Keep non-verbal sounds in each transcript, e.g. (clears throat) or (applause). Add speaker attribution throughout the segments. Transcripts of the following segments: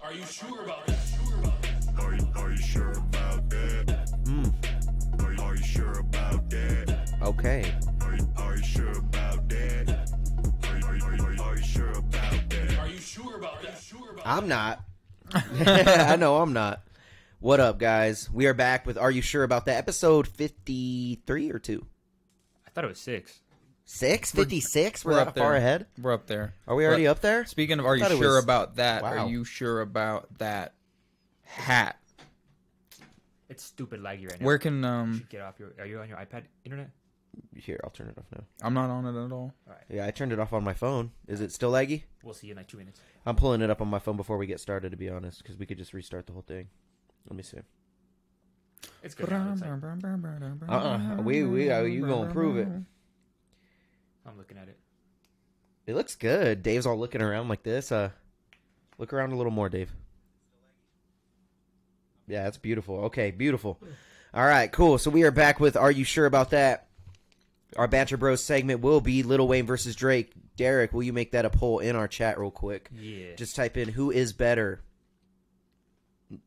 Speaker 1: Are you sure about that?
Speaker 2: Are you, are you sure about that? Are, you, are you sure about that?
Speaker 3: Okay.
Speaker 2: Are you, are you sure about that? Are you, are you, are you, are you, are you sure about that?
Speaker 1: Are you sure about that? Sure about
Speaker 3: I'm not. (laughs) I know I'm not. What up, guys? We are back with Are You Sure About That? Episode 53 or 2?
Speaker 4: I thought it was six.
Speaker 3: 6? 56? We're,
Speaker 5: We're
Speaker 3: that
Speaker 5: up there.
Speaker 3: far ahead?
Speaker 5: We're up there.
Speaker 3: Are we already
Speaker 5: We're-
Speaker 3: up there?
Speaker 5: Speaking of, are you
Speaker 3: Thought it
Speaker 5: sure
Speaker 3: was-
Speaker 5: about that?
Speaker 3: Wow.
Speaker 5: Are you sure about that hat?
Speaker 4: It's stupid laggy right now.
Speaker 5: Where can
Speaker 4: You
Speaker 5: um?
Speaker 4: should get off your. Are you on your iPad internet?
Speaker 3: Here, I'll turn it off now.
Speaker 5: I'm not on it at all.
Speaker 3: Yeah, I turned it off on my phone. Is it still laggy?
Speaker 4: We'll see you in like two minutes.
Speaker 3: I'm pulling it up on my phone before we get started, to be honest, because we could just restart the whole thing. Let me see.
Speaker 4: It's good. Now, it looks like.
Speaker 3: Uh-uh. We, we, uh, you gonna prove it.
Speaker 4: I'm looking at it.
Speaker 3: It looks good. Dave's all looking around like this. Uh, look around a little more, Dave. Yeah, that's beautiful. Okay, beautiful. All right, cool. So we are back with Are You Sure About That? Our Banter Bros segment will be Little Wayne versus Drake. Derek, will you make that a poll in our chat real quick?
Speaker 4: Yeah.
Speaker 3: Just type in who is better.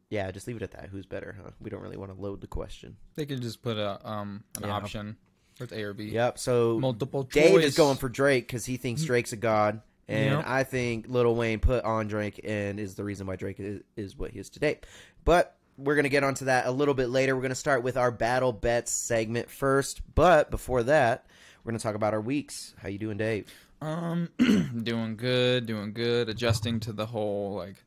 Speaker 3: Yeah, just leave it at that. Who's better, huh? We don't really want to load the question.
Speaker 5: They can just put a um an
Speaker 3: Yeah.
Speaker 5: option with A or B.
Speaker 3: Yep. So
Speaker 5: Multiple
Speaker 3: Dave
Speaker 5: choice.
Speaker 3: is going for Drake because he thinks Drake's a god, and
Speaker 5: Mm. Yep.
Speaker 3: I think Lil Wayne put on Drake and is the reason why Drake is, is what he is today. But we're gonna get onto that a little bit later. We're gonna start with our battle bets segment first, but before that, we're gonna talk about our weeks. How you doing, Dave?
Speaker 5: Um, (clears throat) doing good, doing good. Adjusting to the whole like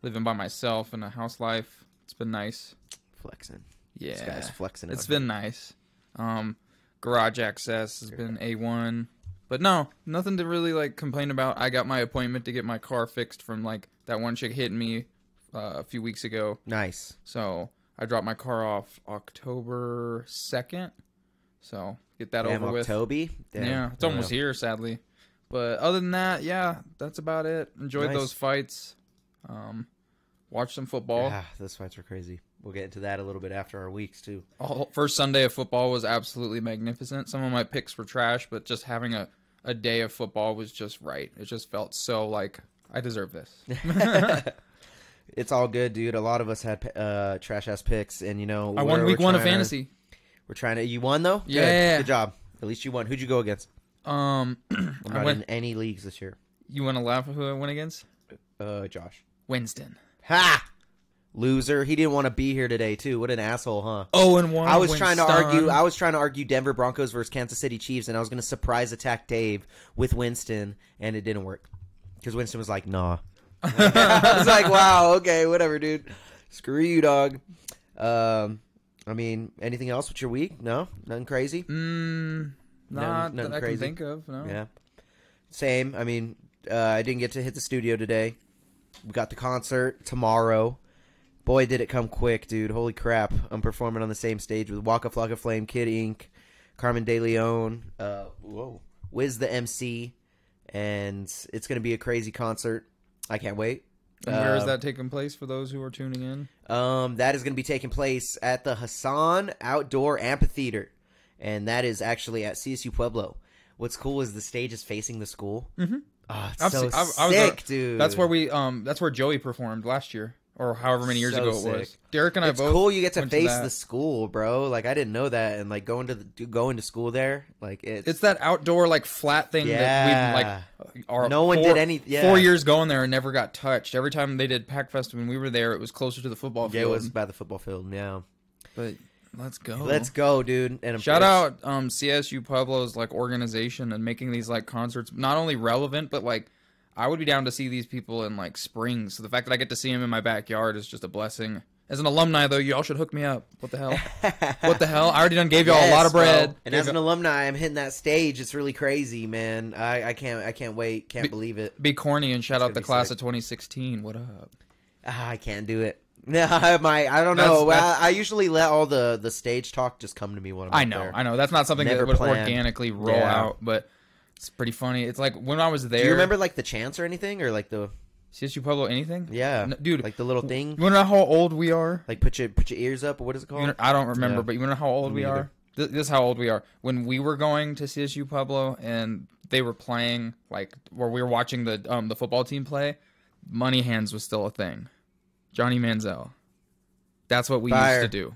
Speaker 5: living by myself in a house life. It's been nice.
Speaker 3: Flexing.
Speaker 5: Yeah,
Speaker 3: This guy's flexing.
Speaker 5: It's
Speaker 3: out
Speaker 5: been nice. Um, garage access has been a one, but no, nothing to really like complain about. I got my appointment to get my car fixed from like that one chick hitting me uh, a few weeks ago.
Speaker 3: here. nice.
Speaker 5: So I dropped my car off October second. So get that
Speaker 3: Damn,
Speaker 5: over with.
Speaker 3: October. Damn.
Speaker 5: Yeah, it's
Speaker 3: I
Speaker 5: almost
Speaker 3: know.
Speaker 5: here, sadly. But other than that, yeah, that's about it. Enjoyed
Speaker 3: Nice.
Speaker 5: those fights. Um, watched some football.
Speaker 3: Ah, those fights were crazy. We'll get into that a little bit after our weeks too.
Speaker 5: All, first Sunday of football was absolutely magnificent. Some of my picks were trash, but just having a, a day of football was just right. It just felt so like I deserve this.
Speaker 3: It's all good, dude. A lot of us had uh, trash ass picks, and you know
Speaker 5: I
Speaker 3: we're-
Speaker 5: won
Speaker 3: we're
Speaker 5: week one of
Speaker 3: trying to-
Speaker 5: fantasy.
Speaker 3: We're trying to. You won though. Good.
Speaker 5: Yeah.
Speaker 3: Good, job. At least you won. Who'd you go against?
Speaker 5: Um, (clears throat)
Speaker 3: I'm
Speaker 5: I
Speaker 3: not in
Speaker 5: went.
Speaker 3: any leagues this year.
Speaker 5: You want to laugh at who I went against?
Speaker 3: Uh, Josh.
Speaker 5: Winston.
Speaker 3: Ha! Loser. He didn't want to be here today too. What an asshole, huh?
Speaker 5: Oh, and one.
Speaker 3: I was trying to
Speaker 5: Winston.
Speaker 3: argue. I was trying to argue Denver Broncos versus Kansas City Chiefs, and I was going to surprise attack Dave with Winston, and it didn't work because Winston was like, "Nah." (laughs) I was like, "Wow, okay, whatever, dude. Screw you, dog." Um, I mean, anything else with your week? No, nothing crazy.
Speaker 5: Mm, not
Speaker 3: nothing
Speaker 5: that I
Speaker 3: crazy.
Speaker 5: can think of. No.
Speaker 3: Yeah. Same. I mean, uh, I didn't get to hit the studio today. We got the concert tomorrow. Boy, did it come quick, dude. Holy crap. I'm performing on the same stage with Waka Flocka Flame, Kid Inc., Carmen De Leon, uh, whoa, Wiz the MC, and it's going to be a crazy concert. I can't wait.
Speaker 5: And where is
Speaker 3: Um,
Speaker 5: that taking place for those who are tuning in?
Speaker 3: Um, that is going to be taking place at the Hassan Outdoor Amphitheater, and that is actually at CSU Pueblo. What's cool is the stage is facing the school. Mm-hmm. Oh, it's
Speaker 5: I've
Speaker 3: so
Speaker 5: seen- I- I was
Speaker 3: sick,
Speaker 5: at-
Speaker 3: dude.
Speaker 5: That's where we um that's where Joey performed last year or however many years
Speaker 3: So
Speaker 5: ago it was.
Speaker 3: sick.
Speaker 5: Derek and I
Speaker 3: It's
Speaker 5: both
Speaker 3: cool. You get to
Speaker 5: went to
Speaker 3: face
Speaker 5: that.
Speaker 3: the school, bro. Like I didn't know that, and like going to the, going to school there, like it's,
Speaker 5: It's that outdoor like flat thing
Speaker 3: Yeah.
Speaker 5: that we like our
Speaker 3: No one
Speaker 5: four-
Speaker 3: did any- yeah.
Speaker 5: Four years going there and never got touched. Every time they did Pack Fest when we were there, it was closer to the football
Speaker 3: yeah, it
Speaker 5: field.
Speaker 3: was by the football field. Yeah,
Speaker 5: But let's go.
Speaker 3: let's go, dude. And I'm
Speaker 5: Uh-huh. Shout
Speaker 3: it's-
Speaker 5: out um, CSU Pueblo's like organization and making these like concerts not only relevant but like I would be down to see these people in like spring. So the fact that I get to see them in my backyard is just a blessing. As an alumni though, y'all should hook me up. What
Speaker 3: (laughs)
Speaker 5: the hell? what the hell? I already done gave y'all
Speaker 3: Yes,
Speaker 5: a lot of
Speaker 3: bro.
Speaker 5: bread.
Speaker 3: And
Speaker 5: Gave
Speaker 3: as an
Speaker 5: y'all-
Speaker 3: alumni, I'm hitting that stage. It's really crazy, man. I, I can't I can't wait. Can't
Speaker 5: Be-
Speaker 3: believe it.
Speaker 5: be corny and shout out
Speaker 3: gonna
Speaker 5: the
Speaker 3: be
Speaker 5: class
Speaker 3: sick.
Speaker 5: of 2016. What up?
Speaker 3: Ah, I can't do it. (laughs) I might. I don't know.
Speaker 5: That's-
Speaker 3: I, I usually let all the the stage talk just come to me when I'm
Speaker 5: I
Speaker 3: up
Speaker 5: know,
Speaker 3: there.
Speaker 5: I know. That's not something
Speaker 3: Never
Speaker 5: that would
Speaker 3: planned.
Speaker 5: organically roll
Speaker 3: Yeah.
Speaker 5: out, but it's pretty funny. It's like when I was there.
Speaker 3: Do you remember like the chants or anything or like the
Speaker 5: CSU Pueblo? Anything?
Speaker 3: yeah,
Speaker 5: No, dude.
Speaker 3: like the little thing,
Speaker 5: you know how old we are?
Speaker 3: like put your put your ears up. or What is it
Speaker 5: You know,
Speaker 3: called?
Speaker 5: I don't remember,
Speaker 3: Yeah.
Speaker 5: but you know how old
Speaker 3: Me
Speaker 5: we
Speaker 3: either.
Speaker 5: are. Th- This is how old we are. When we were going to CSU Pueblo and they were playing, like where we were watching the um the football team play, money hands was still a thing. Johnny Manziel. That's what we
Speaker 3: Fire.
Speaker 5: used to do.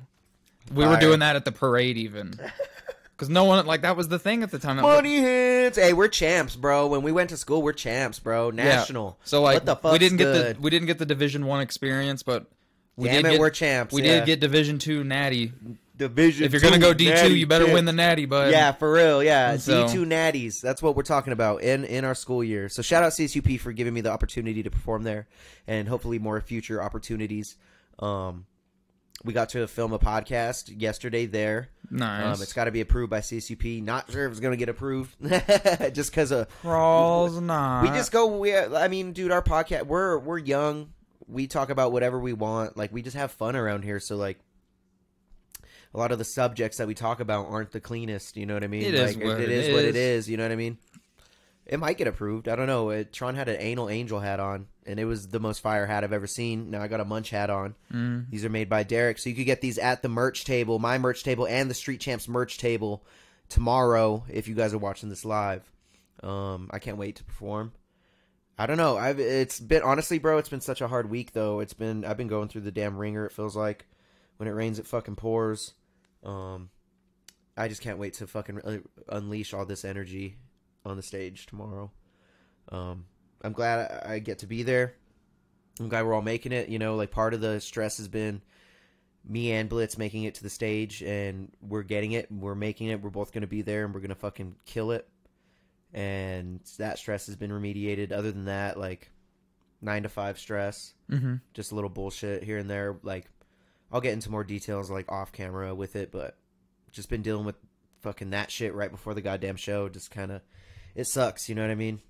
Speaker 5: We were
Speaker 3: Fire.
Speaker 5: doing that at the parade even. (laughs) Cuz no one like that was the thing at the time. That-
Speaker 3: Money hits. Hey, we're champs, bro. When we went to school, we're champs, bro. National.
Speaker 5: Yeah. So like
Speaker 3: what the fuck's
Speaker 5: we didn't
Speaker 3: good?
Speaker 5: get the we didn't get the Division 1 experience, but we
Speaker 3: Damn
Speaker 5: did
Speaker 3: it,
Speaker 5: get,
Speaker 3: we're champs.
Speaker 5: We
Speaker 3: yeah.
Speaker 5: did get Division 2 Natty.
Speaker 3: division.
Speaker 5: If you're going to go D2, you better win the Natty, bud.
Speaker 3: yeah, for real. Yeah,
Speaker 5: And (laughs) so-
Speaker 3: D two natties. That's what we're talking about in in our school year. So shout out CSUP for giving me the opportunity to perform there, and hopefully more future opportunities. Um, we got to film a podcast yesterday there.
Speaker 5: Nice.
Speaker 3: Um, it's got to be approved by CSUP. Not sure if it's going to get approved, (laughs) just because of
Speaker 5: Crawls not.
Speaker 3: we just go. We, I mean, dude, our podcast. We're we're young. We talk about whatever we want. Like we just have fun around here. So like, a lot of the subjects that we talk about aren't the cleanest. You know what I mean?
Speaker 5: It
Speaker 3: like,
Speaker 5: is what
Speaker 3: it
Speaker 5: it
Speaker 3: is, what it
Speaker 5: is.
Speaker 3: is. You know what I mean? It might get approved. I don't know. It, Tron had an anal angel hat on, and it was the most fire hat I've ever seen. Now I got a munch hat on.
Speaker 5: Mm.
Speaker 3: These are made by Derek. So you could get these at the merch table, my merch table, and the Street Champs merch table tomorrow if you guys are watching this live. Um, I can't wait to perform. I don't know. I've it's been honestly, bro. It's been such a hard week though. It's been I've been going through the damn ringer. It feels like when it rains, it fucking pours. Um, I just can't wait to fucking uh, unleash all this energy on the stage tomorrow. Um, I'm glad I, I get to be there. I'm glad we're all making it. You know, like part of the stress has been me and Blitz making it to the stage, and we're getting it. We're making it. We're both going to be there, and we're going to fucking kill it. And that stress has been remediated. Other than that, like nine to five stress,
Speaker 5: hmm
Speaker 3: just a little bullshit here and there. Like I'll get into more details like off camera with it, but just been dealing with fucking that shit right before the goddamn show. Just kind of it sucks, you know what I mean?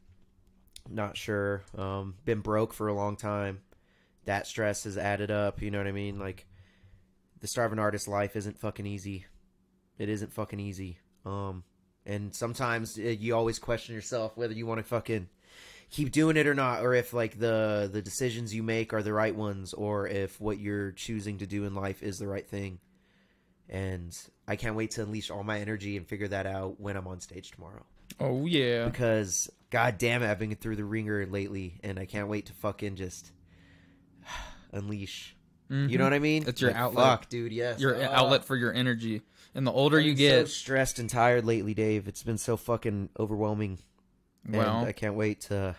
Speaker 3: Not sure. Um, been broke for a long time. That stress has added up. You know what I mean? Like the starving artist life isn't fucking easy. It isn't fucking easy. Um, and sometimes eh, you always question yourself whether you want to fucking keep doing it or not or if like the the decisions you make are the right ones or if what you're choosing to do in life is the right thing and i can't wait to unleash all my energy and figure that out when i'm on stage tomorrow
Speaker 5: Oh yeah.
Speaker 3: because god damn it i've been through the ringer lately and i can't wait to fucking just (sighs) unleash you know what i mean
Speaker 5: It's your
Speaker 3: Like,
Speaker 5: outlet.
Speaker 3: fuck dude yes
Speaker 5: Mm-hmm. Your
Speaker 3: Ah.
Speaker 5: outlet for your energy. And the older you
Speaker 3: I'm so
Speaker 5: get,
Speaker 3: stressed and tired lately dave it's been so fucking overwhelming
Speaker 5: well,
Speaker 3: and i can't wait to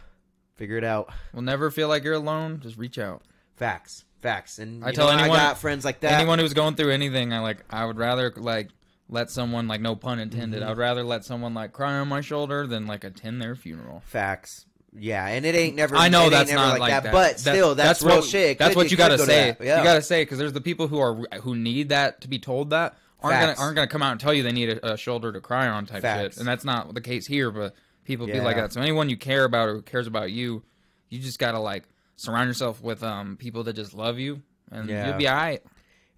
Speaker 3: figure it out
Speaker 5: will never feel like you're alone. Just reach out.
Speaker 3: Facts, facts, and
Speaker 5: I
Speaker 3: you
Speaker 5: tell
Speaker 3: know,
Speaker 5: anyone-
Speaker 3: I got friends like that.
Speaker 5: Anyone who's going through anything, I like. I would rather like let someone like no pun
Speaker 3: Mm-hmm.
Speaker 5: intended. I would rather let someone like cry on my shoulder than like attend their funeral.
Speaker 3: facts, yeah, and it ain't never.
Speaker 5: I
Speaker 3: it
Speaker 5: know
Speaker 3: ain't
Speaker 5: that's
Speaker 3: never
Speaker 5: not
Speaker 3: like, that,
Speaker 5: that,
Speaker 3: but
Speaker 5: That-
Speaker 3: still, that's, real
Speaker 5: what,
Speaker 3: shit.
Speaker 5: That's
Speaker 3: Could-
Speaker 5: what
Speaker 3: it
Speaker 5: you gotta
Speaker 3: could go
Speaker 5: say.
Speaker 3: that, yeah.
Speaker 5: You gotta say because there's the people who are who need that to be told that aren't
Speaker 3: Facts.
Speaker 5: gonna aren't gonna come out and tell you they need a, a shoulder to cry on type
Speaker 3: Facts.
Speaker 5: shit, and that's not the case here. But people be like
Speaker 3: Yeah.
Speaker 5: that. So anyone you care about or who cares about you, you just gotta like surround yourself with um people that just love you, and
Speaker 3: Yeah.
Speaker 5: you'll be alright.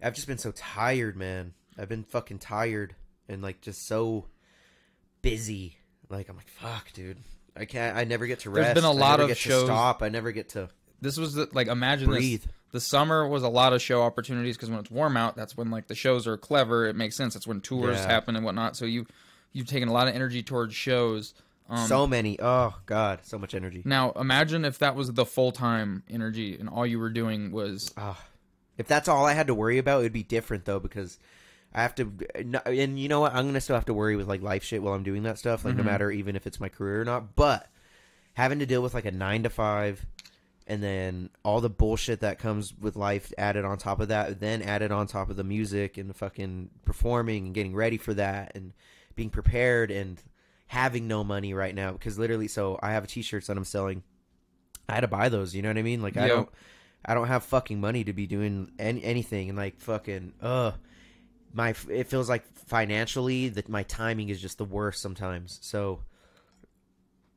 Speaker 3: I've just been so tired, man. I've been fucking tired and like just so busy. Like I'm like, fuck, dude. I can't. I never get to
Speaker 5: There's
Speaker 3: rest.
Speaker 5: been a
Speaker 3: I
Speaker 5: lot
Speaker 3: never
Speaker 5: of
Speaker 3: get
Speaker 5: shows-
Speaker 3: To stop. I never get to.
Speaker 5: this was the, like imagine
Speaker 3: Breathe.
Speaker 5: this. The summer was a lot of show opportunities because when it's warm out, that's when like the shows are clever. It makes sense. That's when tours
Speaker 3: Yeah.
Speaker 5: happen and whatnot. So you you've taken a lot of energy towards shows. Um,
Speaker 3: so many. Oh god, so much energy.
Speaker 5: now imagine if that was the full time energy and all you were doing was
Speaker 3: Ah, if that's all I had to worry about, it'd be different though because I have to. And you know what? I'm gonna still have to worry with like life shit while I'm doing that stuff. Like no matter even if it's my career or not, but having to deal with like a nine to five. And then all the bullshit that comes with life added on top of that, then added on top of the music and the fucking performing and getting ready for that and being prepared and having no money right now. Because literally, so I have t shirts that I'm selling. I had to buy those, you know what I mean? Like, I
Speaker 5: Yeah.
Speaker 3: don't. I don't have fucking money to be doing any, anything and like fucking uh my it feels like financially that my timing is just the worst sometimes. So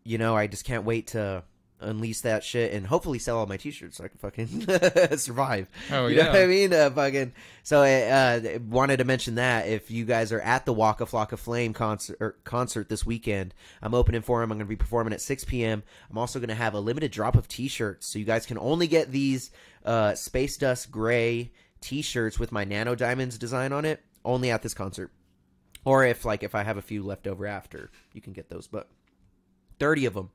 Speaker 3: you know, I just can't wait to unleash that shit and hopefully sell all my t-shirts so I can fucking (laughs) survive.
Speaker 5: Oh,
Speaker 3: you
Speaker 5: yeah.
Speaker 3: know what I mean? Uh, fucking so I uh, wanted to mention that if you guys are at the Walk a Flock of Flame concert er, concert this weekend, I'm opening for them. I'm going to be performing at 6 p.m. I'm also going to have a limited drop of t-shirts, so you guys can only get these uh, Space Dust Gray t-shirts with my Nano Diamonds design on it only at this concert. Or if like if I have a few left over after, you can get those. But 30 of them.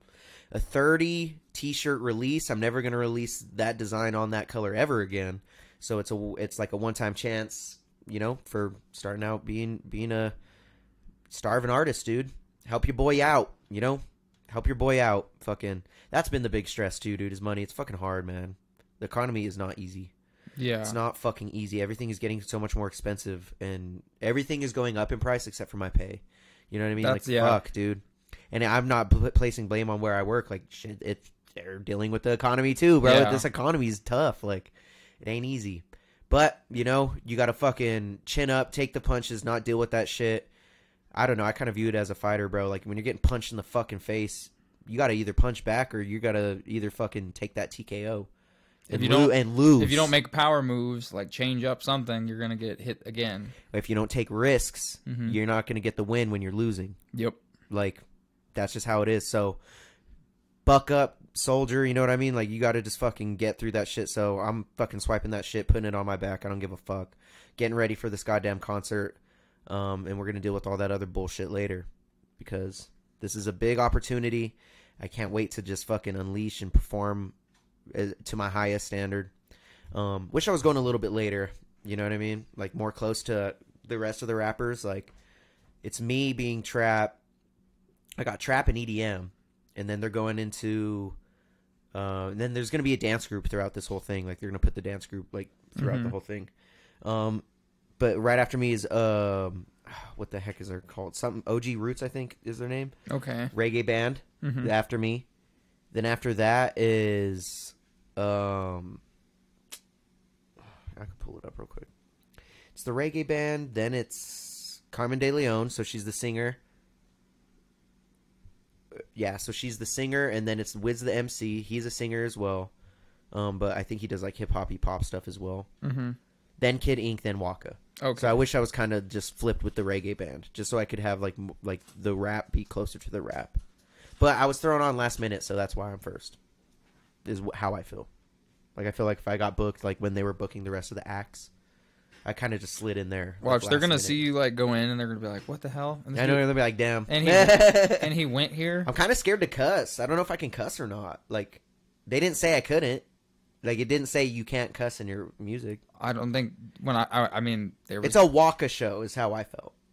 Speaker 3: a 30 t-shirt release. I'm never going to release that design on that color ever again. So it's a it's like a one-time chance, you know, for starting out being being a starving artist, dude. Help your boy out, you know? Help your boy out. Fucking That's been the big stress too, dude, is money. It's fucking hard, man. The economy is not easy.
Speaker 5: Yeah.
Speaker 3: It's not fucking easy. Everything is getting so much more expensive, and everything is going up in price except for my pay. You know what I mean?
Speaker 5: That's-
Speaker 3: like,
Speaker 5: yeah.
Speaker 3: fuck, dude. And I'm not pl- placing blame on where I work. Like, shit, it's they're dealing with the economy too, bro.
Speaker 5: Yeah.
Speaker 3: This economy is tough. Like, it ain't easy. But you know, you gotta fucking chin up, take the punches, not deal with that shit. I don't know. I kind of view it as a fighter, bro. Like when you're getting punched in the fucking face, you gotta either punch back or you gotta either fucking take that TKO.
Speaker 5: If
Speaker 3: And
Speaker 5: you
Speaker 3: lo-
Speaker 5: don't-
Speaker 3: and lose
Speaker 5: if you don't make power moves, like change up something, you're gonna get hit again.
Speaker 3: if you don't take risks,
Speaker 5: Mhm.
Speaker 3: you're not going to get the win when you're losing.
Speaker 5: Yep.
Speaker 3: Like that's just how it is. So buck up, soldier, you know what I mean? Like you got to just fucking get through that shit. So I'm fucking swiping that shit, putting it on my back. I don't give a fuck. Getting ready for this goddamn concert. Um and we're going to deal with all that other bullshit later because this is a big opportunity. I can't wait to just fucking unleash and perform uh, to my highest standard. Um, wish I was going a little bit later. You know what I mean? Like more close to the rest of the rappers. Like it's me being trap. I got trap and EDM, and then they're going into. Uh, and then there's gonna be a dance group throughout this whole thing. Like they're gonna put the dance group like throughout the
Speaker 5: Mhm.
Speaker 3: whole thing. Um, but right after me is um, (sighs) what the heck is their called? Something OG Roots, I think, is their name.
Speaker 5: Okay.
Speaker 3: Reggae band
Speaker 5: hmm
Speaker 3: after me. Then after that is um I could pull it up real quick. It's the reggae band, then it's Carmen De Leon, so she's the singer. Uh, Yeah, so she's the singer and then it's Wiz the MC, he's a singer as well. Um but I think he does like hip hoppy pop stuff as well.
Speaker 5: hmm
Speaker 3: Then Kid Ink, then Waka.
Speaker 5: Okay.
Speaker 3: So I wish I was kind of just flipped with the reggae band, just so I could have like m- like the rap be closer to the rap. But I was thrown on last minute, so that's why I'm first. Is wh- how I feel. Like I feel like if I got booked, like when they were booking the rest of the acts, I kind of just slid in there. like,
Speaker 5: Watch,
Speaker 3: last
Speaker 5: they're gonna
Speaker 3: minute.
Speaker 5: see you like go in, and they're gonna be like, "What the hell?" And, this
Speaker 3: I know
Speaker 5: dude-
Speaker 3: they'll be like, "Damn."
Speaker 5: and he and he went here.
Speaker 3: (laughs) I'm kind of scared to cuss. I don't know if I can cuss or not. Like they didn't say I couldn't. Like it didn't say you can't cuss in your music.
Speaker 5: I don't think when I I, I mean there was
Speaker 3: It's a Waka show, is how I felt. (laughs)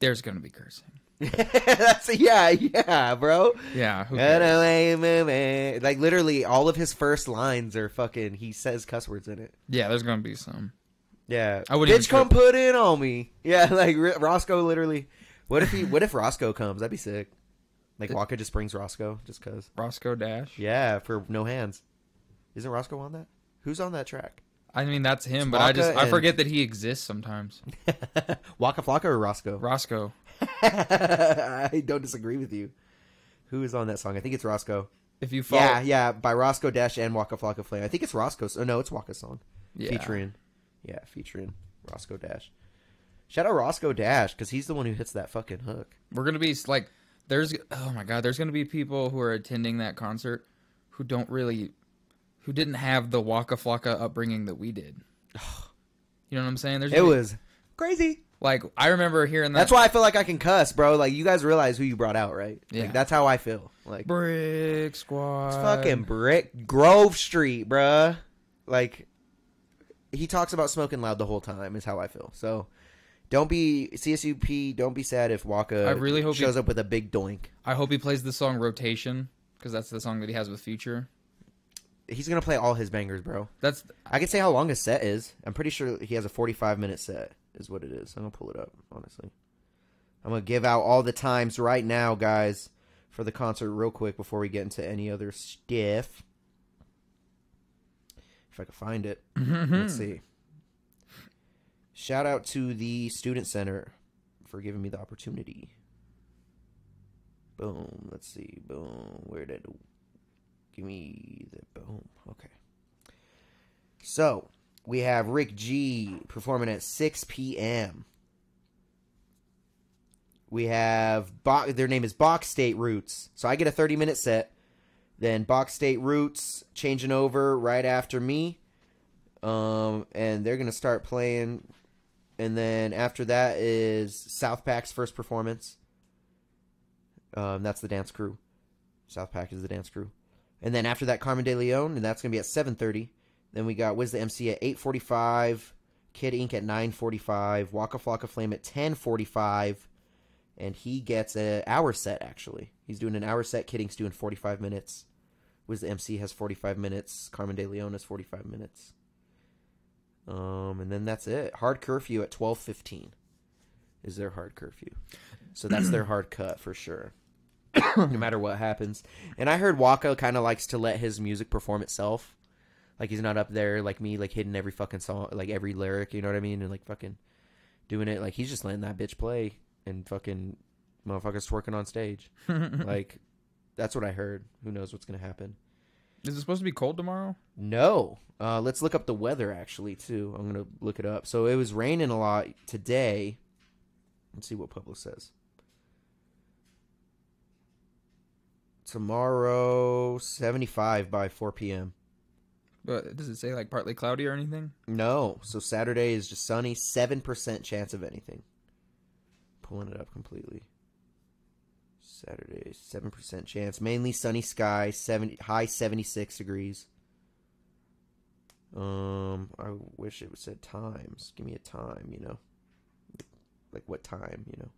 Speaker 5: there's gonna be cursing.
Speaker 3: That's yeah, yeah, bro.
Speaker 5: Yeah. Who
Speaker 3: I
Speaker 5: cares?
Speaker 3: don't like my man. Like literally, all of his first lines are fucking. He says cuss words in it.
Speaker 5: Yeah. There's gonna be some.
Speaker 3: Yeah,
Speaker 5: I wouldn't
Speaker 3: bitch,
Speaker 5: even
Speaker 3: come put in on me. Yeah, (laughs) like R- Roscoe literally. What if he? What if Roscoe comes? That'd be sick. Like Walker just brings Roscoe just cause.
Speaker 5: Roscoe Dash.
Speaker 3: Yeah, for no hands. Isn't Roscoe on that? Who's on that track? (laughs)
Speaker 5: I mean that's him, but I
Speaker 3: Waka
Speaker 5: just I
Speaker 3: and-
Speaker 5: forget that he exists sometimes.
Speaker 3: Waka Flocka or Roscoe?
Speaker 5: Roscoe.
Speaker 3: (laughs) I don't disagree with you. Who is on that song? I think it's Roscoe.
Speaker 5: If you follow,
Speaker 3: Yeah, yeah, by Roscoe Dash and Waka Flocka Flame. I think it's Roscoe's. Oh no, it's Waka's song.
Speaker 5: Yeah.
Speaker 3: Featuring, yeah, featuring Roscoe Dash. Shout out Roscoe Dash because he's the one who hits that fucking hook.
Speaker 5: we're gonna be like there's oh my god there's gonna be people who are attending that concert who don't really who didn't have the waka flocka upbringing that
Speaker 3: (sighs)
Speaker 5: we did you know what i'm saying there's
Speaker 3: It
Speaker 5: gonna be-
Speaker 3: was crazy.
Speaker 5: like i remember hearing that
Speaker 3: That's why I feel like I can cuss, bro. Like you guys realize who you brought out, right?
Speaker 5: Yeah.
Speaker 3: Like that's how I feel. Like
Speaker 5: brick squad
Speaker 3: it's fucking brick Grove Street, bruh. Like he talks about smoking loud the whole time is how I feel. So don't be CSUP. Don't be sad if Waka
Speaker 5: I really hope he-
Speaker 3: shows up with a big doink.
Speaker 5: i hope he plays the song rotation because that's the song that he has with future
Speaker 3: he's gonna play all his bangers, bro.
Speaker 5: that's
Speaker 3: I can say how long his set is. I'm pretty sure he has a 45 minute set, is what it is. I'm gonna pull it up, honestly. I'm gonna give out all the times right now, guys, for the concert, real quick, before we get into any other stiff. If I can find it, let's see. Shout out to the student center for giving me the opportunity. Boom. Let's see. Boom. Where did? Give me the boom. Okay. So we have Rick G performing at 6 p.m. We have Bo- their name is Box State Roots, so I get a 30 minute set. Then Box State Roots changing over right after me, um, and they're gonna start playing. And then after that is Southpack's first performance. Um, that's the dance crew. South Pack is the dance crew. And then after that, Carmen De Leon, and that's gonna be at seven thirty. Then we got Wiz the MC at eight forty five, Kid Ink at nine forty five, Waka Flocka Flame at ten forty five, and he gets an hour set actually. He's doing an hour set. Kid Ink's doing forty five minutes. Wiz the MC has forty five minutes. Carmen De Leon has forty five minutes. Um, and then that's it. Hard curfew at twelve fifteen is their hard curfew. So that's their hard cut for sure. (coughs) no matter what happens. And I heard Waka kind of likes to let his music perform itself. Like he's not up there like me, like hitting every fucking song, like every lyric. You know what I mean? And like fucking doing it. Like he's just letting that bitch play and fucking motherfuckers twerking on stage. like that's what I heard. Who knows what's gonna happen?
Speaker 5: Is it supposed to be cold tomorrow?
Speaker 3: No. Uh, let's look up the weather actually too. I'm gonna look it up. So it was raining a lot today. Let's see what Pueblo says. Tomorrow, 75 by 4 p.m.
Speaker 5: But does it say like partly cloudy or anything?
Speaker 3: No, so Saturday is just sunny, 7% chance of anything. Pulling it up completely. Saturday, 7% chance, mainly sunny sky, 70 high 76 degrees. Um, I wish it was said times. Give me a time, you know. Like what time, you know.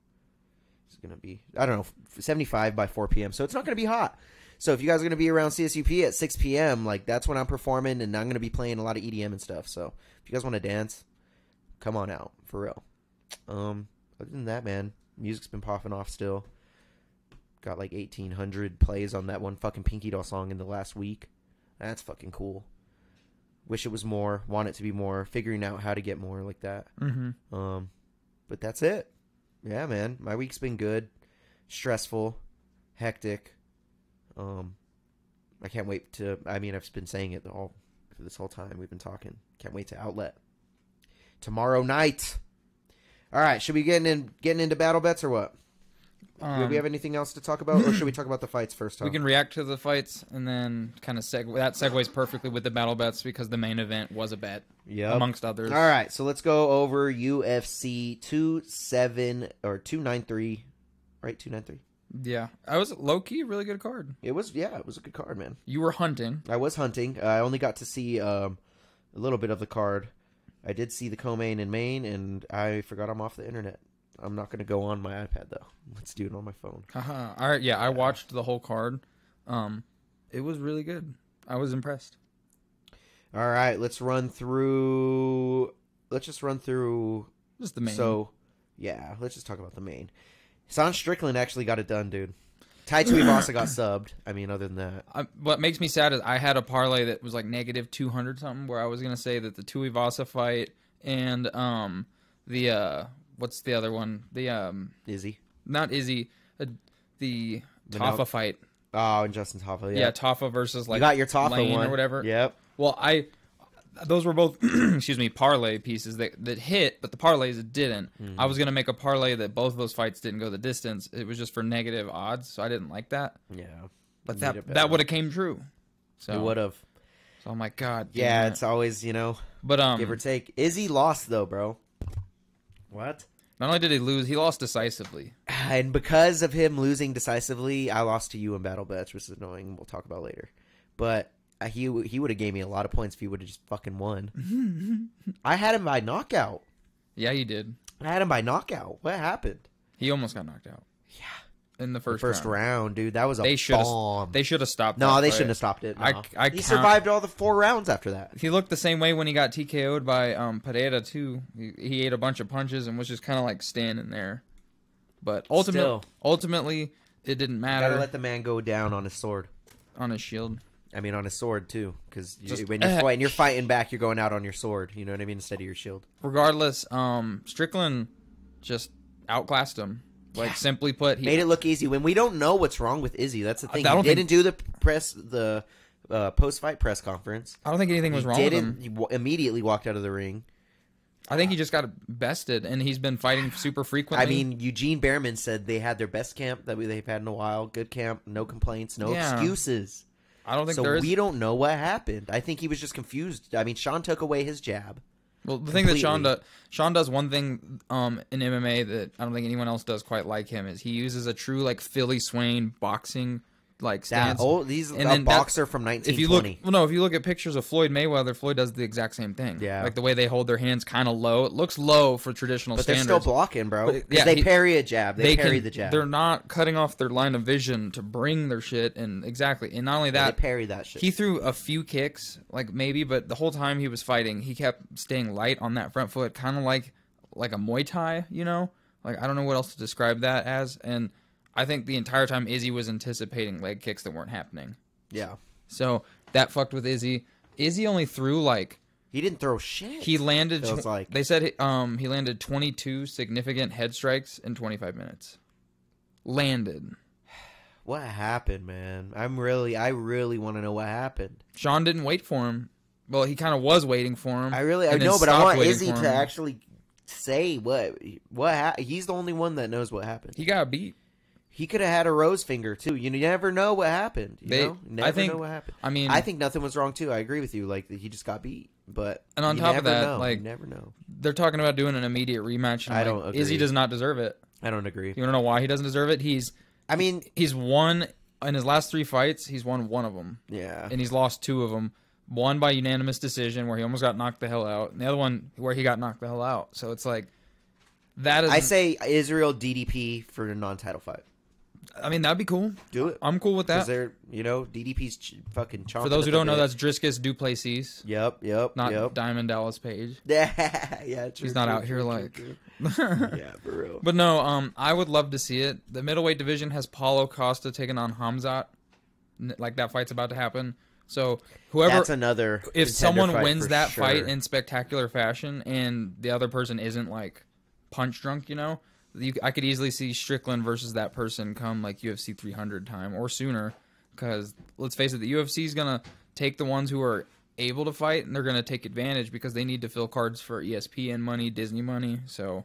Speaker 3: It's going to be I don't know, 75 by 4 p.m. So it's not going to be hot. So if you guys are going to be around CSUP at 6 p.m., like that's when I'm performing and I'm going to be playing a lot of EDM and stuff. So if you guys want to dance, come on out for real. Um, other than that, man, music's been popping off still. Got like 1,800 plays on that one fucking Pinky Doll song in the last week. That's fucking cool. Wish it was more. Want it to be more. Figuring out how to get more like that.
Speaker 5: Mm-hmm.
Speaker 3: Um, but that's it. Yeah, man. My week's been good, stressful, hectic. Um, I can't wait to. I mean, I've been saying it all this whole time. We've been talking. Can't wait to outlet tomorrow night. All right, should we getting in getting into battle bets or what? Do
Speaker 5: Um,
Speaker 3: we have anything else to talk about, or should we talk about the fights first?
Speaker 5: we
Speaker 3: Tom?
Speaker 5: can react to the fights and then kind of seg that segues perfectly with the battle bets because the main event was a bet
Speaker 3: Yep.
Speaker 5: amongst others.
Speaker 3: All right, so let's go over UFC two seven or two nine three, right? Two nine three.
Speaker 5: Yeah, I was low key really good card.
Speaker 3: It was yeah, it was a good card, man.
Speaker 5: You were hunting.
Speaker 3: I was hunting. Uh, I only got to see um, a little bit of the card. I did see the co-main in Maine, and I forgot I'm off the internet. I'm not going to go on my iPad though. (laughs) Let's do it on my phone.
Speaker 5: Haha. All right, yeah, I watched the whole card. Um, it was really good. I was impressed.
Speaker 3: All right, let's run through. Let's just run through.
Speaker 5: Just the main.
Speaker 3: So, yeah, let's just talk about the main. Son Strickland actually got it done, dude. Tai Tuivasa
Speaker 5: (coughs)
Speaker 3: got subbed. I mean, other than that,
Speaker 5: I, what makes me sad is I had a parlay that was like negative two hundred something, where I was gonna say that the Tuivasa fight and um the uh what's the other one the um
Speaker 3: Izzy.
Speaker 5: not Izzy uh, the
Speaker 3: Manal-
Speaker 5: Tafa fight
Speaker 3: Oh, and Justin Hoffa. Yeah,
Speaker 5: yeah, Tafa versus like
Speaker 3: you got your Toffa
Speaker 5: Lane
Speaker 3: one
Speaker 5: or whatever
Speaker 3: Yep.
Speaker 5: well I those were both (clears throat) excuse me parlay pieces that that hit but the parlays didn't
Speaker 3: Mm-hmm.
Speaker 5: I was gonna make a parlay that both of those fights didn't go the distance it was just for negative odds so I didn't like that
Speaker 3: Yeah. Made
Speaker 5: but
Speaker 3: it
Speaker 5: that
Speaker 3: better.
Speaker 5: that would have came true so
Speaker 3: It would have.
Speaker 5: so I'm like God damn
Speaker 3: Yeah,
Speaker 5: it.
Speaker 3: it's always you know
Speaker 5: But um,
Speaker 3: give or take. Izzy lost though, bro. What?
Speaker 5: not only did he lose, he lost decisively.
Speaker 3: And because of him losing decisively, I lost to you in battle bets, which is annoying. We'll talk about later. But uh, he w- he would have gave me a lot of points if he would have just fucking won.
Speaker 5: (laughs)
Speaker 3: I had him by knockout.
Speaker 5: Yeah, he did.
Speaker 3: I had him by knockout. What happened?
Speaker 5: He almost got knocked out. Yeah, in the first
Speaker 3: First
Speaker 5: round.
Speaker 3: round, dude. That was a
Speaker 5: They should
Speaker 3: bomb.
Speaker 5: have. They should have stopped.
Speaker 3: no,
Speaker 5: that
Speaker 3: they
Speaker 5: fight.
Speaker 3: shouldn't have stopped it. No.
Speaker 5: I- I
Speaker 3: he
Speaker 5: count-
Speaker 3: survived all the four rounds after that.
Speaker 5: He looked the same way when he got TKO'd by um, Pereira too. He, he ate a bunch of punches and was just kind of like standing there. But ultimately,
Speaker 3: Still.
Speaker 5: ultimately, it didn't
Speaker 3: Gotta
Speaker 5: matter
Speaker 3: let the man go down on his sword.
Speaker 5: on his shield.
Speaker 3: I mean, on his sword too, because
Speaker 5: Just- (laughs)
Speaker 3: when you're fighting, you're fighting back. You're going out on your sword. You know what I mean? Instead of your shield.
Speaker 5: Regardless, um, Strickland just outclassed him. Like simply put, he
Speaker 3: made it look easy when we don't know what's wrong with Izzy. That's the thing.
Speaker 5: I
Speaker 3: He
Speaker 5: don't think-
Speaker 3: didn't do the press the uh, post fight press conference.
Speaker 5: I don't think anything was
Speaker 3: He
Speaker 5: wrong with him.
Speaker 3: didn't he wa- immediately walked out of the ring.
Speaker 5: I think he just got bested, and he's been fighting super frequently.
Speaker 3: I mean, Eugene Behrman said they had their best camp that we, they've had in a while. Good camp, no complaints, no
Speaker 5: Yeah.
Speaker 3: excuses.
Speaker 5: I don't think
Speaker 3: So
Speaker 5: there is.
Speaker 3: we don't know what happened. I think he was just confused. I mean, Sean took away his jab.
Speaker 5: Well, the thing that Sean does,
Speaker 3: Completely.
Speaker 5: Sean does one thing um, in MMA that I don't think anyone else does quite like him is he uses a true like Philly Swain boxing like
Speaker 3: That
Speaker 5: stands.
Speaker 3: old, he's
Speaker 5: And
Speaker 3: a
Speaker 5: then that-
Speaker 3: boxer from
Speaker 5: if you look,
Speaker 3: 1920.
Speaker 5: well, no, if you look at pictures of Floyd Mayweather, Floyd does the exact same thing.
Speaker 3: Yeah.
Speaker 5: like the way they hold their hands kind of low. It looks low for traditional
Speaker 3: but
Speaker 5: standards.
Speaker 3: they're still blocking, bro.
Speaker 5: But,
Speaker 3: 'Cause
Speaker 5: yeah,
Speaker 3: they
Speaker 5: he-
Speaker 3: parry a jab. They, parry
Speaker 5: can-
Speaker 3: the jab.
Speaker 5: They're not cutting off their line of vision to bring their shit. And exactly, and not only
Speaker 3: Yeah,
Speaker 5: that,
Speaker 3: they parry that shit.
Speaker 5: he threw a few kicks, like maybe, but the whole time he was fighting, he kept staying light on that front foot, kind of like like a Muay Thai, you know? Like I don't know what else to describe that as. And I think the entire time Izzy was anticipating leg kicks that weren't happening.
Speaker 3: yeah,
Speaker 5: So that fucked with Izzy. Izzy only threw like
Speaker 3: he didn't throw shit.
Speaker 5: he landed.
Speaker 3: Feels
Speaker 5: tw-
Speaker 3: like.
Speaker 5: they said he- um he landed 22 significant head strikes in 25 minutes. Landed.
Speaker 3: what happened, man? I'm really, I really want to know what happened.
Speaker 5: Sean didn't wait for him. Well, he kind of was waiting for him.
Speaker 3: I really, I
Speaker 5: and then
Speaker 3: know, but I
Speaker 5: stopped
Speaker 3: want
Speaker 5: waiting
Speaker 3: Izzy
Speaker 5: for
Speaker 3: to
Speaker 5: him.
Speaker 3: actually say what what ha- he's the only one that knows what happened.
Speaker 5: He
Speaker 3: He,
Speaker 5: got beat.
Speaker 3: could have had a rose finger too. You never know what happened. You
Speaker 5: They-
Speaker 3: know, never
Speaker 5: I think-
Speaker 3: know what happened.
Speaker 5: I mean,
Speaker 3: I think nothing was wrong too. I agree with you. Like he just got beat, but
Speaker 5: And on
Speaker 3: you
Speaker 5: top of
Speaker 3: never
Speaker 5: that,
Speaker 3: know.
Speaker 5: like-
Speaker 3: you never know.
Speaker 5: they're talking about doing an immediate rematch. And
Speaker 3: I
Speaker 5: I
Speaker 3: don't
Speaker 5: don't. Izzy
Speaker 3: agree.
Speaker 5: does not deserve it.
Speaker 3: I don't agree.
Speaker 5: You want to know why he doesn't deserve it? He's
Speaker 3: I mean,
Speaker 5: he's won in his last three fights. He's won one of them,
Speaker 3: yeah,
Speaker 5: and he's lost two of them. One by unanimous decision, where he almost got knocked the hell out, and the other one where he got knocked the hell out. So it's like that is.
Speaker 3: I say Israel DDP for a non-title fight.
Speaker 5: I mean, that'd be cool.
Speaker 3: Do it.
Speaker 5: I'm cool with
Speaker 3: Because
Speaker 5: that.
Speaker 3: they're, you know, DDP's ch- fucking chomping.
Speaker 5: For those who
Speaker 3: at the
Speaker 5: don't know,
Speaker 3: bit.
Speaker 5: that's Driscus Duplessis,
Speaker 3: yep, yep,
Speaker 5: not
Speaker 3: yep.
Speaker 5: Diamond Dallas Page.
Speaker 3: yeah, (laughs) yeah. True,
Speaker 5: He's not
Speaker 3: true,
Speaker 5: out here
Speaker 3: true,
Speaker 5: like.
Speaker 3: true, true.
Speaker 5: (laughs)
Speaker 3: yeah, for real.
Speaker 5: But no, um, I would love to see it. The middleweight division has Paulo Costa taking on Hamzat. N- Like that fight's about to happen. So whoever,
Speaker 3: that's another.
Speaker 5: if
Speaker 3: contender
Speaker 5: someone
Speaker 3: fight
Speaker 5: wins
Speaker 3: for
Speaker 5: that
Speaker 3: sure.
Speaker 5: fight in spectacular fashion, and the other person isn't like punch drunk, you know, you, I could easily see Strickland versus that person come like UFC 300 time or sooner. Because let's face it, the UFC is gonna take the ones who are able to fight, and they're gonna take advantage because they need to fill cards for E ESPN money, Disney money. So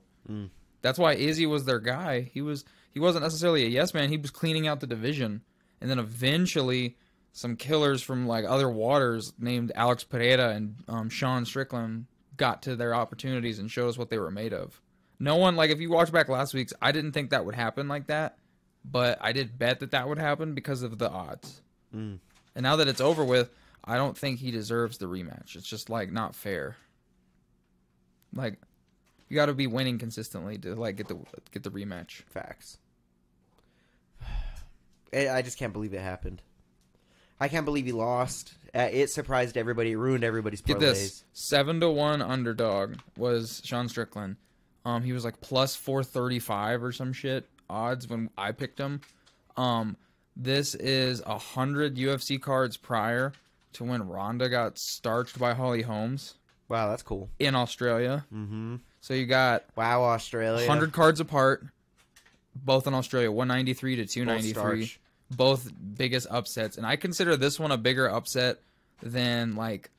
Speaker 5: that's why Izzy was their guy. He was he wasn't necessarily a yes man. He was cleaning out the division, and then eventually some killers from like other waters named Alex Pereira and um, Sean Strickland got to their opportunities and showed us what they were made of. No one like if you watch back last week's, I didn't think that would happen like that, but I did bet that that would happen because of the odds. And now that it's over with, I don't think he deserves the rematch. It's just like not fair. Like you got to be winning consistently to like get the get the rematch.
Speaker 3: facts. (sighs) I I just can't believe it happened. I can't believe he lost. Uh, it surprised everybody. It ruined everybody's
Speaker 5: Get
Speaker 3: parlays.
Speaker 5: this seven to one underdog was Sean Strickland. Um, he was like plus four thirty five or some shit odds when I picked him. Um, this is a hundred UFC cards prior to when Ronda got starched by Holly Holmes
Speaker 3: Wow, that's cool.
Speaker 5: in Australia.
Speaker 3: Mm-hmm.
Speaker 5: So you got
Speaker 3: Wow, Australia.
Speaker 5: hundred cards apart, both in Australia, one ninety three to two ninety three.
Speaker 3: starch.
Speaker 5: both biggest upsets and i consider this one a bigger upset than like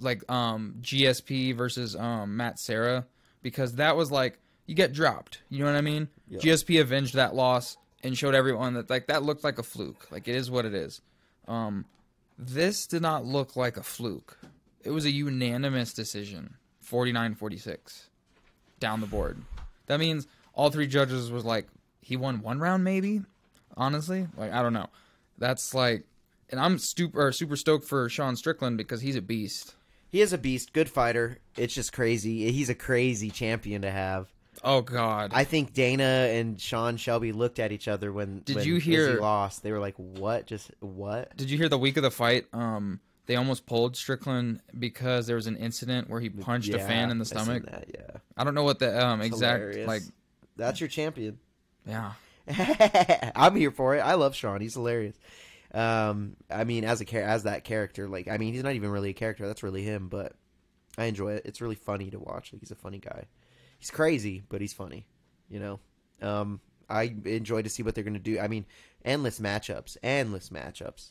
Speaker 5: like um gsp versus um matt sarah because that was like you get dropped you know what i mean
Speaker 3: Yeah.
Speaker 5: gsp avenged that loss and showed everyone that like that looked like a fluke like it is what it is um this did not look like a fluke it was a unanimous decision 49 46 down the board that means all three judges was like he won one round maybe honestly. Like I don't know. That's like, and I'm super super stoked for Sean Strickland because he's a beast.
Speaker 3: He is a beast, good fighter. It's just crazy. He's a crazy champion to have.
Speaker 5: Oh God,
Speaker 3: I think Dana and Sean Shelby looked at each other when
Speaker 5: Did
Speaker 3: when
Speaker 5: you hear-
Speaker 3: Izzy lost. They were like, "What? Just what?"
Speaker 5: did you hear the week of the fight? Um, they almost pulled Strickland because there was an incident where he punched a fan
Speaker 3: Yeah,
Speaker 5: in
Speaker 3: I
Speaker 5: the
Speaker 3: seen
Speaker 5: stomach.
Speaker 3: That, yeah,
Speaker 5: I don't know what the um exact
Speaker 3: Hilarious.
Speaker 5: like
Speaker 3: that's your champion. (laughs)
Speaker 5: yeah.
Speaker 3: I'm here for it. I love Sean. He's hilarious. Um, I mean, as a char- as that character, like, I mean, he's not even really a character. That's really him. But I enjoy it. It's really funny to watch. Like, he's a funny guy. He's crazy, but he's funny. You know. Um, I enjoy to see what they're gonna do. I mean, endless matchups, endless matchups.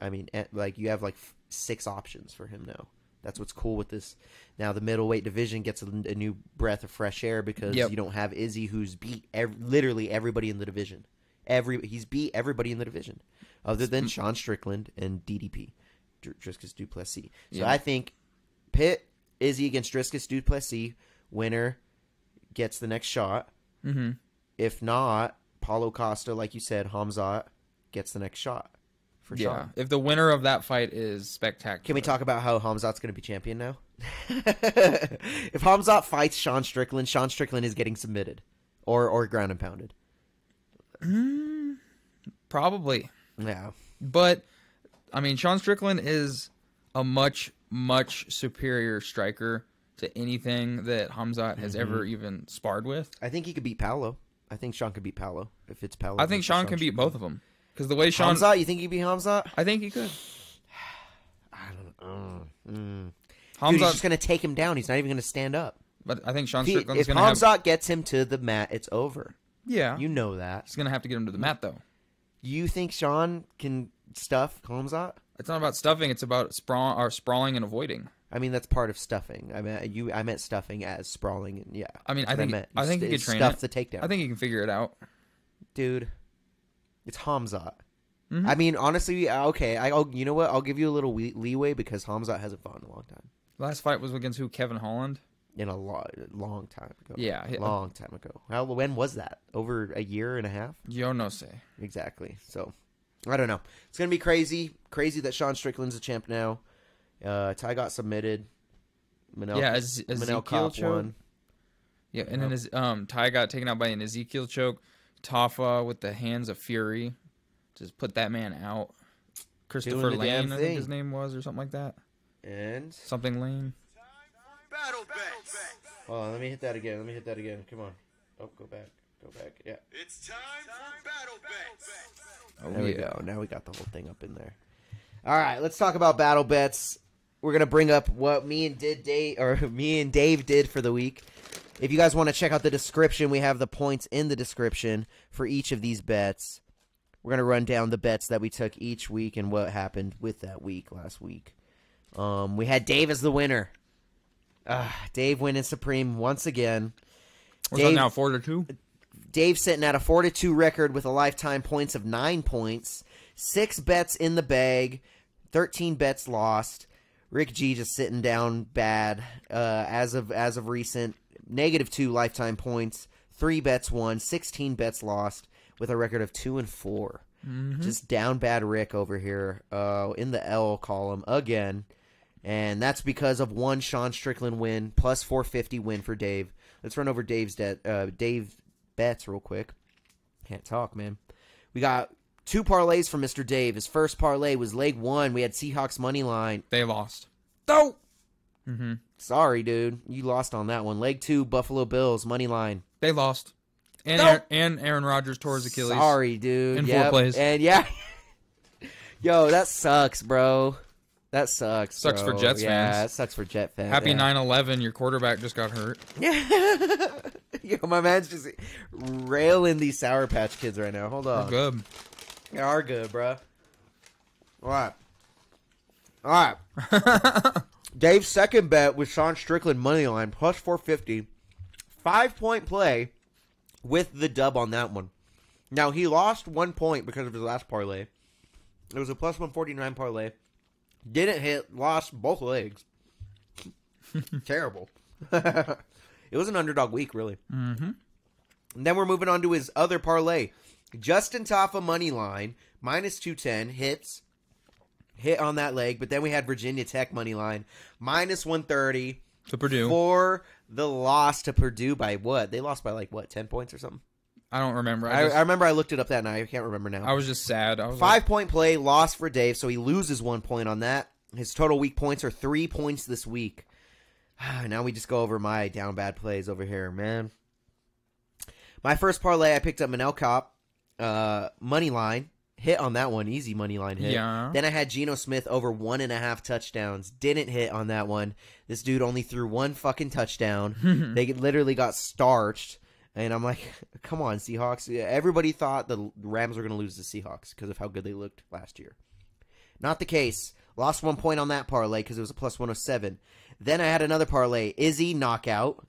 Speaker 3: I mean, en- like you have like f- six options for him now. That's what's cool with this. Now the middleweight division gets a, a new breath of fresh air because
Speaker 5: Yep.
Speaker 3: you don't have Izzy, who's beat ev- literally everybody in the division. Every he's beat everybody in the division, other
Speaker 5: Mm.
Speaker 3: than Sean Strickland and DDP, Dr- Driscus Duplessis. So
Speaker 5: Yeah.
Speaker 3: I think Pitt Izzy against Driscus Duplessis, winner gets the next shot.
Speaker 5: Mm-hmm.
Speaker 3: If not, Paulo Costa, like you said, Hamzat gets the next shot. for
Speaker 5: yeah.
Speaker 3: sure.
Speaker 5: If the winner of that fight is spectacular,
Speaker 3: Can we talk about how Hamzat's going to be champion now? (laughs) if Hamzat fights Sean Strickland, Sean Strickland is getting submitted or or ground and pounded.
Speaker 5: Probably,
Speaker 3: Yeah.
Speaker 5: but I mean, Sean Strickland is a much much superior striker to anything that Hamzat
Speaker 3: Mm-hmm.
Speaker 5: has ever even sparred with.
Speaker 3: I think he could beat Paolo. I think Sean could beat Paolo if it's Paolo.
Speaker 5: I think
Speaker 3: versus
Speaker 5: Sean can beat both of them because the way Sean,
Speaker 3: Hamzat, you think he could beat Hamzat?
Speaker 5: I think he could.
Speaker 3: (sighs) I don't know. Mm. Mm. Dude, he's
Speaker 5: Hamzat,
Speaker 3: just going to take him down. He's not even going to stand up.
Speaker 5: but I think Sean
Speaker 3: He-
Speaker 5: Strickland's
Speaker 3: if
Speaker 5: gonna have.
Speaker 3: Hamzat gets him to the mat, it's over.
Speaker 5: Yeah,
Speaker 3: You know that.
Speaker 5: he's gonna have to get him to the mat though.
Speaker 3: You think Sean can stuff Hamzat?
Speaker 5: It's not about stuffing; it's about sprawl or sprawling and avoiding.
Speaker 3: I mean, that's part of stuffing. I mean, you. I meant stuffing as sprawling. And, yeah.
Speaker 5: I mean, I
Speaker 3: That's what
Speaker 5: think
Speaker 3: meant.
Speaker 5: I think he
Speaker 3: St-
Speaker 5: could train
Speaker 3: stuff
Speaker 5: it.
Speaker 3: the takedown.
Speaker 5: I think he can figure it out.
Speaker 3: dude, it's Hamzat.
Speaker 5: Mm-hmm.
Speaker 3: I mean, honestly, uh, okay. I, will you know what? I'll give you a little we- leeway because Hamzat hasn't fought in a long time.
Speaker 5: Last fight was against who? Kevin Holland.
Speaker 3: In a lo- long time ago.
Speaker 5: Yeah, yeah.
Speaker 3: Long time ago. How? When was that? Over a year and a half.
Speaker 5: Yo no say.
Speaker 3: Exactly. So, I don't know. It's gonna be crazy. Crazy that Sean Strickland's a champ now. Uh, Ty got submitted. Manel,
Speaker 5: Yeah, Ez- Ezekiel
Speaker 3: Manel Kopp
Speaker 5: choke?
Speaker 3: won.
Speaker 5: Yeah, and then his um Ty got taken out by an Ezekiel choke. Tafa with the hands of fury, just put that man out. Christopher
Speaker 3: the damn
Speaker 5: Lane, I think his
Speaker 3: thing.
Speaker 5: name was, or something like that.
Speaker 3: And
Speaker 5: Something Lane.
Speaker 2: Battle backs.
Speaker 3: hold on, let me hit that again. Let me hit that again. Come on. Oh, go back. Go back. Yeah.
Speaker 2: It's time for battle backs.
Speaker 5: Oh
Speaker 3: There we
Speaker 5: yeah.
Speaker 3: go. Now we got the whole thing up in there. All right, let's talk about battle bets. We're gonna bring up what me and did Dave or (laughs) me and Dave did for the week. If you guys want to check out the description, we have the points in the description for each of these bets. We're gonna run down the bets that we took each week and what happened with that week last week. Um, we had Dave as the winner. Uh, Dave winning supreme once again.
Speaker 5: What's
Speaker 3: Dave-
Speaker 5: that now? Four to two.
Speaker 3: Dave sitting at a 4 to 2 record with a lifetime points of 9 points, 6 bets in the bag, 13 bets lost. Rick G just sitting down bad uh, as of as of recent, negative 2 lifetime points, 3 bets won, 16 bets lost with a record of 2 and 4. Just down bad Rick over here uh, in the L column again. And that's because of one Sean Strickland win plus 450 win for Dave. Let's run over Dave's debt, uh, Dave bets real quick. Can't talk, man. We got two parlays from Mr. Dave. His first parlay was leg one. We had Seahawks money line.
Speaker 5: They lost.
Speaker 3: Oh, sorry, dude. You lost on that one. Leg two, Buffalo Bills money line.
Speaker 5: They lost. And
Speaker 3: No.
Speaker 5: Aaron, and Aaron Rodgers tore his Achilles.
Speaker 3: Sorry, dude.
Speaker 5: In four
Speaker 3: Yep.
Speaker 5: plays.
Speaker 3: And yeah, (laughs) yo, that sucks, bro. That sucks.
Speaker 5: Sucks for
Speaker 3: bro.
Speaker 5: Jets
Speaker 3: yeah,
Speaker 5: fans.
Speaker 3: it sucks for Jet fans.
Speaker 5: Happy
Speaker 3: yeah.
Speaker 5: 9/11. Your quarterback just got hurt.
Speaker 3: (laughs) Yo, my man's just railing these Sour Patch Kids right now. Hold on.
Speaker 5: Good.
Speaker 3: They are good, bruh. All right. All right. Dave's second bet was Sean Strickland money line plus 450. Five point play with the dub on that one. Now, he lost one point because of his last parlay. It was a plus 149 parlay. Didn't hit, lost both legs. (laughs) Terrible. (laughs) it was an underdog week, really. And then we're moving on to his other parlay. Justin Taffa money line minus 210 hits hit on that leg, but then we had Virginia Tech money line minus 130
Speaker 5: To Purdue.
Speaker 3: for the loss to Purdue by what? They lost by like what, 10 points or something?
Speaker 5: I don't remember. I,
Speaker 3: I,
Speaker 5: just,
Speaker 3: I
Speaker 5: I,
Speaker 3: remember I looked it up that night. I can't remember now.
Speaker 5: was just sad. I was like,
Speaker 3: Five point play, loss for Dave, so he loses one point on that. His total week points are three points this week. (sighs) now we just go over my down bad plays over here, man. My first parlay, I picked up Manel Cop, uh, money line hit on that one, easy money line hit.
Speaker 5: Yeah.
Speaker 3: Then I had Geno Smith over one and a half touchdowns, didn't hit on that one. This dude only threw one fucking touchdown. they literally got starched. And I'm like, (laughs) come on, Seahawks. Yeah, Everybody thought the Rams were going to lose to Seahawks because of how good they looked last year. Not the case. Lost one point on that parlay because it was a plus 107. Then I had another parlay. Izzy knockout.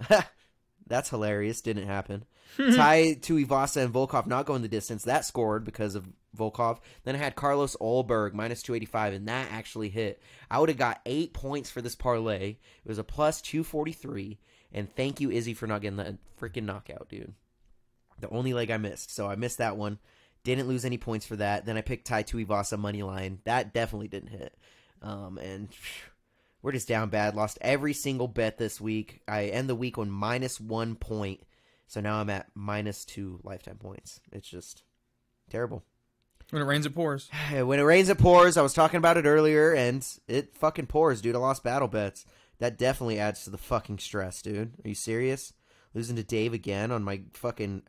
Speaker 3: (laughs) That's hilarious. Didn't happen. Tie to Ivasa and Volkov not going the distance. That scored because of Volkov. Then I had Carlos Olberg minus 285, and that actually hit. I would have got eight points for this parlay. It was a plus 243. And thank you, Izzy, for not getting that freaking knockout, dude. The only leg I missed. So I missed that one. Didn't lose any points for that. Then I picked Tai Tuivasa money line. That definitely didn't hit. Um, and phew, we're just down bad. Lost every single bet this week. I end the week on minus one point. So now I'm at minus two lifetime points. It's just terrible. (sighs)
Speaker 5: When it rains, it pours.
Speaker 3: When it rains, it pours. I was talking about it earlier, and it fucking pours, dude. I lost battle bets. That definitely adds to the fucking stress, dude. Are you serious? Losing to Dave again on my fucking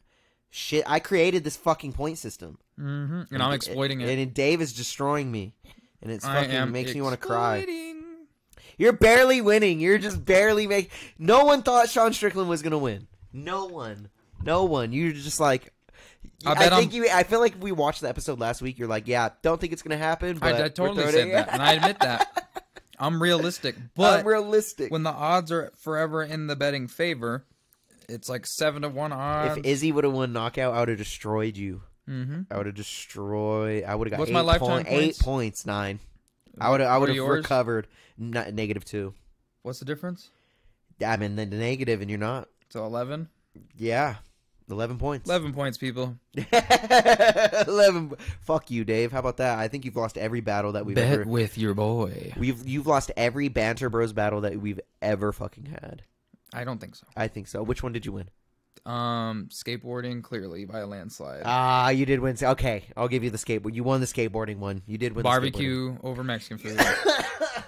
Speaker 3: shit. I created this fucking point system,
Speaker 5: hmm And I'm exploiting it.
Speaker 3: and Dave is destroying me, and it's
Speaker 5: I
Speaker 3: fucking
Speaker 5: am
Speaker 3: makes me want to cry.
Speaker 5: exploiting.
Speaker 3: You're barely winning. You're just barely making. No one thought Sean Strickland was gonna win. No one. No one. You're just like. I,
Speaker 5: I bet
Speaker 3: think
Speaker 5: I'm-
Speaker 3: you. I feel like we watched the episode last week. You're like, yeah, don't think it's gonna happen. But
Speaker 5: I, I
Speaker 3: we're
Speaker 5: totally
Speaker 3: throwing
Speaker 5: said
Speaker 3: it-
Speaker 5: that,
Speaker 3: (laughs)
Speaker 5: and I admit that. I'm realistic, but
Speaker 3: I'm realistic.
Speaker 5: when the odds are forever in the betting favor, it's like seven to one odds.
Speaker 3: if Izzy would have won knockout, I would have destroyed you.
Speaker 5: mm-hmm.
Speaker 3: I would have destroyed. I would have got
Speaker 5: What's
Speaker 3: eight,
Speaker 5: my lifetime
Speaker 3: point- eight
Speaker 5: points?
Speaker 3: points nine. I would. I
Speaker 5: What
Speaker 3: would
Speaker 5: are
Speaker 3: have
Speaker 5: yours?
Speaker 3: recovered not negative two.
Speaker 5: What's the difference?
Speaker 3: I'm in the negative, and you're not.
Speaker 5: So 11?
Speaker 3: Yeah, eleven points.
Speaker 5: 11 points, people.
Speaker 3: (laughs) 11 fuck you dave how about that i think you've lost every battle that we've ever
Speaker 5: with your boy.
Speaker 3: we've you've lost every banter bros battle that we've ever fucking had
Speaker 5: I don't think so.
Speaker 3: i think so which one did you win
Speaker 5: Um, skateboarding clearly by a landslide.
Speaker 3: ah you did win okay i'll give you the skateboard you won the skateboarding one you did win the
Speaker 5: Barbecue over Mexican food.
Speaker 3: skateboarding.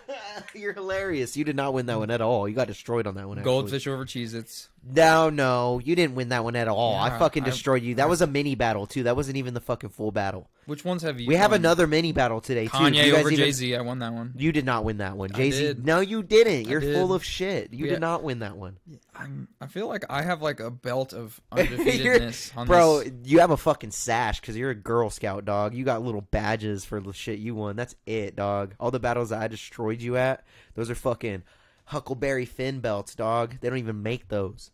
Speaker 3: (laughs) you're hilarious you did not win that one at all you got destroyed on that one actually.
Speaker 5: Goldfish over Cheez-Its.
Speaker 3: no no you didn't win that one at all i
Speaker 5: Yeah,
Speaker 3: fucking
Speaker 5: I-
Speaker 3: destroyed you that was a mini battle too that wasn't even the fucking full battle
Speaker 5: Which ones have you?
Speaker 3: we have
Speaker 5: won?
Speaker 3: another mini battle today too Do
Speaker 5: Kanye
Speaker 3: you guys
Speaker 5: over
Speaker 3: even-
Speaker 5: Jay Z. I won that one.
Speaker 3: You did not win that one,
Speaker 5: I
Speaker 3: Jay Z.
Speaker 5: did.
Speaker 3: No, you didn't.
Speaker 5: I
Speaker 3: You're
Speaker 5: did.
Speaker 3: full of shit. You
Speaker 5: We
Speaker 3: did
Speaker 5: had-
Speaker 3: not win that one, (laughs)
Speaker 5: I'm, I feel like I have like a belt of
Speaker 3: You're-
Speaker 5: undefeatedness on
Speaker 3: bro.
Speaker 5: this.
Speaker 3: You have a fucking sash because you're a Girl Scout dog. You got little badges for the shit you won. That's it, dog. All the battles that I destroyed you at, those are fucking Huckleberry Finn belts, dog. They don't even make those.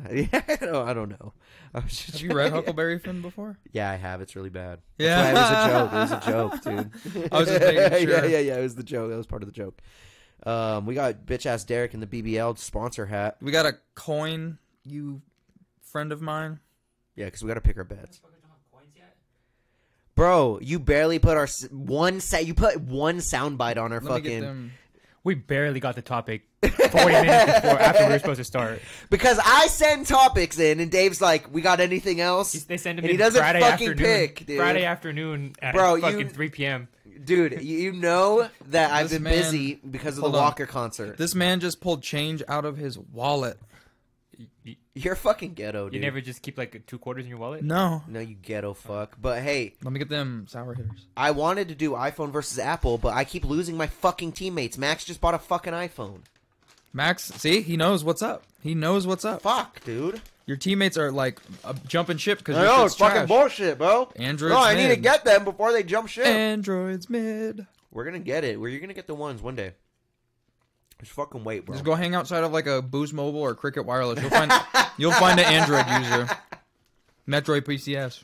Speaker 3: (laughs) I don't, I don't know. (laughs) I was just
Speaker 5: Have you
Speaker 3: trying- (laughs)
Speaker 5: read Huckleberry Finn before?
Speaker 3: Yeah, I have. It's really bad.
Speaker 5: Yeah.
Speaker 3: That's why it was a joke. It was a joke, dude.
Speaker 5: (laughs) I was just
Speaker 3: (laughs)
Speaker 5: making
Speaker 3: yeah,
Speaker 5: sure.
Speaker 3: yeah, yeah. It was the joke. That was part of the joke. Um, we got bitch ass Derek in the BBL sponsor hat.
Speaker 5: We got a coin, you friend of mine.
Speaker 3: Yeah, because we got to pick our bets. Bro, you barely put our s- one set. You put one soundbite on our
Speaker 5: Let me get
Speaker 3: fucking
Speaker 5: them.
Speaker 4: We barely got the (laughs) topic 40 minutes before after we were supposed to start.
Speaker 3: because I send topics in and Dave's like, "We got anything else?"
Speaker 4: He's- They send him
Speaker 3: And he
Speaker 4: in
Speaker 3: doesn't
Speaker 4: Friday
Speaker 3: fucking
Speaker 4: afternoon.
Speaker 3: pick, dude.
Speaker 4: Friday afternoon at
Speaker 3: Bro, you-
Speaker 4: fucking 3 p.m.
Speaker 3: Dude, you- you know
Speaker 5: (laughs)
Speaker 3: that I've
Speaker 5: This
Speaker 3: been
Speaker 5: man-
Speaker 3: busy because of the
Speaker 5: Hold on.
Speaker 3: Walker concert.
Speaker 5: This man just pulled change out of his wallet.
Speaker 3: You're fucking ghetto, dude.
Speaker 4: You never just keep like two quarters in your wallet?
Speaker 5: No.
Speaker 3: No, you ghetto fuck. But hey,
Speaker 5: Let me get them sour hitters.
Speaker 3: I wanted to do iPhone versus Apple, but I keep losing my fucking teammates. Max just bought a fucking iPhone.
Speaker 5: Max, see, he knows what's up. He knows what's up.
Speaker 3: Fuck, dude.
Speaker 5: Your teammates are like uh, jumping ship because
Speaker 3: No,
Speaker 5: you're
Speaker 3: Oh, it's fucking bullshit, bro.
Speaker 5: Android's
Speaker 3: no, I need
Speaker 5: mid.
Speaker 3: to get them before they jump ship.
Speaker 5: Androids mid.
Speaker 3: We're gonna get it. We're you're gonna get the ones one day. Just fucking wait, bro.
Speaker 5: Just go hang outside of like a Boost Mobile or Cricket Wireless. You'll find you'll find an Android user. Metroid PCS.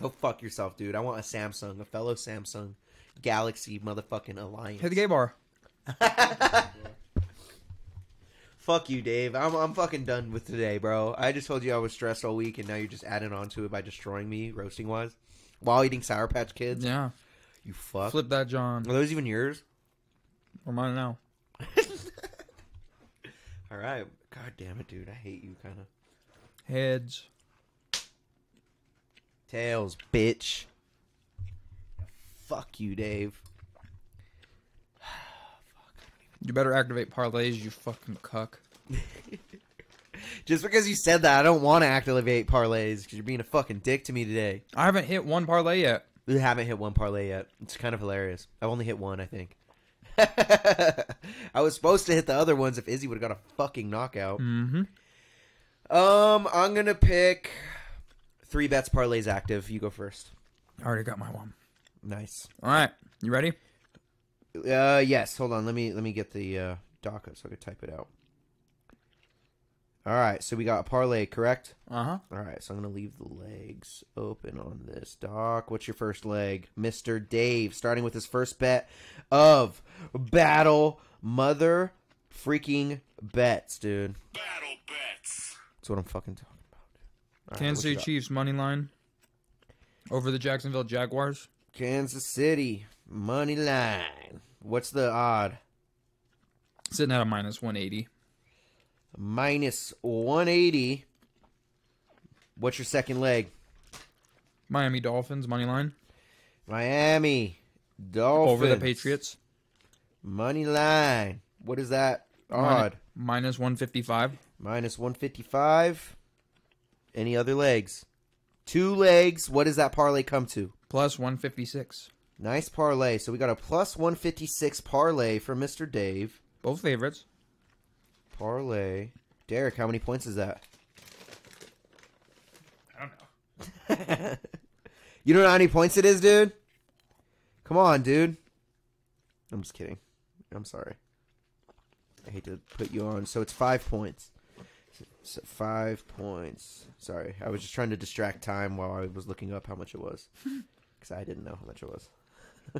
Speaker 3: Go fuck yourself, dude. I want a Samsung, a fellow Samsung Galaxy motherfucking alliance.
Speaker 5: Hit the gay bar.
Speaker 3: Fuck you, Dave. I'm I'm fucking done with today, bro. I just told you I was stressed all week, and now you're just adding on to it by destroying me, roasting wise, while eating Sour Patch Kids.
Speaker 5: Yeah.
Speaker 3: You fuck.
Speaker 5: Flip that, John.
Speaker 3: Are those even (laughs) yours?
Speaker 5: Or mine now.
Speaker 3: All right. God damn it, dude. I hate you, kind of.
Speaker 5: Heads.
Speaker 3: Tails, bitch. Fuck you, Dave.
Speaker 5: You better activate parlays, you fucking cuck.
Speaker 3: Just because you said that, I don't want to activate parlays because you're being a fucking dick to me today.
Speaker 5: I haven't hit one parlay yet.
Speaker 3: We haven't hit one parlay yet. It's kind of hilarious. I've only hit one, I think. (laughs) I was supposed to hit the other ones if Izzy would have got a fucking knockout.
Speaker 5: Mm-hmm.
Speaker 3: Um, I'm gonna pick three bets parlays active. You go first.
Speaker 5: I already got my one.
Speaker 3: Nice.
Speaker 5: All right. You ready?
Speaker 3: Uh, yes. Hold on. Let me let me get the uh, DACA so I can type it out. All right. So we got a parlay, correct?
Speaker 5: Uh huh.
Speaker 3: All right. So I'm gonna leave the legs open on this doc. What's your first leg, Mister Dave? Starting with his first bet of battle mother freaking bets, dude.
Speaker 2: Battle bets.
Speaker 3: That's what I'm fucking talking about. dude.
Speaker 5: Kansas
Speaker 3: what you
Speaker 5: City
Speaker 3: got?
Speaker 5: Chiefs money line over the Jacksonville Jaguars.
Speaker 3: Kansas City money line. What's the odd?
Speaker 5: Sitting at a minus 180.
Speaker 3: Minus 180. What's your second leg?
Speaker 5: Miami Dolphins money line
Speaker 3: Miami Dolphins
Speaker 5: over the Patriots.
Speaker 3: money line. What is that
Speaker 5: Mini-
Speaker 3: odd?
Speaker 5: minus 155.
Speaker 3: Minus 155. Any other legs? Two legs. What does that parlay come to?
Speaker 5: Plus 156.
Speaker 3: Nice parlay. So we got a plus 156 parlay for Mr. Dave.
Speaker 5: Both favorites.
Speaker 3: Parlay. Derek, how many points is that?
Speaker 4: I don't know.
Speaker 3: (laughs) You don't know how many points it is, dude? Come on, dude. I'm just kidding. I'm sorry. I hate to put you on. So it's five points. So five points. Sorry. I was just trying to distract time while I was looking up how much it
Speaker 4: (laughs)
Speaker 3: was. Because I didn't know how much it was. (laughs)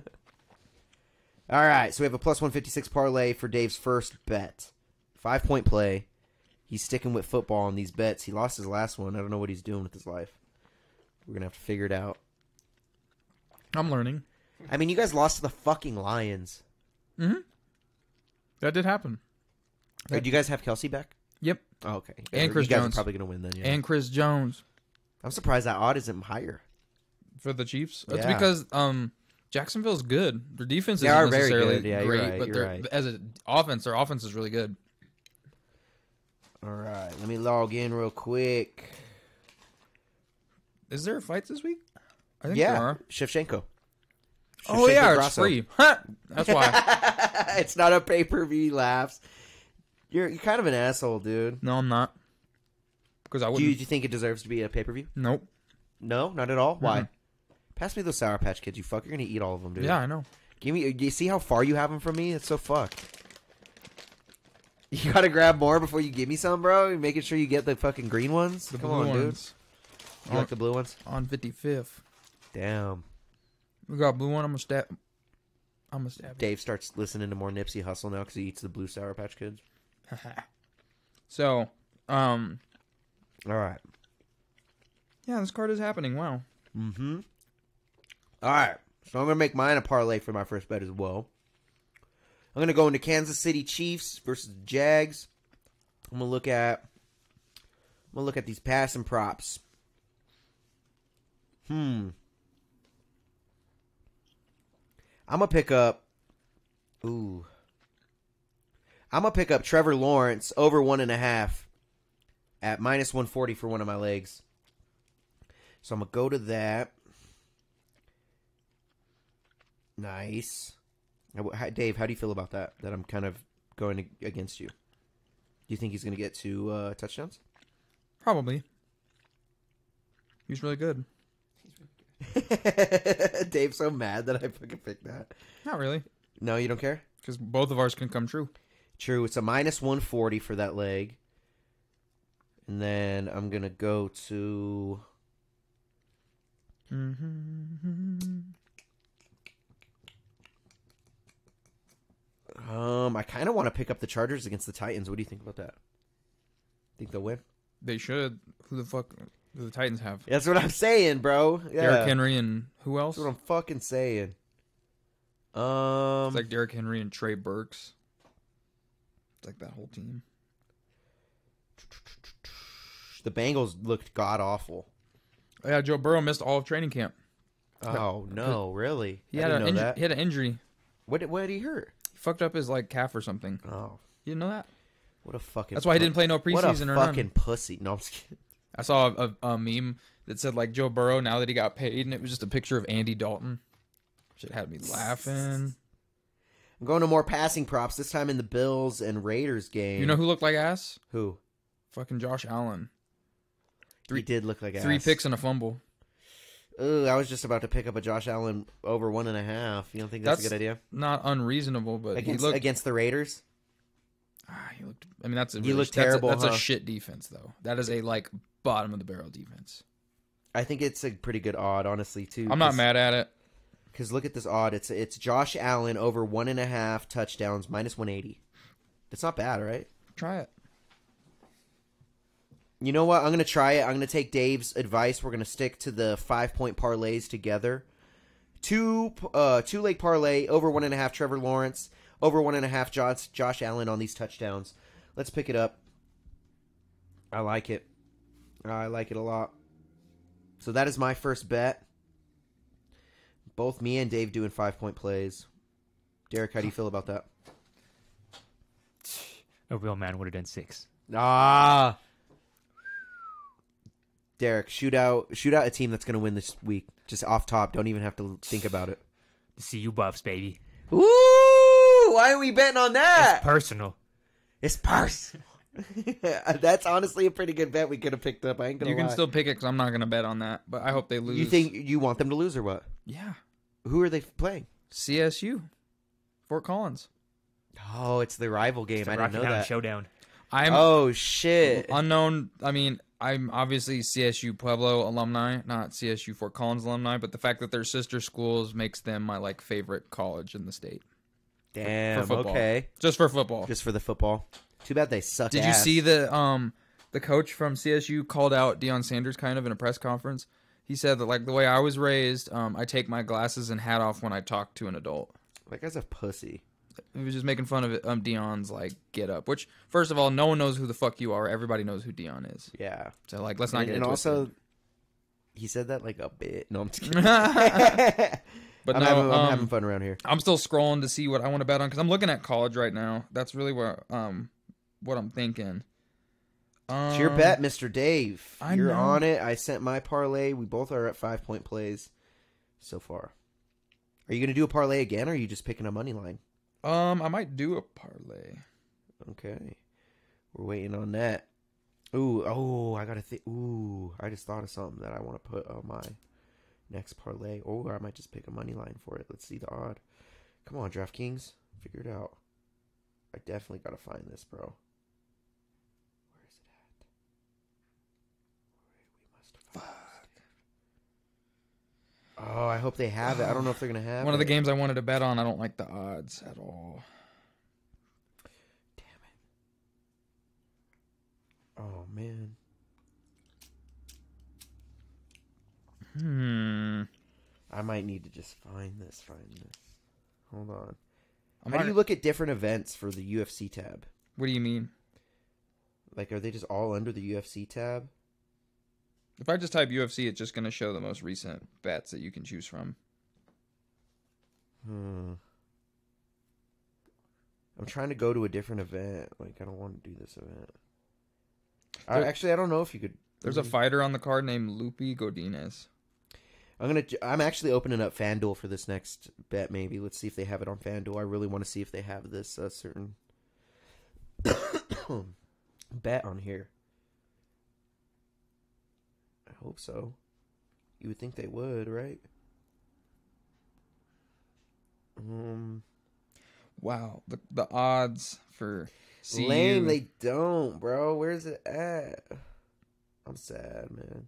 Speaker 3: All right. So we have a plus 156 parlay for Dave's first bet. Five point play. He's sticking with football on these bets. He lost his last one. I don't know what he's doing with his life. We're going to have to figure it out.
Speaker 5: I'm learning.
Speaker 3: I mean, you guys lost to the fucking Lions.
Speaker 5: That did happen.
Speaker 3: Or Uh, do you guys have Kelsey back?
Speaker 5: Yep.
Speaker 3: Oh, okay. You
Speaker 5: And
Speaker 3: guys-
Speaker 5: Chris
Speaker 3: you guys
Speaker 5: Jones.
Speaker 3: are probably gonna win then. Yeah.
Speaker 5: And Chris Jones
Speaker 3: I'm surprised that odd isn't higher.
Speaker 5: for the Chiefs. It's
Speaker 3: Yeah.
Speaker 5: because um Jacksonville's good. Their defense
Speaker 3: They
Speaker 5: isn't
Speaker 3: are very
Speaker 5: necessarily
Speaker 3: good. Yeah, you're
Speaker 5: great,
Speaker 3: right,
Speaker 5: but
Speaker 3: you're
Speaker 5: they're,
Speaker 3: right.
Speaker 5: as an offense, their offense is really good.
Speaker 3: All right, let me log in real quick.
Speaker 5: Is there a fight this week? I think there
Speaker 3: Yeah,
Speaker 5: are.
Speaker 3: Shevchenko. (laughs)
Speaker 5: Oh yeah, it's
Speaker 3: Grasso.
Speaker 5: free. Huh. That's why. (laughs)
Speaker 3: it's not a pay per view. Laughs. You're you're kind of an asshole, dude.
Speaker 5: no, I'm not. Because I
Speaker 3: Do
Speaker 5: wouldn't.
Speaker 3: you, do you think it deserves to be a pay per view?
Speaker 5: Nope.
Speaker 3: No, not at all. Why? Pass me those Sour Patch Kids. You fuck. You're gonna eat all of them, dude.
Speaker 5: Mm-hmm. Yeah, I know.
Speaker 3: Give me. You see how far you have them from me? It's so fucked. (laughs) You gotta grab more before you give me some, bro. You're making sure you get the fucking green ones.
Speaker 5: The
Speaker 3: Come
Speaker 5: blue
Speaker 3: on,
Speaker 5: ones
Speaker 3: dude. You like the blue ones?
Speaker 5: on 55th.
Speaker 3: Damn.
Speaker 5: We got blue one. I'm gonna stab. I'm gonna stab.
Speaker 3: Dave starts listening to more Nipsey Hustle now because he eats the blue Sour Patch Kids.
Speaker 5: So, um,
Speaker 3: All right.
Speaker 5: yeah, this card is happening. Wow.
Speaker 3: All right. So I'm gonna make mine a parlay for my first bet as well. I'm gonna go into Kansas City Chiefs versus Jags. I'm gonna look at. I'm gonna look at these passing props. Hmm. I'm gonna pick up. Ooh. I'm gonna pick up Trevor Lawrence over one and a half at minus 140 for one of my legs. So I'm gonna go to that. Nice. Now, wh- how- Dave, how do you feel about that? That I'm kind of going ag- against you. Do you think he's going to get two uh, touchdowns?
Speaker 5: Probably. He's really good.
Speaker 3: (laughs) Dave's so mad that I fucking picked that.
Speaker 5: Not really,
Speaker 3: No, you don't care?
Speaker 5: because both of ours can come true.
Speaker 3: True. It's a minus 140 for that leg. And then I'm going to go to. Um, I kind of want to pick up the Chargers against the Titans. What do you think about that? Think they'll win?
Speaker 5: They should. Who the fuck do the Titans have?
Speaker 3: That's what I'm saying, bro. Yeah.
Speaker 5: Derrick Henry and who else?
Speaker 3: That's what I'm fucking saying.
Speaker 5: It's
Speaker 3: Um,
Speaker 5: like Derrick Henry and Trey Burks. It's like that whole team.
Speaker 3: the Bengals looked god
Speaker 5: (laughs)
Speaker 3: awful.
Speaker 5: Oh, Yeah, Joe Burrow missed all of training camp.
Speaker 3: Oh no, really?
Speaker 5: He
Speaker 3: I
Speaker 5: had,
Speaker 3: didn't
Speaker 5: an
Speaker 3: know
Speaker 5: inju-
Speaker 3: that.
Speaker 5: he had an injury.
Speaker 3: What did, what did he hurt?
Speaker 5: He fucked up his like calf or something.
Speaker 3: Oh,
Speaker 5: You didn't know that?
Speaker 3: what a fucking.
Speaker 5: That's why he didn't play no
Speaker 3: What a
Speaker 5: preseason or
Speaker 3: fucking
Speaker 5: none.
Speaker 3: pussy. No, I'm just kidding.
Speaker 5: I saw a, a, a meme that said like Joe Burrow now that he got paid, and it was just a picture of Andy Dalton. Shit had me laughing.
Speaker 3: I'm going to more passing props this time in the Bills and Raiders game.
Speaker 5: You know who looked like ass?
Speaker 3: who?
Speaker 5: Fucking Josh Allen. Three-
Speaker 3: he did look like
Speaker 5: Three
Speaker 3: ass.
Speaker 5: picks and a fumble.
Speaker 3: Ooh, I was just about to pick up a Josh Allen over one and a half. You don't think that's, a good idea?
Speaker 5: Not unreasonable, but
Speaker 3: Against,
Speaker 5: uh, he looked.
Speaker 3: against the Raiders.
Speaker 5: ah, he looked. I mean, that's a
Speaker 3: You
Speaker 5: really,
Speaker 3: look
Speaker 5: that's a-
Speaker 3: terrible,
Speaker 5: That's,
Speaker 3: huh?
Speaker 5: a shit defense, though. That is a like bottom of the barrel defense.
Speaker 3: I think it's a pretty good odd, honestly. Too.
Speaker 5: I'm not
Speaker 3: 'cause-
Speaker 5: mad at it.
Speaker 3: Because look at this odd. It's it's Josh Allen over one and a half touchdowns, minus one eighty. That's not bad, right?
Speaker 5: Try it.
Speaker 3: You know what? I'm gonna try it. I'm gonna take Dave's advice. We're gonna stick to the five point parlays together. Two uh two leg parlay over one and a half Trevor Lawrence over one and a half Josh Josh Allen on these touchdowns. Let's pick it up. I like it. I like it a lot. So that is my first bet. Both me and Dave doing five point plays. Derek, how do you feel about that?
Speaker 4: A real man would have done six.
Speaker 3: Ah. Derek, shoot out shoot out a team that's going to win this week. Just off top, don't even have to think about it.
Speaker 4: See you buffs, baby.
Speaker 3: Ooh, why are we betting on that?
Speaker 4: Personal.
Speaker 3: It's purse. (laughs) that's honestly a pretty good bet we could have picked up. I ain't gonna
Speaker 5: You can
Speaker 3: lie.
Speaker 5: still pick it because I'm not gonna bet on that. But I hope they lose.
Speaker 3: You think you want them to lose or what?
Speaker 5: Yeah.
Speaker 3: Who are they playing?
Speaker 5: CSU, Fort Collins.
Speaker 3: Oh, it's the rival game. I didn't
Speaker 4: Rocky
Speaker 3: know
Speaker 4: Mountain
Speaker 3: that.
Speaker 4: Showdown.
Speaker 5: I'm
Speaker 3: Oh shit.
Speaker 5: unknown. I mean, I'm obviously CSU Pueblo alumni, not CSU Fort Collins alumni. But the fact that they're sister schools makes them my like favorite college in the state.
Speaker 3: Damn.
Speaker 5: football.
Speaker 3: okay.
Speaker 5: Just for football.
Speaker 3: Just for the football. Too bad they suck.
Speaker 5: Did you
Speaker 3: ass.
Speaker 5: see the um the coach from CSU called out Deion Sanders kind of in a press conference? He said that like the way I was raised, um, I take my glasses and hat off when I talk to an adult.
Speaker 3: That guy's a pussy.
Speaker 5: He was just making fun of it, um Dion's like get up. Which first of all, no one knows who the fuck you are. Everybody knows who Dion is.
Speaker 3: Yeah.
Speaker 5: So like, let's not
Speaker 3: and,
Speaker 5: get
Speaker 3: and
Speaker 5: it twisted.
Speaker 3: also he said that like a bit. No, I'm
Speaker 5: (laughs)
Speaker 3: just kidding. I'm,
Speaker 5: But no,
Speaker 3: having, I'm
Speaker 5: um,
Speaker 3: having fun around here.
Speaker 5: I'm still scrolling to see what I want to bet on because I'm looking at college right now. That's really what um what I'm thinking. Um,
Speaker 3: It's your bet, Mr. Dave.
Speaker 5: I
Speaker 3: You're
Speaker 5: know.
Speaker 3: on it. I sent my parlay. We both are at five point plays so far. Are you gonna do a parlay again or are you just picking a money line?
Speaker 5: Um, I might do a parlay.
Speaker 3: Okay. We're waiting on that. Ooh, oh, I gotta think. Ooh, I just thought of something that I want to put on my next parlay. Or I might just pick a money line for it. Let's see the odd. Come on, DraftKings, figure it out. I definitely gotta find this, bro. Where is it at? We must find Fuck. Oh, I hope they have it. I don't know if they're gonna have
Speaker 5: One of the
Speaker 3: it.
Speaker 5: games I wanted to bet on, I don't like the odds at all.
Speaker 3: Damn it. Oh man.
Speaker 5: Hmm.
Speaker 3: I might need to just find this. Find this. Hold on.
Speaker 5: I'm
Speaker 3: How
Speaker 5: not,
Speaker 3: do you look at different events for the UFC tab?
Speaker 5: what do you mean?
Speaker 3: Like, are they just all under the UFC tab?
Speaker 5: If I just type UFC, it's just going to show the most recent bets that you can choose from.
Speaker 3: Hmm. I'm trying to go to a different event. Like, I don't want to do this event. I,
Speaker 5: There-
Speaker 3: actually, I don't know if you could.
Speaker 5: There's a fighter on the card named Lupi Godinez.
Speaker 3: I'm gonna. I'm actually opening up FanDuel for this next bet. Maybe let's see if they have it on FanDuel. I really want to see if they have this uh, certain (coughs) bet on here. I hope so. You would think they would, right? Um,
Speaker 5: Wow, the the odds for CU.
Speaker 3: lame. They don't, bro. Where's it at? I'm sad, man.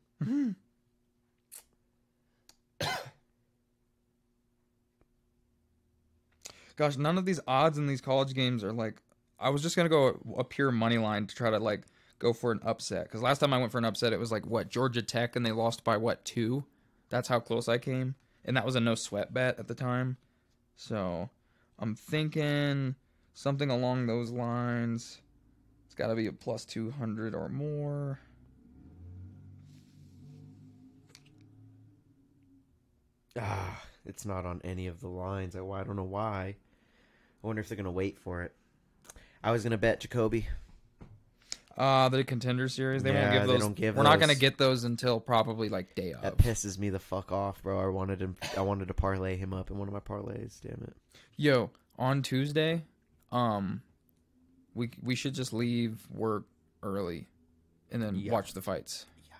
Speaker 5: Gosh, none of these odds in these college games are like. I was just gonna go a, a pure money line to try to like go for an upset because last time I went for an upset, it was like what Georgia Tech and they lost by what two? That's how close I came, and that was a no sweat bet at the time. So I'm thinking something along those lines. It's got to be a plus two hundred or more.
Speaker 3: Ah, it's not on any of the lines. I, I don't know why. I wonder if they're gonna wait for it. I was gonna bet Jacoby.
Speaker 5: Uh, the contender series they
Speaker 3: Yeah,
Speaker 5: won't give
Speaker 3: they
Speaker 5: those.
Speaker 3: don't give
Speaker 5: We're not gonna
Speaker 3: those.
Speaker 5: get those until probably like day
Speaker 3: That
Speaker 5: of.
Speaker 3: pisses me the fuck off, bro. I wanted him. I wanted to parlay him up in one of my parlays. Damn it.
Speaker 5: Yo, on Tuesday, um, we we should just leave work early, and then
Speaker 3: Yeah.
Speaker 5: watch the fights. Yeah,